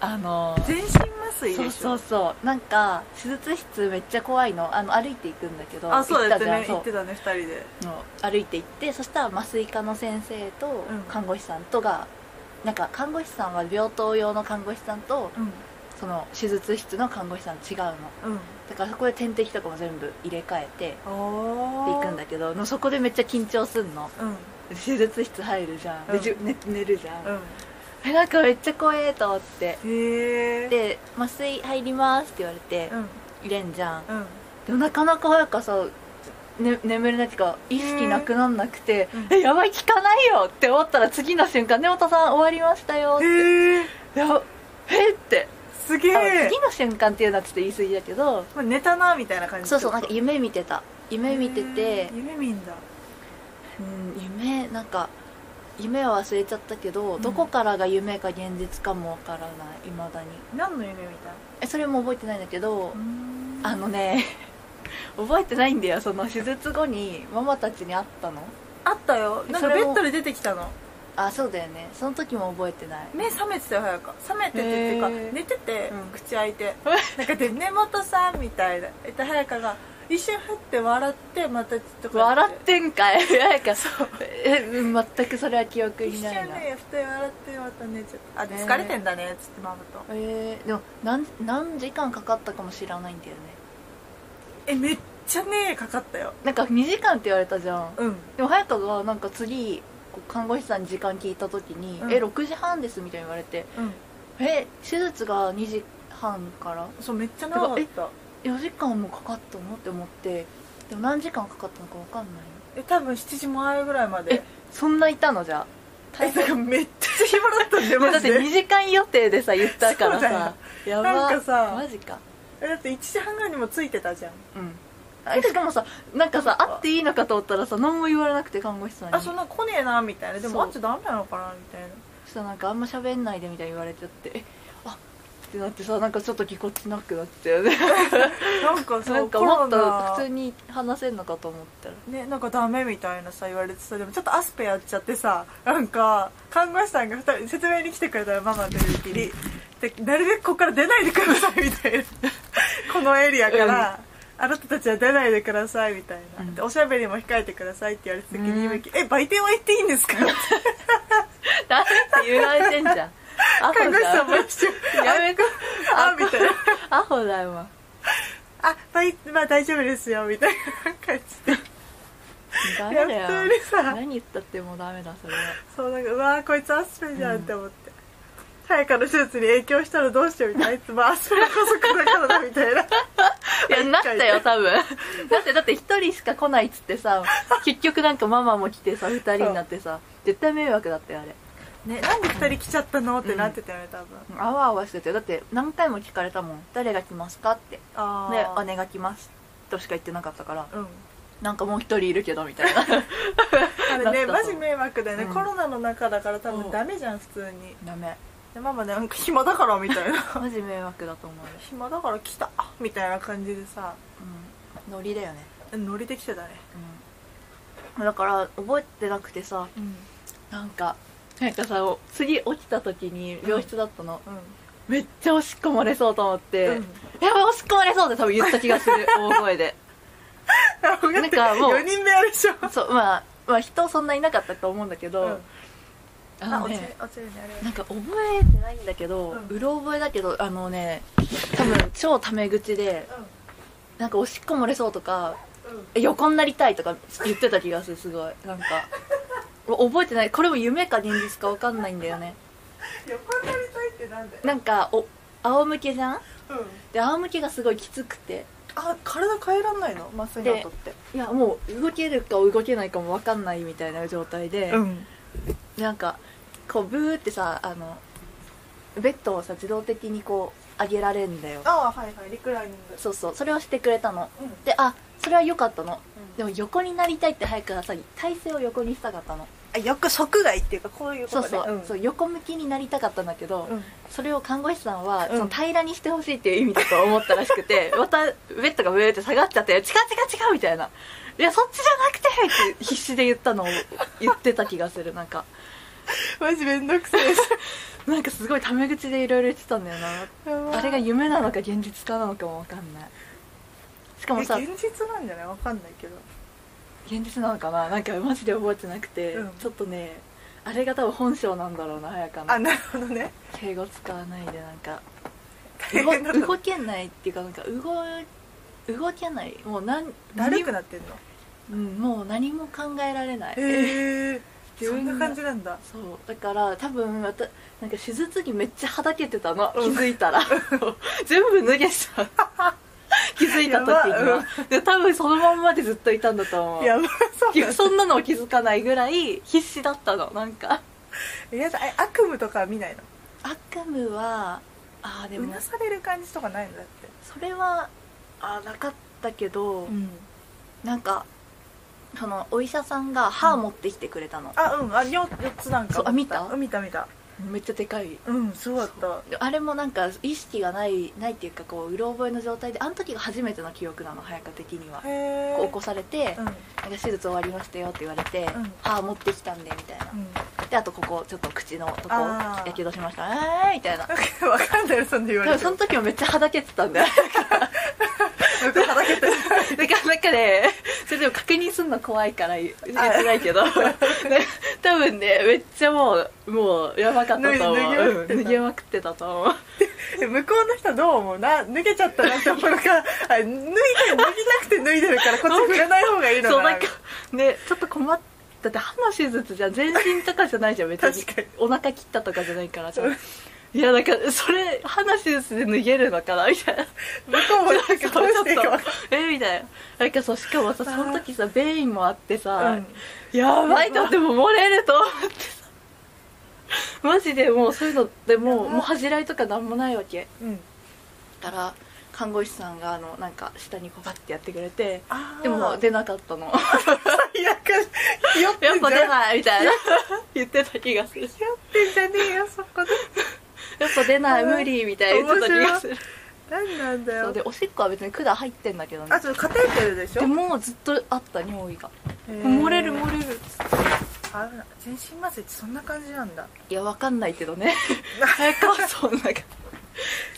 Speaker 4: あの
Speaker 1: 全身麻酔
Speaker 4: そう
Speaker 1: でしょ
Speaker 4: そうそうなんか手術室めっちゃ怖いのあの歩いていくんだけど
Speaker 1: あそうだっ
Speaker 4: 行ったたじゃん
Speaker 1: ね
Speaker 4: そ
Speaker 1: 言
Speaker 4: う
Speaker 1: ってたね二人で
Speaker 4: の歩いて行ってそしたら麻酔科の先生と
Speaker 1: うん
Speaker 4: 看護師さんとが、なんか看護師さんは病棟用の看護師さんと
Speaker 1: う
Speaker 4: その手術室の看護師さん違うの
Speaker 1: んうん
Speaker 4: だからそこで点滴とかも全部入れ替えて
Speaker 1: お
Speaker 4: 行くんだけどのそこでめっちゃ緊張すんの
Speaker 1: うんうん
Speaker 4: で手術室入るじゃん、でじゅ寝寝るじゃん、
Speaker 1: うん
Speaker 4: えなんかめっちゃ怖えと思って
Speaker 1: へえ
Speaker 4: で麻酔入りますって言われて
Speaker 1: うん
Speaker 4: 入れんじゃん
Speaker 1: うん
Speaker 4: でもなかなか早くさ、ね、眠れないっていうか意識なくなんなくて、
Speaker 1: うん
Speaker 4: えやばい効かないよって思ったら次の瞬間根本さん終わりましたよって
Speaker 1: へえ
Speaker 4: やえって、
Speaker 1: すげ
Speaker 4: あ
Speaker 1: え
Speaker 4: 次の瞬間っていうのはちょっと言い過ぎだけど
Speaker 1: まあ寝たなみたいな感じ
Speaker 4: そうそうなんか夢見てた夢見てて
Speaker 1: へー、夢見んだ
Speaker 4: うん、夢なんか夢は忘れちゃったけど、
Speaker 1: うん
Speaker 4: どこからが夢か現実かもわからないいまだに
Speaker 1: 何の夢見た
Speaker 4: えそれも覚えてないんだけど、
Speaker 1: の
Speaker 4: あのね 覚えてないんだよその手術後にママたちに会ったの
Speaker 1: あったよなんか
Speaker 4: それ
Speaker 1: ベ
Speaker 4: も
Speaker 1: ッドで出てきたの
Speaker 4: あそうだよねその時も覚えてない
Speaker 1: 目覚めてたよ早か覚めててっていうか
Speaker 4: へー
Speaker 1: 寝てて、
Speaker 4: うん
Speaker 1: 口開い てなんかで根本さんみたいなえっと早かが一瞬ふって笑ってまたちょっとこうや
Speaker 4: 笑ってんかい なんかそうえうん全くそれは記憶
Speaker 1: 一
Speaker 4: に
Speaker 1: 瞬
Speaker 4: ないな
Speaker 1: ねふて笑ってまた寝ちゃったあ
Speaker 4: ね
Speaker 1: 疲れてんだねっつってママと
Speaker 4: えー、でも何何時間かかったかも知らないんだよね
Speaker 1: えめっちゃねかかったよ
Speaker 4: なんか2時間って言われたじゃん
Speaker 1: うん
Speaker 4: でも早川がなんか次こう看護師さんに時間聞いた時に「
Speaker 1: うん
Speaker 4: え6時半です」みたいに言われて
Speaker 1: うん
Speaker 4: 「え手術が2時半から
Speaker 1: そうめっちゃ長かった
Speaker 4: 4時間もかかったの?」って思ってでも何時間かかったのか分かんない
Speaker 1: え多分7時前ぐらいまで
Speaker 4: そんないたのじゃあ
Speaker 1: えだからめっちゃ暇だったん だよ
Speaker 4: だ
Speaker 1: マ
Speaker 4: っ
Speaker 1: ジ
Speaker 4: て
Speaker 1: で
Speaker 4: 2時間予定でさ言ったからさやば
Speaker 1: なんかさ
Speaker 4: マジか
Speaker 1: えだって1時半ぐらいにもついてたじゃん
Speaker 4: うんあしかもさなんかさ会っていいのかと思ったらさ何も言われなくて看護師さんに
Speaker 1: あそんな来ねえなみたいなでも
Speaker 4: そう
Speaker 1: あんちゃダメなのかなみたいな
Speaker 4: そしたらなんかあんま喋んないでみたいに言われちゃってえあってなってさなんかちょっとぎこちなくなっちゃうね
Speaker 1: なんかさ
Speaker 4: なんか
Speaker 1: コ
Speaker 4: も
Speaker 1: ロ
Speaker 4: っ
Speaker 1: ナ
Speaker 4: と普通に話せんのかと思ったら
Speaker 1: ね、なんかダメみたいなさ言われてさでもちょっとアスペやっちゃってさなんか看護師さんが2人説明に来てくれたらママとゆうきりでなるべくここから出ないでくださいみたいな このエリアから、あなたたちは出ないでくださいみたいな、
Speaker 4: うん
Speaker 1: でおしゃべりも控えてくださいって言われた時に
Speaker 4: うん
Speaker 1: ゆうきえ売店は行っていいんですかって
Speaker 4: ダメって言われてんじゃんアホ
Speaker 1: 看護師さんも
Speaker 4: だ
Speaker 1: 一緒
Speaker 4: やめて
Speaker 1: あみたいな
Speaker 4: アホだよ
Speaker 1: あ売まあ大丈夫ですよみたいな感じで
Speaker 4: ダメ
Speaker 1: いや
Speaker 4: だよ
Speaker 1: 普通にさ
Speaker 4: 何言ったってもうダメだそれは
Speaker 1: そうなんかうわーこいつアスペじゃんって思って、早川の手術に影響したらどうしようみたいなあいつもアスペこそこだからだみたいない
Speaker 4: やなったよ多分だってだって一人しか来ないっつってさ 結局なんかママも来てさ二人になってさ絶対迷惑だったよあれ
Speaker 1: ねなんで2人来ちゃったのってなってたよね多分、
Speaker 4: あわあわしててだって何回も聞かれたもん誰が来ますかって
Speaker 1: あ
Speaker 4: で
Speaker 1: あ
Speaker 4: 姉が来ますとしか言ってなかったから
Speaker 1: うん
Speaker 4: なんかもう一人いるけどみたい な
Speaker 1: あれ
Speaker 4: だった
Speaker 1: ね
Speaker 4: そう
Speaker 1: マジ迷惑だよね、
Speaker 4: うん
Speaker 1: コロナの中だから多
Speaker 4: う
Speaker 1: 分
Speaker 4: ん
Speaker 1: ダメじゃん普通に
Speaker 4: ダメ
Speaker 1: でママなんか暇だからみたいな
Speaker 4: マジ迷惑だと思う、
Speaker 1: 暇だから来たみたいな感じでさ
Speaker 4: うん、ノリだよね、
Speaker 1: ノリできてたね
Speaker 4: うん、だから覚えてなくてさ
Speaker 1: うん
Speaker 4: なんか
Speaker 3: は
Speaker 4: ないんかさ次起きた時に病室だったの、
Speaker 1: うん
Speaker 4: めっちゃおしっこ漏れそうと思って、
Speaker 1: うん
Speaker 4: やばいおしっこ漏れそうって多分言った気が する大声で
Speaker 1: なん
Speaker 4: んかもう
Speaker 1: 4人目あるでしょ
Speaker 4: そうまあまあ人そんないなかったと思うんだけど、
Speaker 1: うん
Speaker 4: あ
Speaker 1: あ
Speaker 4: の
Speaker 1: おつゆ
Speaker 4: ね
Speaker 1: おつゆにあれ
Speaker 4: なんか覚えてないんだけど、
Speaker 1: う
Speaker 4: うんろ覚えだけどあのね多分超タメ口でなんかおしっこ漏れそうとか
Speaker 1: うんうん
Speaker 4: 横になりたいとか言ってた気がするすごいなんか覚えてないこれも夢か現実か分かんないんだよね
Speaker 1: 横になりたいってなんだよ
Speaker 4: なんかお仰向けじゃん
Speaker 1: うん
Speaker 4: で仰向けがすごいきつくて
Speaker 1: あ体変えらんないの麻酔の後って
Speaker 4: いやもう動けるか動けないかも分かんないみたいな状態で、
Speaker 1: ん
Speaker 4: なんかこうブーってさあのベッドをさ自動的にこう上げられるんだよ
Speaker 1: ああはいはいリクライニング
Speaker 4: そうそうそれをしてくれたの
Speaker 1: うん
Speaker 4: であそれは良かったの
Speaker 1: うん
Speaker 4: でも横になりたいって早くからさ体勢を横にしたかったの
Speaker 1: あ横側外っていうかこういうこと
Speaker 4: そう
Speaker 1: ね
Speaker 4: そう,、
Speaker 1: ん
Speaker 4: そう横向きになりたかったんだけど、
Speaker 1: うん
Speaker 4: それを看護師さんは、
Speaker 1: うん
Speaker 4: その平らにしてほしいっていう意味だと思ったらしく てまたベッドがブーって下がっちゃって「違う違う違う」みたいな「いやそっちじゃなくて」って必死で言ったのを言ってた気がするなんか
Speaker 1: マジめんどくせえし
Speaker 4: なんかすごいタメ口でいろいろ言ってたんだよなあれが
Speaker 1: い
Speaker 4: 夢なのか現実かなのかもわかんないしか
Speaker 1: や
Speaker 4: もさ
Speaker 1: 現実なんじゃないわかんないけど
Speaker 4: 現実なのかななんかマジで覚えてなくて、
Speaker 1: うん
Speaker 4: ちょっとねあれが多分本性なんだろうな早川
Speaker 1: あな
Speaker 4: の
Speaker 1: るほどね
Speaker 4: 敬語使わないでなんか
Speaker 1: 大変だった
Speaker 4: 動動けないっていうかなんか動動けないもうなん
Speaker 1: だるく
Speaker 4: な、
Speaker 1: なってんの
Speaker 4: うん、もう何も考えられない
Speaker 1: へえ
Speaker 4: 自
Speaker 1: そん
Speaker 4: 分
Speaker 1: な
Speaker 4: が
Speaker 1: 感じなんだ
Speaker 4: そうだから多分またなんか手術着めっちゃはだけてたの、
Speaker 1: うん
Speaker 4: 気づい たら全部脱げてた気づいた
Speaker 1: や
Speaker 4: 時に
Speaker 1: ばう
Speaker 4: は
Speaker 1: ん、
Speaker 4: で多分そのまんまでずっといたんだと思う
Speaker 1: やばそう
Speaker 4: いやそんなのを気づかないぐらい必死だったのなんか
Speaker 1: 皆さんえ悪夢とかは見ないの
Speaker 4: 悪夢はああで
Speaker 1: う
Speaker 4: も
Speaker 1: なされる感じとかないのだって
Speaker 4: それはあーなかったけど、
Speaker 1: ん
Speaker 4: なんかそのお医者さんが歯持ってきてくれたの、
Speaker 1: あうんあ四四つなんか
Speaker 4: そうあ見た
Speaker 1: うん見た見た
Speaker 4: めっちゃでかい
Speaker 1: うんそうだった
Speaker 4: あれもなんか意識がないないっていうかこううろ覚えの状態であの時が初めての記憶なの早川的には
Speaker 1: へ、え
Speaker 4: こう起こされて、
Speaker 1: うん
Speaker 4: なんか手術終わりましたよって言われて、
Speaker 1: ん
Speaker 4: 歯持ってきたんでみたいな、であとここちょっと口のとこ
Speaker 1: あー
Speaker 4: やけどしましたえーみたいな
Speaker 1: うん わかんないよそんな言わ
Speaker 4: で
Speaker 1: れ
Speaker 4: も
Speaker 1: て
Speaker 4: その
Speaker 1: も
Speaker 4: 時もめっちゃはだけてたんだよ
Speaker 1: よくはだけてる
Speaker 4: だからなんかね それでも確認するの怖いから言ってないけど 多分ねめっちゃもうもうやばかったと思
Speaker 1: 脱
Speaker 4: ううん脱げまくってたと思う
Speaker 1: え向こうの人はどう思うな脱げちゃったなって思うのかあ脱いで脱ぎたくて脱いでるからこっち振らない方がいいの
Speaker 4: そう
Speaker 1: か
Speaker 4: なん
Speaker 1: な
Speaker 4: かねちょっと困っだって歯の手術じゃん全身とかじゃないじゃん別に
Speaker 1: 確かに
Speaker 4: お腹切ったとかじゃないからさ
Speaker 1: うん
Speaker 4: いやなんかそれ歯の手術で脱げるのかなみたいな
Speaker 1: 向こうもなん かどう
Speaker 4: ちょっと
Speaker 1: していいか分か
Speaker 4: えみたいななんかそうしかもさその時さ便意もあって
Speaker 1: んな
Speaker 4: さ
Speaker 1: い、
Speaker 4: やばいと思っても漏れると思ってさマジでもうそういうのでも
Speaker 1: や
Speaker 4: う
Speaker 1: ば
Speaker 4: もう恥じらいとかなんもないわけ
Speaker 1: うんうん、
Speaker 4: だから看護師さんがあのなんか下にこうバッてやってくれて
Speaker 1: あー
Speaker 4: でも出なかったの
Speaker 1: 最悪酔って
Speaker 4: やっ
Speaker 1: んじゃ
Speaker 4: ぱ
Speaker 1: ん
Speaker 4: 出ないみたいな 言ってた気がする
Speaker 1: 酔ってんじゃねえよそこで
Speaker 4: やっぱ出ない無理みたいな言ってた気がする
Speaker 1: 何なんだ
Speaker 4: そう
Speaker 1: よ
Speaker 4: でおしっこは別に管入ってんだけどね
Speaker 1: あとカテーテルでしょ
Speaker 4: でもうずっとあった尿意が
Speaker 1: へー
Speaker 4: 漏れる漏れる
Speaker 1: あ全身麻酔ってそんな感じなんだ
Speaker 4: いやわかんないけ どね早川はそんな感じ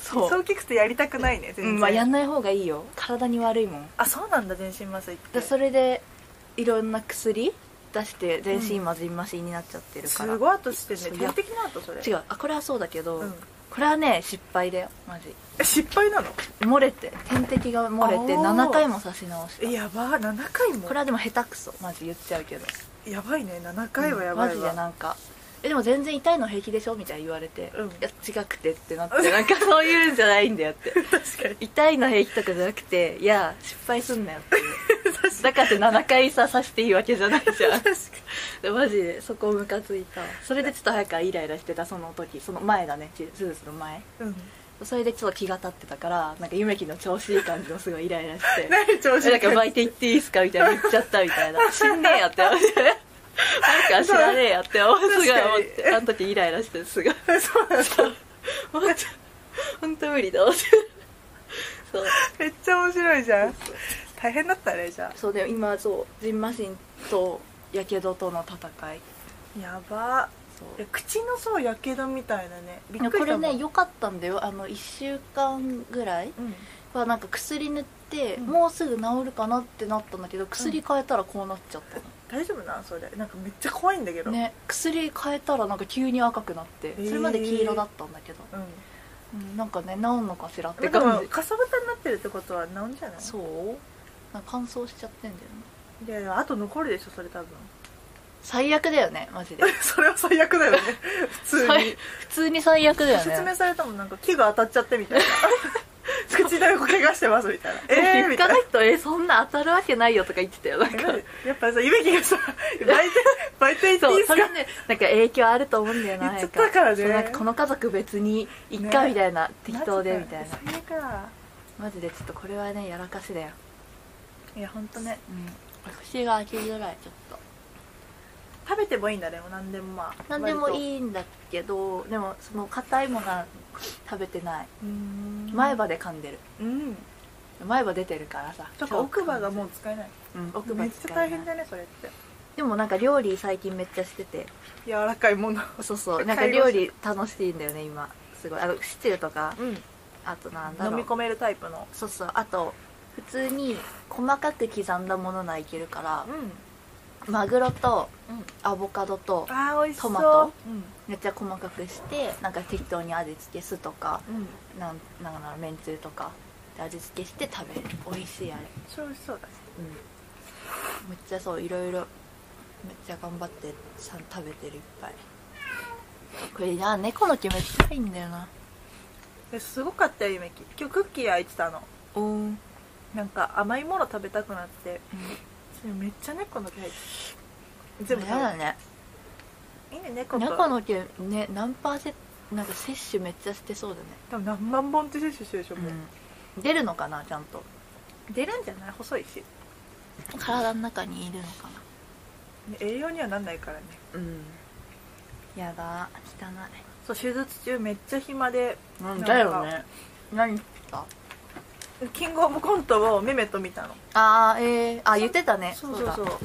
Speaker 4: そう
Speaker 1: そう聞くとやりたくないね全
Speaker 4: う
Speaker 1: 然、
Speaker 4: んまあやんない方がいいよ体に悪いもん
Speaker 1: あそうなんだ全身麻酔って
Speaker 4: でそれでいろんな薬出して全身麻じん麻酔になっちゃってるから、
Speaker 1: すごい後して
Speaker 4: そう
Speaker 1: ね
Speaker 4: い
Speaker 1: 点
Speaker 4: や
Speaker 1: 滴の後それ
Speaker 4: 違うあこれはそうだけど、
Speaker 1: うん
Speaker 4: これはね失敗だよマジ
Speaker 1: え失敗なの
Speaker 4: 漏れて点滴が漏れて
Speaker 1: あー
Speaker 4: 7回も刺し直し
Speaker 1: え
Speaker 4: た
Speaker 1: やば7回も
Speaker 4: これはでも下手くそマジ言っちゃうけど
Speaker 1: やばいね7回はやばいわ、
Speaker 4: うんマジでなんかえでも全然痛いの平気でしょみたいに言われて、
Speaker 1: うん
Speaker 4: いや違くてってなってなんかそういうんじゃないんだよって
Speaker 1: 確かに
Speaker 4: 痛いの平気とかじゃなくていや失敗すんなよっていう だからって7回さ刺していいわけじゃないじゃん
Speaker 1: 確か
Speaker 4: でマジでそこムカついたわそれでちょっと早くイライラしてたその時その前だね手手術の前
Speaker 1: に、うん、
Speaker 4: それでちょっと気が立ってたからなんか夢木の調子いい感じのすごいイライラして
Speaker 1: 何調子
Speaker 4: えなんか巻いていっていいっすかみたいな言っちゃったみたい な死んねえやって思ってなんか知らねえやって思ってすごい思ってあの時イライラしてすごい
Speaker 1: そうなんだ
Speaker 4: もうちょ本当無理だ思ってそう
Speaker 1: めっちゃ面白いじゃん大変だったねじゃ
Speaker 4: そうで今そうジンマシンとやけどとの戦い
Speaker 1: あやば
Speaker 4: そう
Speaker 1: いや口のそうやけどみたいなねびっくり
Speaker 4: こ
Speaker 1: だ
Speaker 4: れ
Speaker 1: もん
Speaker 4: ね良かったんだよあの1週間ぐらい
Speaker 1: うん
Speaker 4: はなんか薬塗って、
Speaker 1: うん
Speaker 4: もうすぐ治るかなってなったんだけど薬変えたらこうなっちゃったの、
Speaker 1: 大丈夫なそれなんかめっちゃ怖いんだけど、
Speaker 4: ね薬変えたらなんか急に赤くなって
Speaker 1: ー
Speaker 4: それまで黄色だったんだけど、
Speaker 1: うん
Speaker 4: うんなんかね治んのかしらって
Speaker 1: でも
Speaker 4: 感じ
Speaker 1: かさぶたになってるってことは治んじゃない
Speaker 4: そうなんか乾燥しちゃってんだよね
Speaker 1: いやいやあと残るでしょそれ多分
Speaker 4: 最悪だよねマジ で
Speaker 1: それは最悪だよね普通に、
Speaker 4: 最普通に最悪だよね
Speaker 1: 説明されたもんなんか器具当たっちゃってみ たいな口の横怪我してますみ たいなええー、
Speaker 4: 実
Speaker 1: み
Speaker 4: 家
Speaker 1: たいな
Speaker 4: の人えそんな当たるわけないよとか言ってたよなん
Speaker 1: え
Speaker 4: か
Speaker 1: なんでやっぱさ夢木がさ売店売店行ってい
Speaker 4: そ
Speaker 1: いうですか
Speaker 4: それねなんか影響あると思うんだよな
Speaker 1: 言っちゃったからね
Speaker 4: そうなんかこの家族別にいっか
Speaker 1: ね
Speaker 4: みたいな、適当でみたいな
Speaker 1: 最悪だ
Speaker 4: マジでちょっとこれはねやらかしだよ
Speaker 1: いや本当ね
Speaker 4: うん口が開きづらいちょっと
Speaker 1: 食べてもいいんだねもう何でもまあ
Speaker 4: 何でもい
Speaker 1: い
Speaker 4: いんだけどでもその硬いものは食べてない前
Speaker 1: 前
Speaker 4: 歯で噛んでる
Speaker 1: うん
Speaker 4: 前歯出てるからさ
Speaker 1: とか奥歯がもう使えない
Speaker 4: うん奥歯
Speaker 1: めっちゃ
Speaker 4: 使え
Speaker 1: 大
Speaker 4: ない
Speaker 1: 変だねそれって
Speaker 4: でもなんか料理最近めっちゃしてて
Speaker 1: 柔らかいもの
Speaker 4: そうそうなんか
Speaker 1: 介護
Speaker 4: 料
Speaker 1: 士
Speaker 4: 理楽しいんだよね今すごいあのシチューとか
Speaker 1: うん
Speaker 4: あとなんだ
Speaker 1: 飲
Speaker 4: ろ
Speaker 1: み
Speaker 4: う
Speaker 1: 込めるタイプの
Speaker 4: そうそうあと普通に細かく刻んだものならいけるから
Speaker 1: ん
Speaker 4: マグロと
Speaker 1: うん
Speaker 4: アボカドと
Speaker 1: あー美味しそう
Speaker 4: トマト
Speaker 1: うん
Speaker 4: めっちゃ細かくしてなんか適当に味付け酢とか
Speaker 1: うん
Speaker 4: なんなんかなめんつゆとかで味付けして食べる美味しいあれ
Speaker 1: それ美味しそうだね
Speaker 4: うんめっちゃそういろいろめっちゃ頑張ってさ食べてるいっぱいこれな猫の毛めっちゃいいんだよな
Speaker 1: えすごかったよ夢き今日クッキー焼いてたの
Speaker 4: おうん
Speaker 1: なんか甘いもの食べたくなってそれめっちゃ猫の毛入ってる全部
Speaker 4: 嫌だね
Speaker 1: いいね猫と
Speaker 4: 猫の毛ね何パーセントなんか摂取めっちゃしてそうだね
Speaker 1: 多分何万本って摂取してるでしょ、もう
Speaker 4: うん、出るのかなちゃんと
Speaker 1: 出るんじゃない細いし、ね
Speaker 4: 体の中にいるのか
Speaker 1: 栄養にはなんないからね
Speaker 4: なうんやだ汚
Speaker 1: そう手術中めっちゃ暇で
Speaker 4: い
Speaker 1: んだよね
Speaker 4: 何した
Speaker 1: キングオブコントをメメと見たの
Speaker 4: あーえー、あ言ってたね
Speaker 1: そうそう
Speaker 4: だ
Speaker 1: そうなんか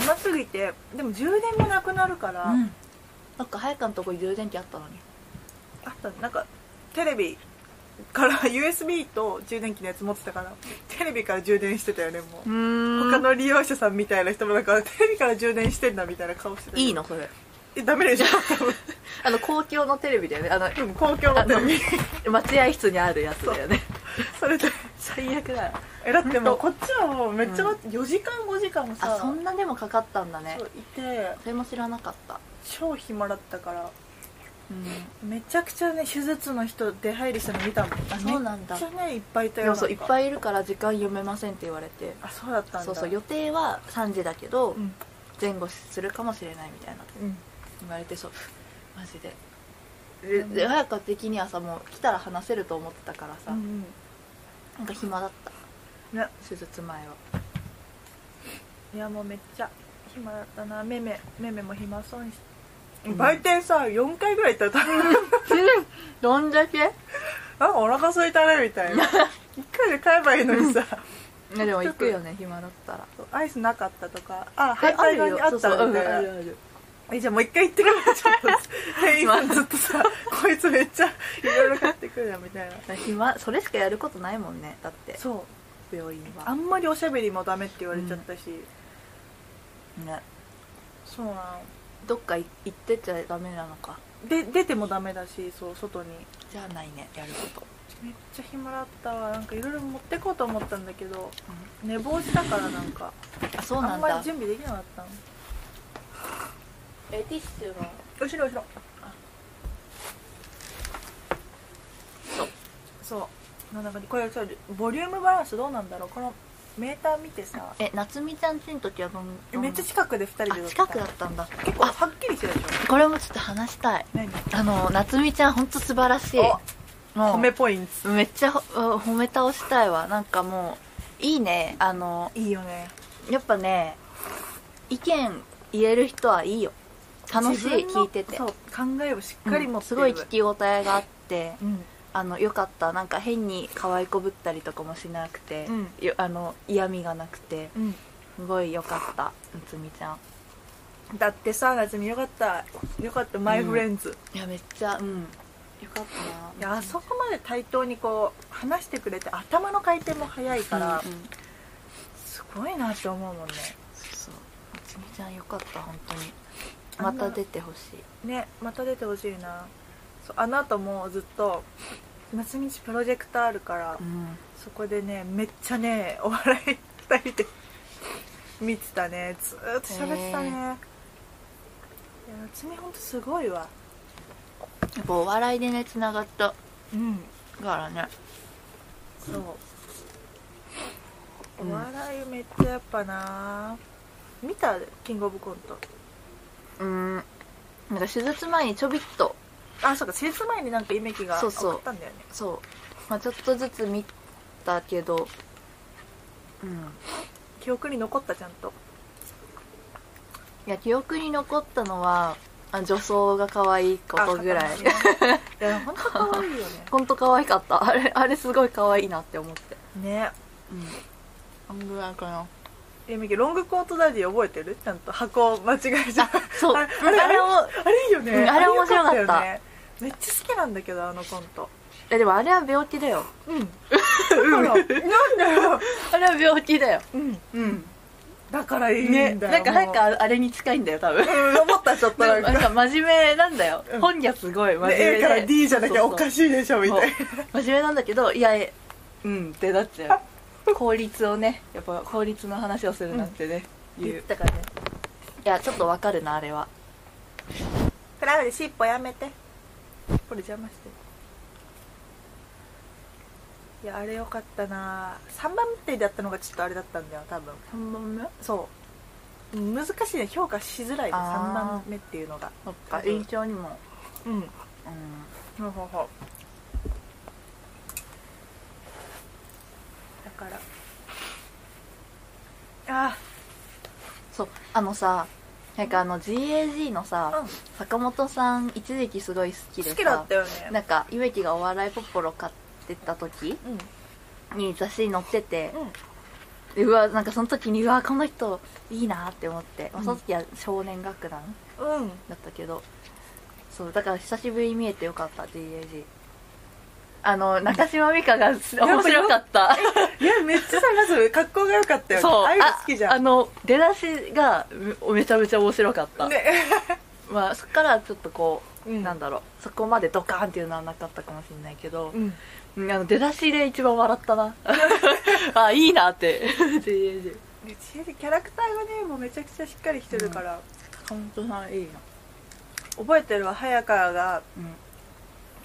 Speaker 1: 暇すぎてでも充電もなくなるから、
Speaker 4: うんなんか早川のとこに充電器あったのに
Speaker 1: あとなんかテレビから USB と充電器のやつ持ってたからテレビから充電してたよねもう、
Speaker 4: ん
Speaker 1: 他の利用者さんみたいな人もなんかテレビから充電してんだみたいな顔してた
Speaker 4: いいのそれ
Speaker 1: えダメでしょ
Speaker 4: あの公共のテレビだよねあ
Speaker 1: 多分公共のテレビ
Speaker 4: の待合室にあるやつだよね
Speaker 1: それで
Speaker 4: 最悪だよ
Speaker 1: えだってもうこっちはもうめっちゃ待って、4時間5時間もさ
Speaker 4: あそんなでもかかったんだね
Speaker 1: そういて
Speaker 4: それも知らなかった
Speaker 1: 超暇だったから
Speaker 4: うん
Speaker 1: めちゃくちゃね手術の人出入りしたの見たもん
Speaker 4: あそうなんだ
Speaker 1: めっちゃねいっぱいいた
Speaker 4: で
Speaker 1: よ
Speaker 4: もそういっ
Speaker 1: い
Speaker 4: ぱいいるから時間読めませんって言われて
Speaker 1: あそうだったんだ
Speaker 4: そうそう予定は3時だけど、
Speaker 1: うん
Speaker 4: 前後するかもしれないみたいな
Speaker 1: うん
Speaker 4: 言われてそうマジででで早川的にはさもう来たら話せると思ってたからさ、
Speaker 1: うん
Speaker 4: なんか暇だった
Speaker 1: うんね
Speaker 4: 手 術前はい
Speaker 1: やもうめっちゃ暇だったなめめめめも暇そうにし売店さ4回ぐらい行ったら多 分
Speaker 4: どんだけ
Speaker 1: なんかお腹空いたねみたい な一回で買えばいいのにさ
Speaker 4: ねでも行くよね暇だったら
Speaker 1: アイスなかったとかあ反対側にあっ
Speaker 4: そうそ
Speaker 1: た
Speaker 4: う
Speaker 1: み
Speaker 4: うん
Speaker 1: たい
Speaker 4: あ
Speaker 1: な
Speaker 4: るある
Speaker 1: えじゃあもう一回行ってくるちょっと 店員さんずっとさこいつめっちゃいろいろ買ってくるやんみたいな
Speaker 4: 暇それしかやることないもんねだって
Speaker 1: そう
Speaker 4: 病院
Speaker 1: あ
Speaker 4: は
Speaker 1: んまりおしゃべりもダメって言われちゃったし、
Speaker 4: ね
Speaker 1: そうなの
Speaker 4: どっかい行ってっちゃダメなのか
Speaker 1: で出てもダメだしそう外に
Speaker 4: じゃあないねやること
Speaker 1: めっちゃ暇だったわなんかいろいろ持ってこうと思ったんだけど、寝坊したからなんか
Speaker 4: あそう
Speaker 1: あ
Speaker 4: なんん
Speaker 1: まり
Speaker 4: だ
Speaker 1: 準備できなかったの
Speaker 4: えティッシュは
Speaker 1: 後ろ後ろあ
Speaker 4: そう
Speaker 1: そうなんだかこれちょっとボリュームバランスどうなんだろうこのメーター見てさ
Speaker 4: え夏美ちゃんちの時はどんどん
Speaker 1: めっちゃ近くで2人で撮
Speaker 4: あ
Speaker 1: た
Speaker 4: 近くだったんだ
Speaker 1: 結構はっきりしてるでしょ
Speaker 4: これもちょっと話したい
Speaker 1: 何
Speaker 4: あの夏美ちゃん本当素晴らしい
Speaker 1: お
Speaker 4: もう
Speaker 1: 褒めポイント
Speaker 4: めっちゃほうん褒め倒したいわなんかもういいねあの
Speaker 1: いいよね
Speaker 4: やっぱね意見言える人はいいよ楽しい
Speaker 1: 自分の
Speaker 4: 聞いてて
Speaker 1: そう考えをしっかり持
Speaker 4: うん
Speaker 1: って
Speaker 4: す
Speaker 1: る、
Speaker 4: ごい聞き応えがあって
Speaker 1: うん
Speaker 4: あのよかったなんか変に可愛いこぶったりとかもしなくて、
Speaker 1: うん
Speaker 4: よあの嫌味がなくて
Speaker 1: うん
Speaker 4: すごいよかった夏美ちゃん
Speaker 1: だってさ夏美よかったよかったマイフレンズ、
Speaker 4: いやめっちゃうんよかった
Speaker 1: い
Speaker 4: な
Speaker 1: やあそこまで対等にこう話してくれて頭の回転も速いから、
Speaker 4: うんうん
Speaker 1: すごいなって思うもんね
Speaker 4: そう夏美ちゃんよかった本当にまた出てほしい
Speaker 1: ねまた出てほしいなそうあの後もずっと夏美ちプロジェクターあるから、
Speaker 4: うん
Speaker 1: そこでねめっちゃねお笑い2人で見てたねずーっと喋ってたね、
Speaker 4: へー
Speaker 1: いや夏美ほんとすごいわ
Speaker 4: やっぱお笑いでねつながった
Speaker 1: うん
Speaker 4: からね
Speaker 1: そう、
Speaker 4: うん
Speaker 1: お笑いめっちゃやっぱな見たキングオブコント
Speaker 4: うんなんか手術前にちょびっと
Speaker 1: あそうか手術前になんかイメキが
Speaker 4: そうそう
Speaker 1: 送ったんだよね
Speaker 4: そう、まあ、ちょっとずつ見たけどうん
Speaker 1: 記憶に残ったちゃんと
Speaker 4: いや記憶に残ったのはあ女装が可愛いことぐらい
Speaker 1: あ刀ねいや本当可愛いよ
Speaker 4: 本当可愛かったあれあれすごい可愛いなって思って
Speaker 1: ねね
Speaker 4: うんあんぐらいかな
Speaker 1: イメキロングコートダディ覚えてるちゃんと箱間違え ちゃう
Speaker 4: そう
Speaker 1: あ
Speaker 4: あ
Speaker 1: れ
Speaker 4: れ
Speaker 1: あれあれ
Speaker 4: も
Speaker 1: あれいいよね、
Speaker 4: うんあれ面白かった
Speaker 1: よねめっちゃ好きなんだけどあのコント
Speaker 4: えでもあれは病気だよ
Speaker 1: うんだからなんだよ
Speaker 4: あれは病気だよ
Speaker 1: うん
Speaker 4: うん
Speaker 1: だからいいんだ
Speaker 4: ね
Speaker 1: よ、
Speaker 4: なんかなんかあれに近いんだよ多分
Speaker 1: うん思ったちょっとな
Speaker 4: なんん
Speaker 1: か
Speaker 4: か真面目なんだよ、
Speaker 1: うん
Speaker 4: 本にはすごい真面目で
Speaker 1: A から D じゃなきゃ
Speaker 4: そう
Speaker 1: お
Speaker 4: そう
Speaker 1: かしいでしょみたいな
Speaker 4: 真面目なんだけどいやえ うんってなっちゃう効率をねやっぱ効率の話をするなんてね、言うい
Speaker 1: 言ったからね
Speaker 4: やちょっとわかるなあれは
Speaker 1: クラウで尻尾やめてこれ邪魔していやあれよかったな3番手だったのがちょっとあれだったんだよ多分
Speaker 4: 3番目
Speaker 1: そううん難しいね評価しづらいね
Speaker 4: あー
Speaker 1: 3番目っていうのが
Speaker 4: そっか印象にも
Speaker 1: うん
Speaker 4: うん
Speaker 1: ほうほうほうだからあ
Speaker 4: そうあのさなんかあの GAG の
Speaker 1: あ
Speaker 4: さ、
Speaker 1: うん
Speaker 4: 坂本さん一時期すごい好きでさ
Speaker 1: 好きだったよね
Speaker 4: なんかゆめきがお笑いポッポロ買ってた時
Speaker 1: うん
Speaker 4: に雑誌に載ってて、
Speaker 1: うん
Speaker 4: でうわなんかその時にうわこの人いいなって思って、まあ、その時は少年楽団
Speaker 1: うん
Speaker 4: だったけどそうだから久しぶりに見えてよかった GAG あの中島美嘉が面白かった
Speaker 1: いやめっちゃさまず格好が良かったよね
Speaker 4: そう
Speaker 1: ああいうの好きじゃん
Speaker 4: ああの出だしがめめちゃめちゃ面白かった、
Speaker 1: ね
Speaker 4: まあ、そっからちょっとこう、
Speaker 1: うん
Speaker 4: なんだろうそこまでドカーンっていうのはなかったかもしれないけど
Speaker 1: う、ん
Speaker 4: うんあの出だしで一番笑ったな あいいなって JJ
Speaker 1: でちえりキャラクターがねもうめちゃくちゃしっかりしてるから、
Speaker 4: 坂本さん いいな
Speaker 1: 覚えてるわ早川が
Speaker 4: うん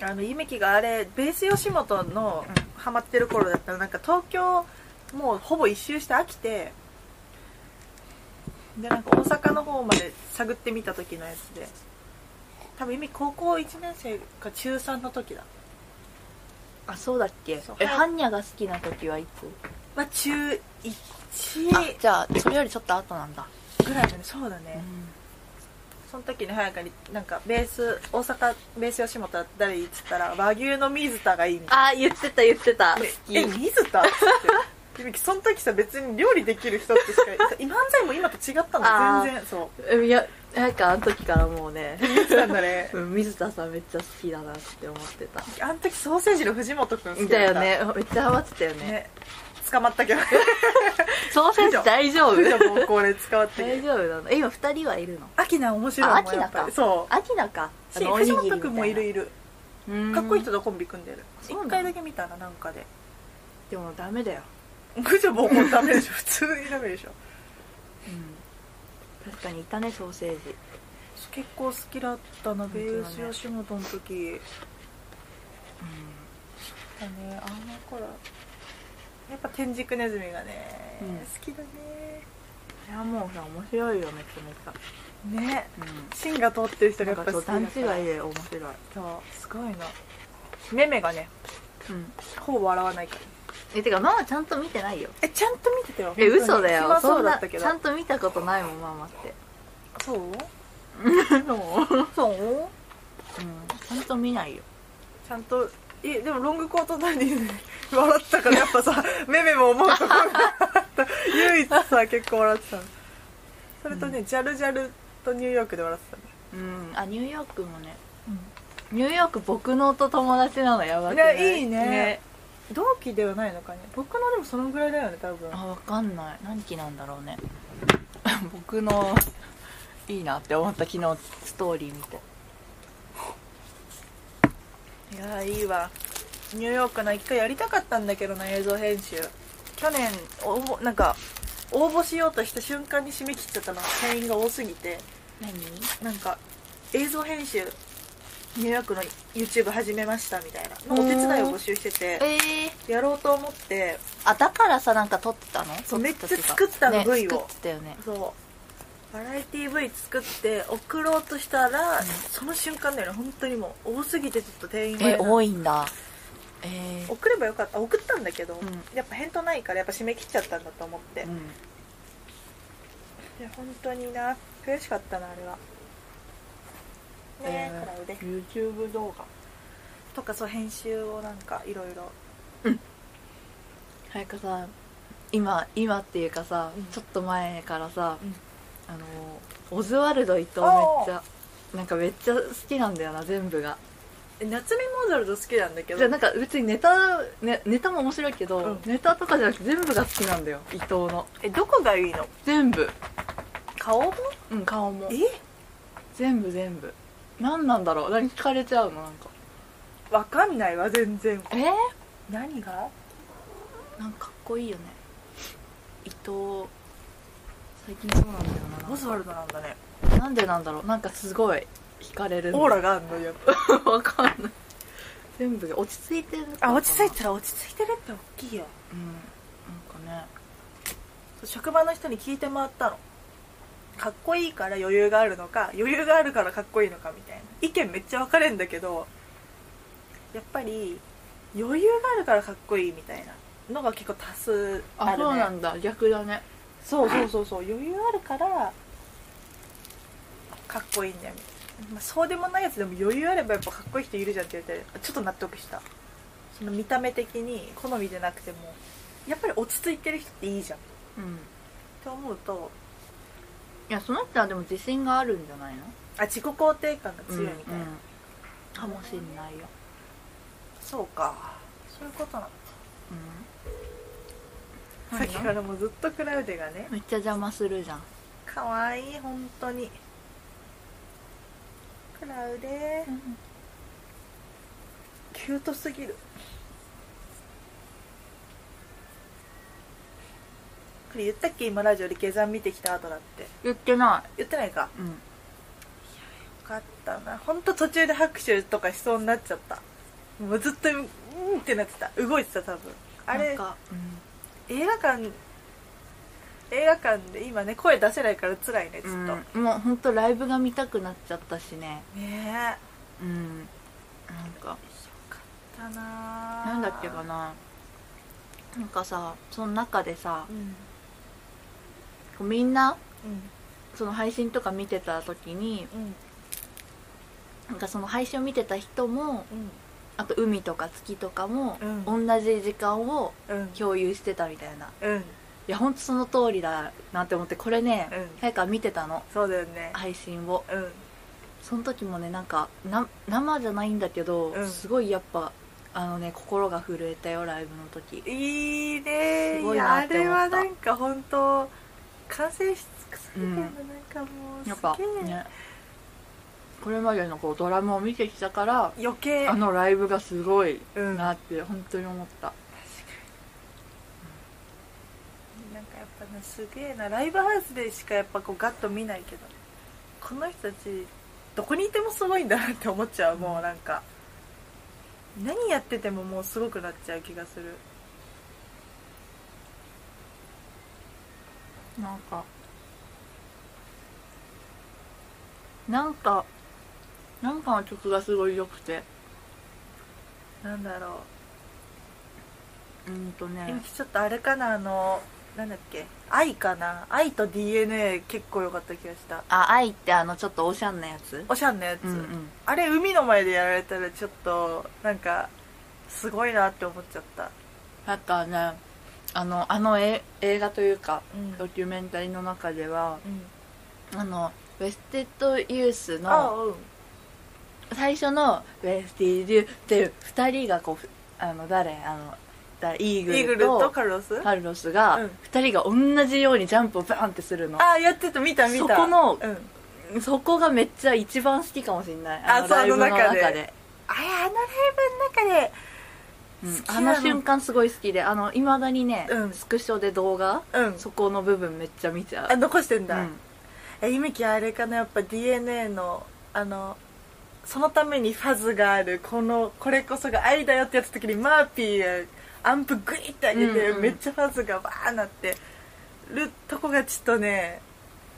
Speaker 1: あの夢木があれベース吉本の
Speaker 4: うん
Speaker 1: ハマってる頃だったらなんか東京もうほぼ一周して飽きてでなんか大阪の方まで探ってみた時のやつで多分夢木高校1年生か中3の時だ、
Speaker 4: あそうだっけ
Speaker 1: そう
Speaker 4: えハンニャが好きな時はいつ
Speaker 1: まあ、中
Speaker 4: あ
Speaker 1: 1
Speaker 4: じゃあそれよりちょっと後なんだ、
Speaker 1: ぐらいだねそうだね、その時に早川になんかベース大阪ベース吉本は誰っつったら和牛の水田がいいみたいな
Speaker 4: あ言ってた言ってた好き
Speaker 1: え水田っつってその時さ別に料理できる人ってしか今漫才も今と違ったの
Speaker 4: あー
Speaker 1: 全然そう
Speaker 4: えいやなんかあの時からもうね
Speaker 1: 水田だね
Speaker 4: うん水田さんめっちゃ好きだなって思ってた
Speaker 1: あの時ソーセージの藤本くん好き
Speaker 4: だ
Speaker 1: だっ
Speaker 4: よ
Speaker 1: た
Speaker 4: ねめっちゃハマってたよね
Speaker 1: ね捕まったけど
Speaker 4: ソーセージ大丈夫
Speaker 1: 藤本暴行で捕ま ったけ
Speaker 4: 大
Speaker 1: ど
Speaker 4: 丈夫なのえ今二人はいるの
Speaker 1: アキナ面白いもんやっぱ
Speaker 4: あアキナか
Speaker 1: りそう
Speaker 4: アキナかあ
Speaker 1: し
Speaker 4: の
Speaker 1: 藤本くんもいる
Speaker 4: い
Speaker 1: いる
Speaker 4: る
Speaker 1: かっこいい人とコンビ組んでる
Speaker 4: そうなの
Speaker 1: 一回だけ見たななんかで
Speaker 4: でもダメだよ、
Speaker 1: 藤本暴行ダメでしょ普通にダメでしょ
Speaker 4: うん、確かにいたねソーセージ
Speaker 1: 結構好きだったな
Speaker 4: 当
Speaker 1: ベ
Speaker 4: だね
Speaker 1: ース吉本の時だねあの頃やっぱ天竺ネズミがね、
Speaker 4: うん
Speaker 1: 好きだね
Speaker 4: いやもうさ面白いよめちゃ
Speaker 1: ね
Speaker 4: めちゃ
Speaker 1: 芯が通ってる人
Speaker 4: うん
Speaker 1: が
Speaker 4: な
Speaker 1: や
Speaker 4: ん
Speaker 1: っぱ
Speaker 4: か
Speaker 1: 好
Speaker 4: そう
Speaker 1: きだか
Speaker 4: 段違
Speaker 1: ら
Speaker 4: いで面白い、
Speaker 1: そうすごいなメメがね
Speaker 4: うん、
Speaker 1: ほぼ笑わないから
Speaker 4: えてかママちゃんと見てないよ
Speaker 1: えちゃんと見てたよ
Speaker 4: え嘘だよ
Speaker 1: 暇
Speaker 4: そ
Speaker 1: そ
Speaker 4: ん
Speaker 1: う
Speaker 4: な
Speaker 1: だったけど
Speaker 4: ちゃんと見たことないもんママって
Speaker 1: そう
Speaker 4: そ
Speaker 1: そ
Speaker 4: う
Speaker 1: う
Speaker 4: ちゃんと見ないよ
Speaker 1: ちゃんとえでもロングコートダディで笑ったからやっぱさメメも思うところがあった唯一さ結構笑ってたのそれとね、ジャルジャルとニューヨークで笑ってたね
Speaker 4: うんあニューヨークもね、ニューヨーク僕のと友達なのやばくない
Speaker 1: いやいいね同期ではないのかね僕のでもそのぐらいだよね多分
Speaker 4: あわかんない何期なんだろうね 僕のいいなって思った昨日ストーリー見て
Speaker 1: いやーいいわニューヨークの一回やりたかったんだけどな映像編集去年応募なんか応募しようとした瞬間に締め切っちゃったの店員が多すぎて
Speaker 4: 何
Speaker 1: なんか映像編集ニューヨークの YouTube 始めましたみたいなのお手伝いを募集してて
Speaker 4: ええ
Speaker 1: やろうと思って
Speaker 4: あだからさなんか撮ってたの
Speaker 1: そうめっちゃ作
Speaker 4: っ
Speaker 1: ったの V を、
Speaker 4: 作ってたよね
Speaker 1: そうバラエティ V 作って送ろうとしたら、その瞬間だよね本当にもう多すぎてちょっと店員が
Speaker 4: え多いんだえー
Speaker 1: 送ればよかった送ったんだけど、
Speaker 4: うん
Speaker 1: やっぱ返答ないからやっぱ締め切っちゃったんだと思って、
Speaker 4: うん
Speaker 1: いや本当にな悔しかったなあれはねえ、
Speaker 4: えー
Speaker 1: クラウで
Speaker 4: YouTube 動画
Speaker 1: とかそう編集をなんかいろいろ
Speaker 4: 早くさ今今っていうかさ、
Speaker 1: うん
Speaker 4: ちょっと前からさ、
Speaker 1: うん
Speaker 4: あのオズワルド伊藤めっちゃなんかめっちゃ好きなんだよな全部が
Speaker 1: 夏目モーザルド好きなんだけ
Speaker 4: じゃあなんか別にネタ、ね、ネタも面白いけど、
Speaker 1: うん
Speaker 4: ネタとかじゃなくて全部が好きなんだよ伊藤の
Speaker 1: えどこがいいの
Speaker 4: 全部
Speaker 1: 顔も
Speaker 4: うん顔も
Speaker 1: え
Speaker 4: 全部全部何なんだろう何聞かれちゃうのなんか
Speaker 1: わかんないわ全然
Speaker 4: え
Speaker 1: 何が
Speaker 4: なんかかっこいいよね伊藤最近そうなんだよな
Speaker 1: オズワルドなんだね
Speaker 4: なんでなんだろうなんかすごい惹かれるんだ
Speaker 1: オーラがあるのやっぱ
Speaker 4: わかんない全部が落ち着いてる
Speaker 1: あ落ち着い
Speaker 4: て
Speaker 1: たら落ち着いてるって大きいよ
Speaker 4: うんなんかね
Speaker 1: 職場の人に聞いて回ったのかっこいいから余裕があるのか余裕があるからかっこいいのかみたいな意見めっちゃ分かれんだけどやっぱり余裕があるからかっこいいみたいなのが結構多数
Speaker 4: あ
Speaker 1: あるね
Speaker 4: そうなんだ逆だね
Speaker 1: そうそうそうそう余裕あるからかっこいいんだよみたいな、まあ、そうでもないやつでも余裕あればやっぱかっこいい人いるじゃんって言われてちょっと納得したその見た目的に好みじゃなくてもやっぱり落ち着いてる人っていいじゃんっ
Speaker 4: うん
Speaker 1: て思うと
Speaker 4: いやその人はでも自信があるんじゃないの
Speaker 1: あ自己肯定感が強いみたいな、
Speaker 4: うんうんかもしんないよ、
Speaker 1: そうかそういうことなの
Speaker 4: うん、
Speaker 1: さっきからもうずっとクラウデがね
Speaker 4: めっちゃ邪魔するじゃん
Speaker 1: かわいい本当にクラウデキュートすぎるこれ言ったっけ今ラジオで下山見てきた後だって
Speaker 4: 言ってな
Speaker 1: 言ってないか
Speaker 4: い、うん、
Speaker 1: よかったな本当途中で拍手とかしそうになっちゃったもうずっとうんってなってた動いてた多分あ
Speaker 4: なん
Speaker 1: れ
Speaker 4: か、
Speaker 1: 映画館映画館で今ね声出せないから辛いねちょ
Speaker 4: う
Speaker 1: っ
Speaker 4: ん
Speaker 1: と、
Speaker 4: うん、もうほんとライブが見たくなっちゃったしね
Speaker 1: ね
Speaker 4: うんなんか
Speaker 1: えだな
Speaker 4: なんだっけかななんかさその中でさ
Speaker 1: うん
Speaker 4: こうみんな
Speaker 1: うん
Speaker 4: その配信とか見てた時に
Speaker 1: うん
Speaker 4: なんかその配信を見てた人もあと海とか月とかも、
Speaker 1: うん
Speaker 4: 同じ時間を
Speaker 1: うん
Speaker 4: 共有してたみたいな
Speaker 1: うん
Speaker 4: いやほんとその通りだなって思ってこれね、
Speaker 1: うん
Speaker 4: 早川見てたの
Speaker 1: そうだよね
Speaker 4: 配信を
Speaker 1: うん
Speaker 4: その時もねなんかな生じゃないんだけど、
Speaker 1: うん
Speaker 4: すごいやっぱあのね心が震えたよライブの時
Speaker 1: いいね
Speaker 4: すごい
Speaker 1: いや
Speaker 4: な
Speaker 1: あ
Speaker 4: って思
Speaker 1: れ
Speaker 4: った
Speaker 1: はなんか本当完成し尽くされてるの、
Speaker 4: うん
Speaker 1: なんかもう
Speaker 4: やっぱ
Speaker 1: すげえ、
Speaker 4: ねこれまでのこうドラムを見てきたから
Speaker 1: 余計
Speaker 4: あのライブがすごい
Speaker 1: うん
Speaker 4: なって本当に思った
Speaker 1: なんかやっぱねすげえなライブハウスでしかやっぱこうガッと見ないけどこの人たちどこにいてもすごいんだなって思っちゃうもうなんか何やっててももうすごくなっちゃう気がする
Speaker 4: なんかなんかなんかの曲がすごい良くて
Speaker 1: なんだろ
Speaker 4: うんと
Speaker 1: う
Speaker 4: ね
Speaker 1: 今ちょっとあれかなあのなんだっけ愛かな愛と DNA 結構良かった気がした
Speaker 4: あ愛ってあのちょっとおしゃんなやつ
Speaker 1: おしゃんなやつ、
Speaker 4: うんうん
Speaker 1: あれ海の前でやられたらちょっとなんかすごいなって思っちゃった、
Speaker 4: なんかねあのあのえ映画というか
Speaker 1: うん
Speaker 4: ドキュメンタリーの中では
Speaker 1: うん
Speaker 4: あのウェステッドユース
Speaker 1: あ
Speaker 4: の
Speaker 1: うん
Speaker 4: 最初のウェスティデュっていう2人がこうあの誰あのだ
Speaker 1: イ
Speaker 4: イ
Speaker 1: ー
Speaker 4: ー
Speaker 1: グ
Speaker 4: グ
Speaker 1: ル
Speaker 4: ル
Speaker 1: と
Speaker 4: と
Speaker 1: カルロス
Speaker 4: カルロスが
Speaker 1: うん
Speaker 4: 2人が同じようにジャンプをバーンってするの
Speaker 1: あやってた見た見た
Speaker 4: そこの
Speaker 1: うん、
Speaker 4: そこがめっちゃ一番好きかもしれない
Speaker 1: あそう
Speaker 4: ライブの
Speaker 1: あの中でああのライブの中で
Speaker 4: うん
Speaker 1: 好きな
Speaker 4: あ
Speaker 1: の
Speaker 4: の瞬間すごい好きであのいまだにね、
Speaker 1: うん
Speaker 4: スクショで動画
Speaker 1: うん
Speaker 4: そこの部分めっちゃ見ちゃう
Speaker 1: あ残してんだ、
Speaker 4: うん
Speaker 1: えゆみきあれかなやっぱ DNA のあのそのためにファズがあるこのこれこそが愛だよってやった時にマーピーがアンプグイッて上げて、
Speaker 2: うんうん
Speaker 1: めっちゃファズがバーなってるとこがちょっとね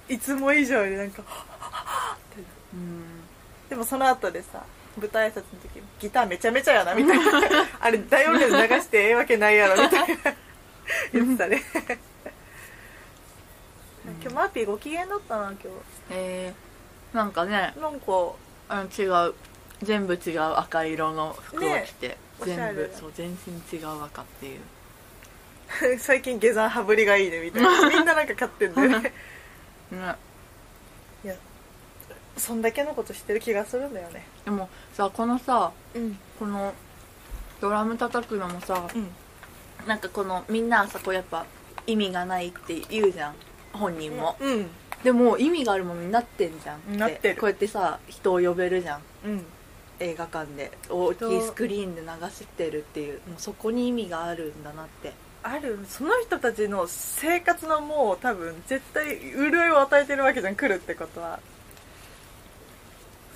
Speaker 1: いつも以上になんか
Speaker 4: うん
Speaker 1: でもその後でさ舞台挨拶の時ギターめちゃめちゃやなみたいな あれ大音量で流してええわけないやろみたいな言ってた ね今日マーピーご機嫌だったな今
Speaker 4: えーなんかね
Speaker 1: 日なんか
Speaker 4: あの違う全部違う赤色の服を着て、
Speaker 1: おしゃ
Speaker 4: 全
Speaker 1: れ
Speaker 4: 部そう全身違う赤ってい う
Speaker 1: 最近下山羽振りがいいねみたい なみんななんか買ってんだよね
Speaker 4: ね
Speaker 1: そんだけのことしてる気がするんだよね
Speaker 4: でもさこのさ
Speaker 1: うん
Speaker 4: このドラム叩くのもさ
Speaker 1: うん
Speaker 4: なんかこのみんなさこうやっぱ意味がないって言うじゃん本人も、
Speaker 1: うん
Speaker 4: でも意味があるものになってんじゃん
Speaker 1: なってる
Speaker 4: こうやってさ人を呼べるじゃん
Speaker 1: うん
Speaker 4: 映画館で大きいスクリーンで流してるっていうもうそこに意味があるんだなって
Speaker 1: あるその人たちの生活のもう多分絶対潤いを与えてるわけじゃん来るってことは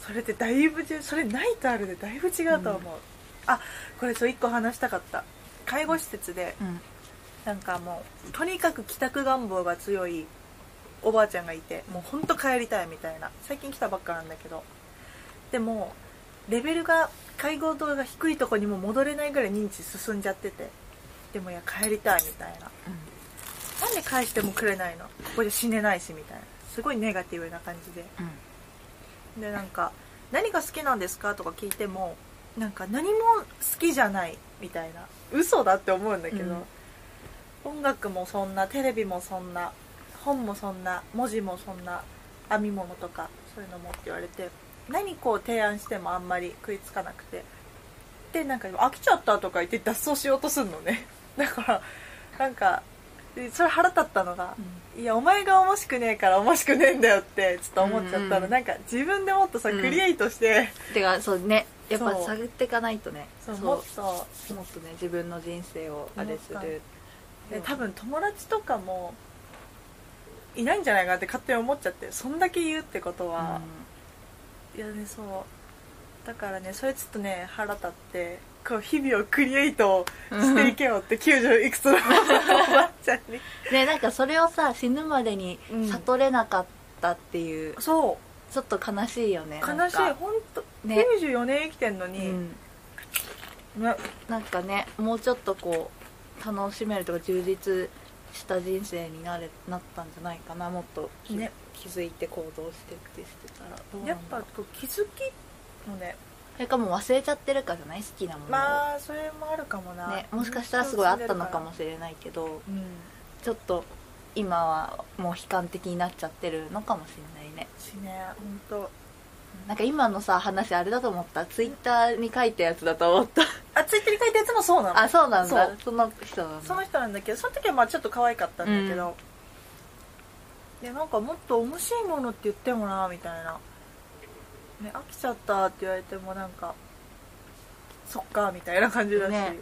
Speaker 1: それってだいぶじそれないとあるでだいぶ違うと思う、あこれそう一個話したかった介護施設で
Speaker 4: うん
Speaker 1: なんかもうとにかく帰宅願望が強いおばあちゃんがいてもうほんと帰りたいみたいな最近来たばっかなんだけどでもレベルが介護度が低いとこにも戻れないぐらい認知進んじゃっててでもいや帰りたいみたいな、なんで返してもくれないのここで死ねないしみたいなすごいネガティブな感じででなんか何が好きなんですかとか聞いてもなんか何も好きじゃないみたいな嘘だって思うんだけど、音楽もそんなテレビもそんな本もそんな文字もそんな編み物とかそういうのもって言われて何こう提案してもあんまり食いつかなくてでなんか飽きちゃったとか言って脱走しようとすんのね だからなんかでそれ腹立ったのが、いやお前が面白くねえから面白くねえんだよってちょっと思っちゃったの、
Speaker 4: うんうん
Speaker 1: なんか自分でもっとさ、
Speaker 4: うん
Speaker 1: クリエイトして
Speaker 4: てかそうねやっぱ
Speaker 1: そう
Speaker 4: 探っていかないとねそう
Speaker 1: もっと
Speaker 4: もっとね自分の人生をあれす
Speaker 1: もっと
Speaker 4: る
Speaker 1: で多分友達とかもいないんじゃないかなって勝手に思っちゃってそんだけ言うってことは、いやねそうだからねそれちょっとね腹立ってこう日々をクリエイトしていけよって90いくつのおばあちゃんに
Speaker 4: ねなんかそれをさ死ぬまでに
Speaker 1: うん
Speaker 4: 悟れなかったっていう、ち
Speaker 1: そう
Speaker 4: ょっと悲しいよねな
Speaker 1: 悲
Speaker 4: ん
Speaker 1: しい
Speaker 4: か
Speaker 1: 本当
Speaker 4: ね
Speaker 1: 94年生きてんの
Speaker 4: う
Speaker 1: に、
Speaker 4: ん、
Speaker 1: ね
Speaker 4: なんかねもうちょっとこう楽しめるとか充実した人生になれなったんじゃないかなもっと気,、
Speaker 1: ね
Speaker 4: 気づいて行動してってしてたらどうな
Speaker 1: やっ
Speaker 4: ん
Speaker 1: ぱ
Speaker 4: だろう
Speaker 1: こう気づきのね
Speaker 4: それかもう忘れちゃってるかじゃない好きなものを、
Speaker 1: まあそれもあるかもな、
Speaker 4: ね、もしかしたらすごいあったのかもしれないけど
Speaker 1: うん
Speaker 4: ちょっと今はもう悲観的になっちゃってるのかもしれないね
Speaker 1: しね本当。
Speaker 4: なんか今のさ話あれだと思ったツイッターに書いたやつだと思った
Speaker 1: あツイッターに書いたやつもそうなの
Speaker 4: あそうなんだ
Speaker 1: そ
Speaker 4: その人なんだ
Speaker 1: その人なんだけどその時はまあちょっと可愛かったんだけど、でなんかもっと面白いものって言ってもなみたいな、ね、飽きちゃったって言われてもなんかそっかみたいな感じだし、
Speaker 4: ね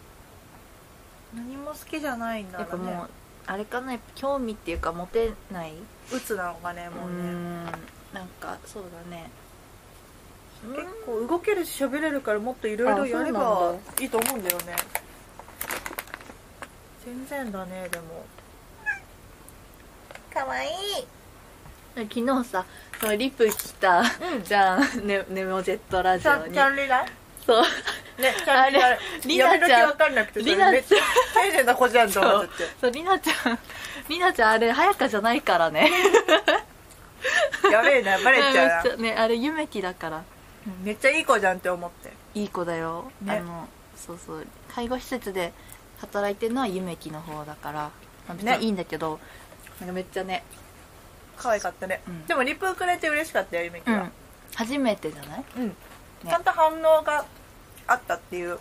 Speaker 1: 何も好きじゃないんだ
Speaker 4: やっぱ
Speaker 1: ろう
Speaker 4: も
Speaker 1: ね
Speaker 4: うあれかなやっぱ興味っていうか持てない
Speaker 1: 鬱なのがねもう
Speaker 4: うー
Speaker 1: ね
Speaker 4: んなんかそうだね
Speaker 1: 結構動けるし喋れるからもっといろいろやれ
Speaker 4: あそう
Speaker 1: ば
Speaker 4: なん
Speaker 1: いいと思うんだよ ね全然だねでもかわいい
Speaker 4: 昨日さそのリプ来た、じゃんねネモジェットラ
Speaker 1: キ
Speaker 4: ジオ
Speaker 1: ャン
Speaker 4: に
Speaker 1: キャンリラ
Speaker 4: そう
Speaker 1: ね、キャンディー
Speaker 4: あれリナちゃん
Speaker 1: やめときわかんなくて、
Speaker 4: リナちゃん
Speaker 1: めっちゃ丁寧な子じゃんと思っちゃ
Speaker 4: そうりなちゃんりなちゃんあれ早かじゃないからね
Speaker 1: って。 やべえな、バレちゃうな
Speaker 4: めっ。ちゃねあれゆめきだから
Speaker 1: めっちゃいい子じゃんって思って。
Speaker 4: いい子だよ、
Speaker 1: ね
Speaker 4: あのそうそう介護施設で働いてるのはゆめきの方だから、まあ別
Speaker 1: ね
Speaker 4: にいいんだけど、なんかめっちゃね
Speaker 1: 可愛かったね、
Speaker 4: うん
Speaker 1: でもリプくれて嬉しかったよゆめきは、
Speaker 4: 初めてじゃない
Speaker 1: ちゃんと反応があったっていう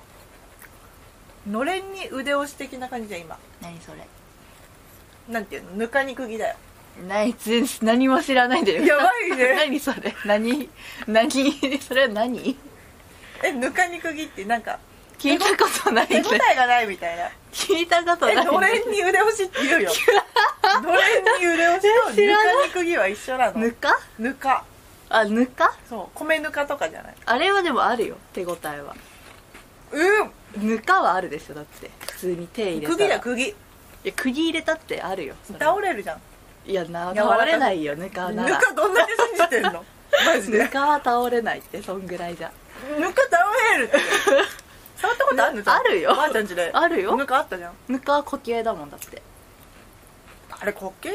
Speaker 1: のれんに腕押し的な感じじゃん今
Speaker 4: 何それ
Speaker 1: なんていうのぬかに釘だよ
Speaker 4: 何全然 何も知らないで
Speaker 1: やばいね
Speaker 4: 何それ何何それは何
Speaker 1: えぬかに釘ってなんか
Speaker 4: 聞いたことない
Speaker 1: 手
Speaker 4: ね
Speaker 1: 応えがないみたい な
Speaker 4: 聞いたこと
Speaker 1: え
Speaker 4: ない
Speaker 1: のれんに腕押しって言う よのれんに腕押しと
Speaker 4: 知
Speaker 1: ぬ
Speaker 4: らな
Speaker 1: かに釘は一緒な
Speaker 4: ぬ
Speaker 1: の
Speaker 4: か
Speaker 1: ぬか
Speaker 4: あぬか
Speaker 1: そう米ぬかとかじゃない
Speaker 4: あれはでもあるよ手応えは
Speaker 1: う
Speaker 4: ぬかはあるでしょだって普通に手入
Speaker 1: ん
Speaker 4: れたら
Speaker 1: 釘だ釘
Speaker 4: いや釘入れたってあるよそれ
Speaker 1: 倒れるじゃん
Speaker 4: いやな
Speaker 1: 柔らかく
Speaker 4: 倒れないよぬか
Speaker 1: ぬ
Speaker 4: なら
Speaker 1: かどんだけ信じてん のマジで
Speaker 4: ぬかは倒れないってそんぐらいじゃ
Speaker 1: ぬか倒れるって触ったことあるの
Speaker 4: ぬあるよ
Speaker 1: ばあちゃんちで
Speaker 4: あるよ
Speaker 1: ぬかあったじゃん
Speaker 4: ぬかは固形だもんだって
Speaker 1: あれ固形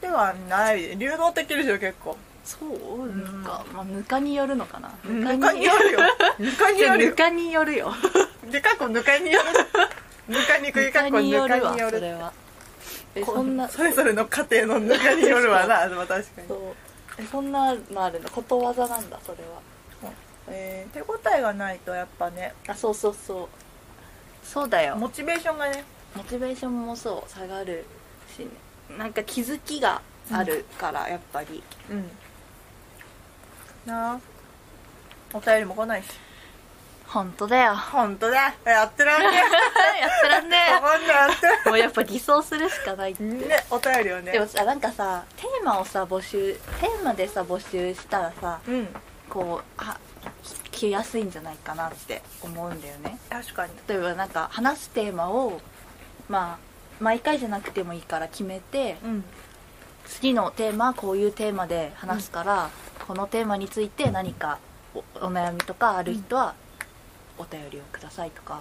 Speaker 1: ではない流動的でしょ結構
Speaker 4: そうぬか、まあ、ぬかによるのかな
Speaker 1: ぬかによるよぬかに
Speaker 4: じゃ
Speaker 1: よ
Speaker 4: あ
Speaker 1: る
Speaker 4: ぬ
Speaker 1: よ
Speaker 4: かによるよ
Speaker 1: でかっこぬかによるぬかにくいかっこぬかによ
Speaker 4: そ
Speaker 1: る
Speaker 4: れはえそんな
Speaker 1: それぞれの家庭のぬかによるわなでも確かに
Speaker 4: そうえそんなのあるのことわざなんだそれは
Speaker 1: えー手応えがないとやっぱね
Speaker 4: あそうそうそうそうだよ
Speaker 1: モチベーションがね
Speaker 4: モチベーションもそう下がるし、ね、なんか気づきがあるから、やっぱり
Speaker 1: うんなあお便りも来ないし
Speaker 4: 本当だよ や
Speaker 1: 本当だやってらんね
Speaker 4: ってらんね
Speaker 1: えわかんないやってらんね
Speaker 4: えもうやっぱ偽装するしかないって、
Speaker 1: えねお便りをね
Speaker 4: でもさなんかさテーマをさ募集テーマでさ募集したらさ
Speaker 1: うん
Speaker 4: こうあ来やすいんじゃないかなって思うんだよね
Speaker 1: 確かに
Speaker 4: 例えばなんか話すテーマをまあ毎回じゃなくてもいいから決めて
Speaker 1: うん
Speaker 4: 次のテーマはこういうテーマで話すから、このテーマについて何かおお悩みとかある人はお便りをくださいとか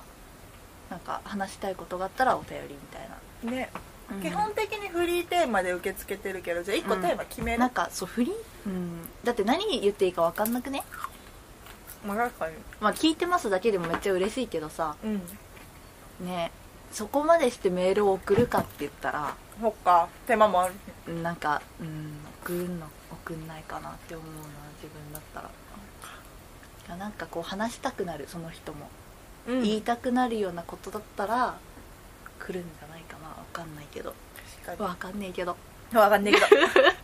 Speaker 4: なんか話したいことがあったらお便りみたいな、
Speaker 1: ね、
Speaker 4: うん
Speaker 1: 基本的にフリーテーマで受け付けてるけどじゃあ1個テーマ決める、
Speaker 4: なんかそうフリー、うん、だって何言っていいか分かんなくね
Speaker 1: まあ確かに
Speaker 4: まあ聞いてますだけでもめっちゃ嬉しいけどさ
Speaker 1: うん
Speaker 4: ねそこまでしてメールを送るかって言ったら
Speaker 1: そっか手間もある
Speaker 4: なんかうん送んの送んないかなって思うな自分だったらいやなんかこう話したくなるその人も、
Speaker 1: うん
Speaker 4: 言いたくなるようなことだったら来るんじゃないかなわかんないけど
Speaker 1: 確か
Speaker 4: わかんないけど
Speaker 1: にわかんねえけ ど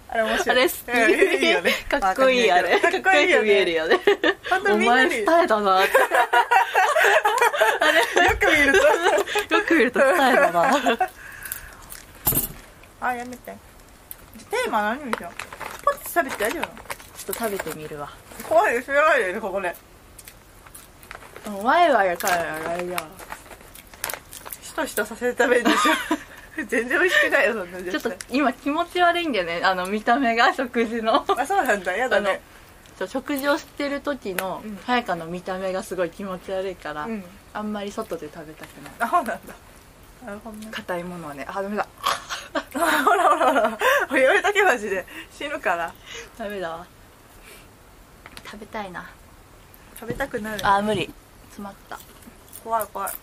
Speaker 1: あれ面白
Speaker 4: あ
Speaker 1: い
Speaker 4: れ好き
Speaker 1: うんいいよね
Speaker 4: かっこいいあれ
Speaker 1: わかんねえけどかっこいいよ
Speaker 4: 見える
Speaker 1: ね
Speaker 4: よね
Speaker 1: 本当
Speaker 4: お
Speaker 1: みんな
Speaker 4: 前
Speaker 1: に
Speaker 4: 伝
Speaker 1: よ
Speaker 4: え たなって
Speaker 1: く見ると
Speaker 4: よく見ると伝えたな
Speaker 1: あやめてテーマ何にしようポッチ食べて大丈夫なの
Speaker 4: ちょっと食べてみるわ
Speaker 1: 怖いですやばいよねここで
Speaker 4: でもワイワイからあれや
Speaker 1: しとしとさせるためにでしょ 全然美味しくないよそんな
Speaker 4: ちょっ
Speaker 1: 絶
Speaker 4: と
Speaker 1: 対
Speaker 4: 今気持ち悪いんだよねあの見た目が食事の
Speaker 1: あそうなんだやだね
Speaker 4: そう食事をしてる時の
Speaker 1: うん
Speaker 4: 早香の見た目がすごい気持ち悪いから、
Speaker 1: うん
Speaker 4: あんまり外で食べたくない
Speaker 1: あそうなんだなるほどね
Speaker 4: 硬いものはねあダメだ
Speaker 1: ほらほらほら言われたけマジで死ぬから
Speaker 4: ダメだわ食べたいな
Speaker 1: 食べたくなる
Speaker 4: あ無理詰まった
Speaker 1: 怖い怖い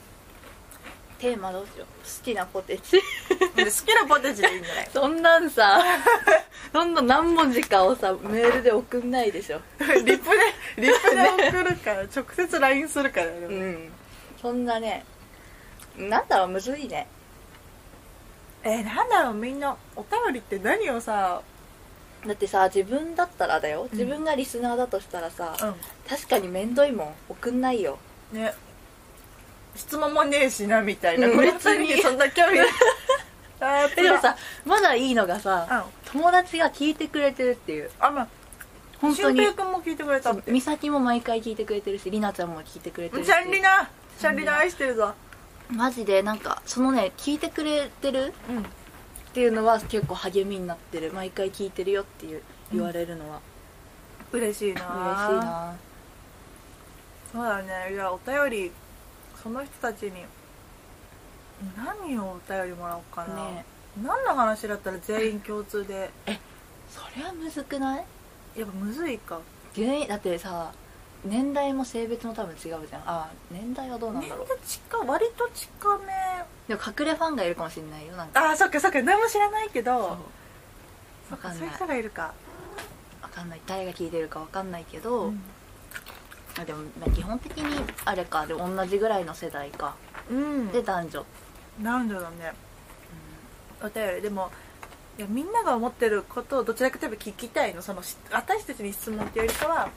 Speaker 4: テーマどうしよう好きなポテチ
Speaker 1: で好きなポテチでいいんじゃない
Speaker 4: そんな んさそんな何文字かをさメールで送んないでしょ
Speaker 1: リップでリップで送るから直接 LINE するからね、
Speaker 4: んそんなねなんだろうむずいね
Speaker 1: えー、なんだろうみんなお便りって何をさ
Speaker 4: だってさ自分だったらだよ自分がリスナーだとしたらさ、
Speaker 1: う
Speaker 4: 確かにめんどいもん送んないよ
Speaker 1: んね質問もねえしなみたいな、
Speaker 4: うん
Speaker 1: こいつにそんな興味ないあー
Speaker 4: えでもさまだいいのがさ友達が聞いてくれてるっていう
Speaker 1: あまあ
Speaker 4: 本当
Speaker 1: 俊
Speaker 4: に
Speaker 1: 平君も聞いてくれたって
Speaker 4: 美咲も毎回聞いてくれてるしりなちゃんも聞いてくれてるし
Speaker 1: シャンリナシャンリナ愛してるぞ
Speaker 4: マジでなんかそのね聞いてくれてる
Speaker 1: うん
Speaker 4: っていうのは結構励みになってる毎回聞いてるよっていう言われるのは
Speaker 1: 嬉しいな
Speaker 4: 嬉しいな
Speaker 1: そうだねいやお便りその人たちに何をお便りもらおうかな、
Speaker 4: ね
Speaker 1: 何の話だったら全員共通で
Speaker 4: それはむずくない
Speaker 1: やっぱむずいか
Speaker 4: 全員だってさ年代も性別も多分違うじゃんあ年代はどうなん
Speaker 1: 年
Speaker 4: だろ
Speaker 1: 齢
Speaker 4: う
Speaker 1: 近割と近め
Speaker 4: でも隠れファンがいるかもしれないよなんか
Speaker 1: あーそっかそっか何も知らないけ
Speaker 4: そ
Speaker 1: ど
Speaker 4: うわかん
Speaker 1: そ
Speaker 4: な
Speaker 1: う
Speaker 4: い
Speaker 1: いう人がいるか
Speaker 4: わかんない誰が聞いてるかわかんないけ
Speaker 1: う
Speaker 4: ど、
Speaker 1: ん
Speaker 4: あでもまあ基本的にあれかでも同じぐらいの世代か
Speaker 1: うん
Speaker 4: で男女、
Speaker 1: 男女だねお便りでもいやみんなが思ってることをどちらかといえば聞きたいのそのし私たちに質問っていうよりかは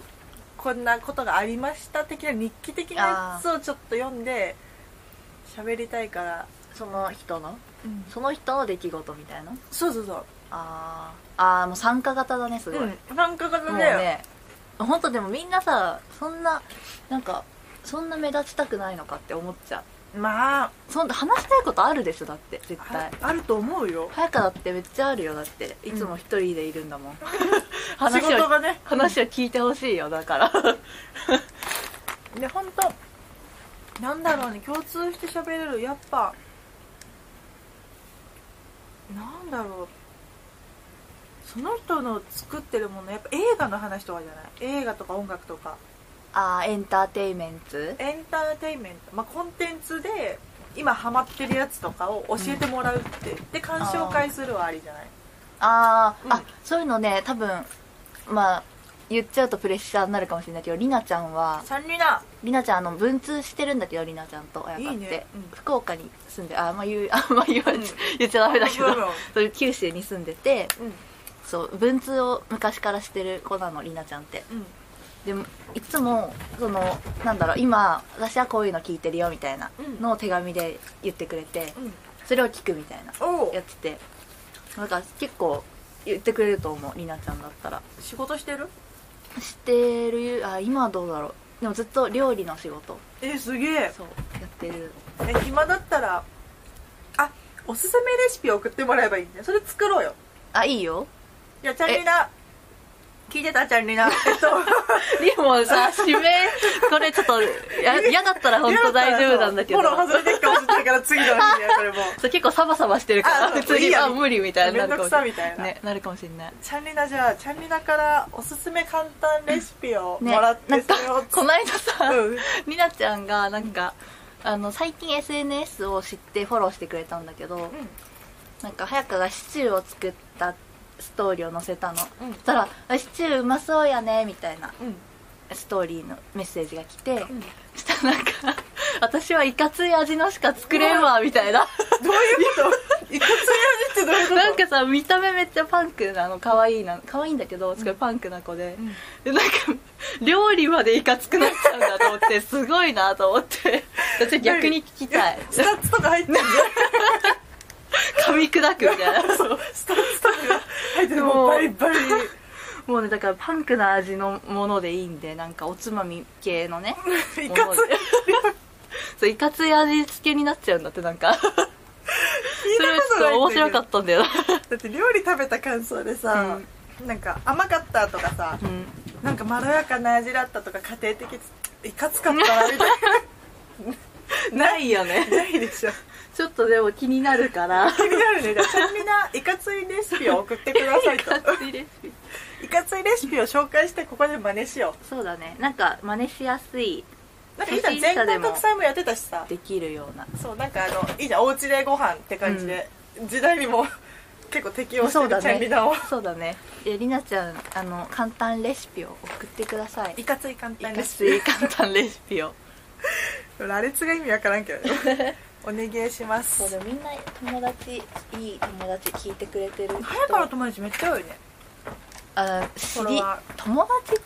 Speaker 1: こんなことがありました的な日記的なやつをちょっと読んで喋りたいから、
Speaker 4: その人のその人の出来事みたいな
Speaker 1: そうそうそう
Speaker 4: あーあーもう参加型だねすごい、も
Speaker 1: うんなんか
Speaker 4: う
Speaker 1: 方だよ、
Speaker 4: ね本当でもみんなさそんななんかそんな目立ちたくないのかって思っちゃ
Speaker 1: まあ
Speaker 4: うそんな話したいことあるでしょだって絶
Speaker 1: あ
Speaker 4: 対
Speaker 1: あると思うよ
Speaker 4: 早かだってめっちゃあるよだっていつも一人でいるんだ もん、
Speaker 1: 仕
Speaker 4: 話
Speaker 1: 事
Speaker 4: を
Speaker 1: がね
Speaker 4: 話を聞いてほしいよだから
Speaker 1: で本当なんだろうね共通して喋れるやっぱなんだろうその人の作ってるものやっぱ映画の話とかじゃない映画とか音楽とか
Speaker 4: あーエンターテイメント
Speaker 1: エンターテインメント、まあ、コンテンツで今ハマってるやつとかを教えてもらうって、で鑑賞会するはありじゃない
Speaker 4: あ
Speaker 1: う
Speaker 4: ー、あ
Speaker 1: ん
Speaker 4: そういうのね多分まあ言っちゃうとプレッシャーになるかもしれないけどりなちゃんは
Speaker 1: 三人だ
Speaker 4: りなちゃんあの文通してるんだけどりなちゃんと親方っ
Speaker 1: い
Speaker 4: て
Speaker 1: いねうん
Speaker 4: 福岡に住んであんま言うあんま言わ、
Speaker 1: うん
Speaker 4: 言っちゃダメだけど
Speaker 1: うん
Speaker 4: それ九州に住んでて
Speaker 1: うん
Speaker 4: そう文通を昔からしてる子なのりなちゃんって
Speaker 1: うん
Speaker 4: でもいつもそのなんだろう今私はこういうの聞いてるよみたいな
Speaker 1: うん
Speaker 4: のを手紙で言ってくれて
Speaker 1: うん
Speaker 4: それを聞くみたいな
Speaker 1: おう
Speaker 4: やっててなんか結構言ってくれると思うりなちゃんだったら
Speaker 1: 仕事してる
Speaker 4: してるあ今はどうだろうでもずっと料理の仕事
Speaker 1: えすげえ
Speaker 4: そうやってる
Speaker 1: え暇だったらあおすすめレシピ送ってもらえばいいんだよそれ作ろうよ
Speaker 4: あいいよ
Speaker 1: いやチャンリナ聞いてたチャンリナえっと
Speaker 4: でもさ指名 これちょっとや嫌だったら本当大丈夫なんだけど
Speaker 1: フォロー外れてきかもしれないから次の日にはそれも
Speaker 4: そう結構サバサバしてるから
Speaker 1: あそう
Speaker 4: 普通
Speaker 1: いい
Speaker 4: に
Speaker 1: や
Speaker 4: あ無理みたい
Speaker 1: め
Speaker 4: になん
Speaker 1: ど
Speaker 4: る
Speaker 1: く
Speaker 4: かもし
Speaker 1: さ
Speaker 4: れ
Speaker 1: みたい
Speaker 4: な、
Speaker 1: ない
Speaker 4: ね、なるかもしれない
Speaker 1: チャンリナじゃあチャンリナからおすすめ簡単レシピを
Speaker 4: ね
Speaker 1: もらっ
Speaker 4: な
Speaker 1: て
Speaker 4: んか
Speaker 1: それを
Speaker 4: この間さ、
Speaker 1: うん
Speaker 4: りなちゃんがなんか、あの最近 SNS を知ってフォローしてくれたんだけど、なんか早川がシチューを作ったストーリーを載せたの、
Speaker 1: うん
Speaker 4: そしたらあ「シチューうまそうやね」みたいな
Speaker 1: うん
Speaker 4: ストーリーのメッセージが来て、
Speaker 1: ん
Speaker 4: そしたらなんか「私はいかつい味のしか作れんわ」みたいな
Speaker 1: どういうこといかつい味ってどういうこと
Speaker 4: なんかさ見た目めっちゃパンクなの可愛いな可愛いんだけどすごいパンクな子で、
Speaker 1: ん
Speaker 4: でなんか料理までいかつくなっちゃうんだと思ってすごいなと 思って私逆に聞きたい
Speaker 1: スタッツとか入ってる
Speaker 4: 噛み砕くみた いなそう
Speaker 1: スタッツとか入ってるもうバリバリ
Speaker 4: もうねだからパンクな味のものでいいんでなんかおつまみ系のね
Speaker 1: い
Speaker 4: も
Speaker 1: か
Speaker 4: の
Speaker 1: つい
Speaker 4: で そういかつい味付けになっちゃうんだってなんかそれはちょっと面白かったんだよな
Speaker 1: だって料理食べた感想でさ、なんか甘かったとかさ、
Speaker 4: うん
Speaker 1: なんかまろやかな味だったとか家庭的いかつかったなみたい
Speaker 4: ないよね
Speaker 1: なないでし ょ
Speaker 4: ちょっとでも気になる から
Speaker 1: 気になるねじゃあちゃんみないかついレシピを送ってくださいと
Speaker 4: いかついレシピ
Speaker 1: いかついレシピを紹介してここで真似しよ
Speaker 4: そうだねなんか真似しやすいう
Speaker 1: なんかいいじゃん全国特産もやってたしさ
Speaker 4: できるような
Speaker 1: そうなんかあのいいじゃんお家でご飯って感じで、時代にも 結構適応して
Speaker 4: そう
Speaker 1: る
Speaker 4: だ
Speaker 1: ちゃんみ
Speaker 4: ね
Speaker 1: なを、
Speaker 4: そうだねえりなちゃんあの簡単レシピを送ってください
Speaker 1: いかつい簡
Speaker 4: い
Speaker 1: 単
Speaker 4: か
Speaker 1: レシ
Speaker 4: つい簡単レシピを
Speaker 1: ピ羅列が意味わからんけど お願いします
Speaker 4: そうでもみんな友達いい友達聞いてくれてる人
Speaker 1: 早川の友達めっちゃ多いね
Speaker 4: あ知
Speaker 1: フォ
Speaker 4: り
Speaker 1: ロワ
Speaker 4: 友達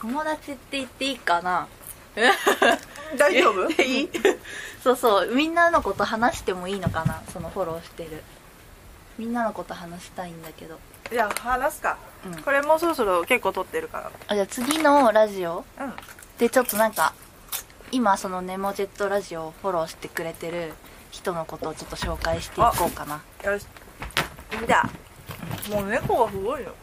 Speaker 4: 友達って言っていいかな
Speaker 1: 大丈夫
Speaker 4: いいそうそうみんなのこと話してもいいのかなそのフォローしてるみんなのこと話したいんだけど
Speaker 1: いや話すか、
Speaker 4: うん
Speaker 1: これもうそろそろ結構撮ってるか
Speaker 4: あじゃあ次のラジオ
Speaker 1: らうん
Speaker 4: でちょっとなんか今そのネモジェットラジオをフォローしてくれてる人のことをちょっと紹介していこうかな
Speaker 1: よしじゃあもう猫がすごいよ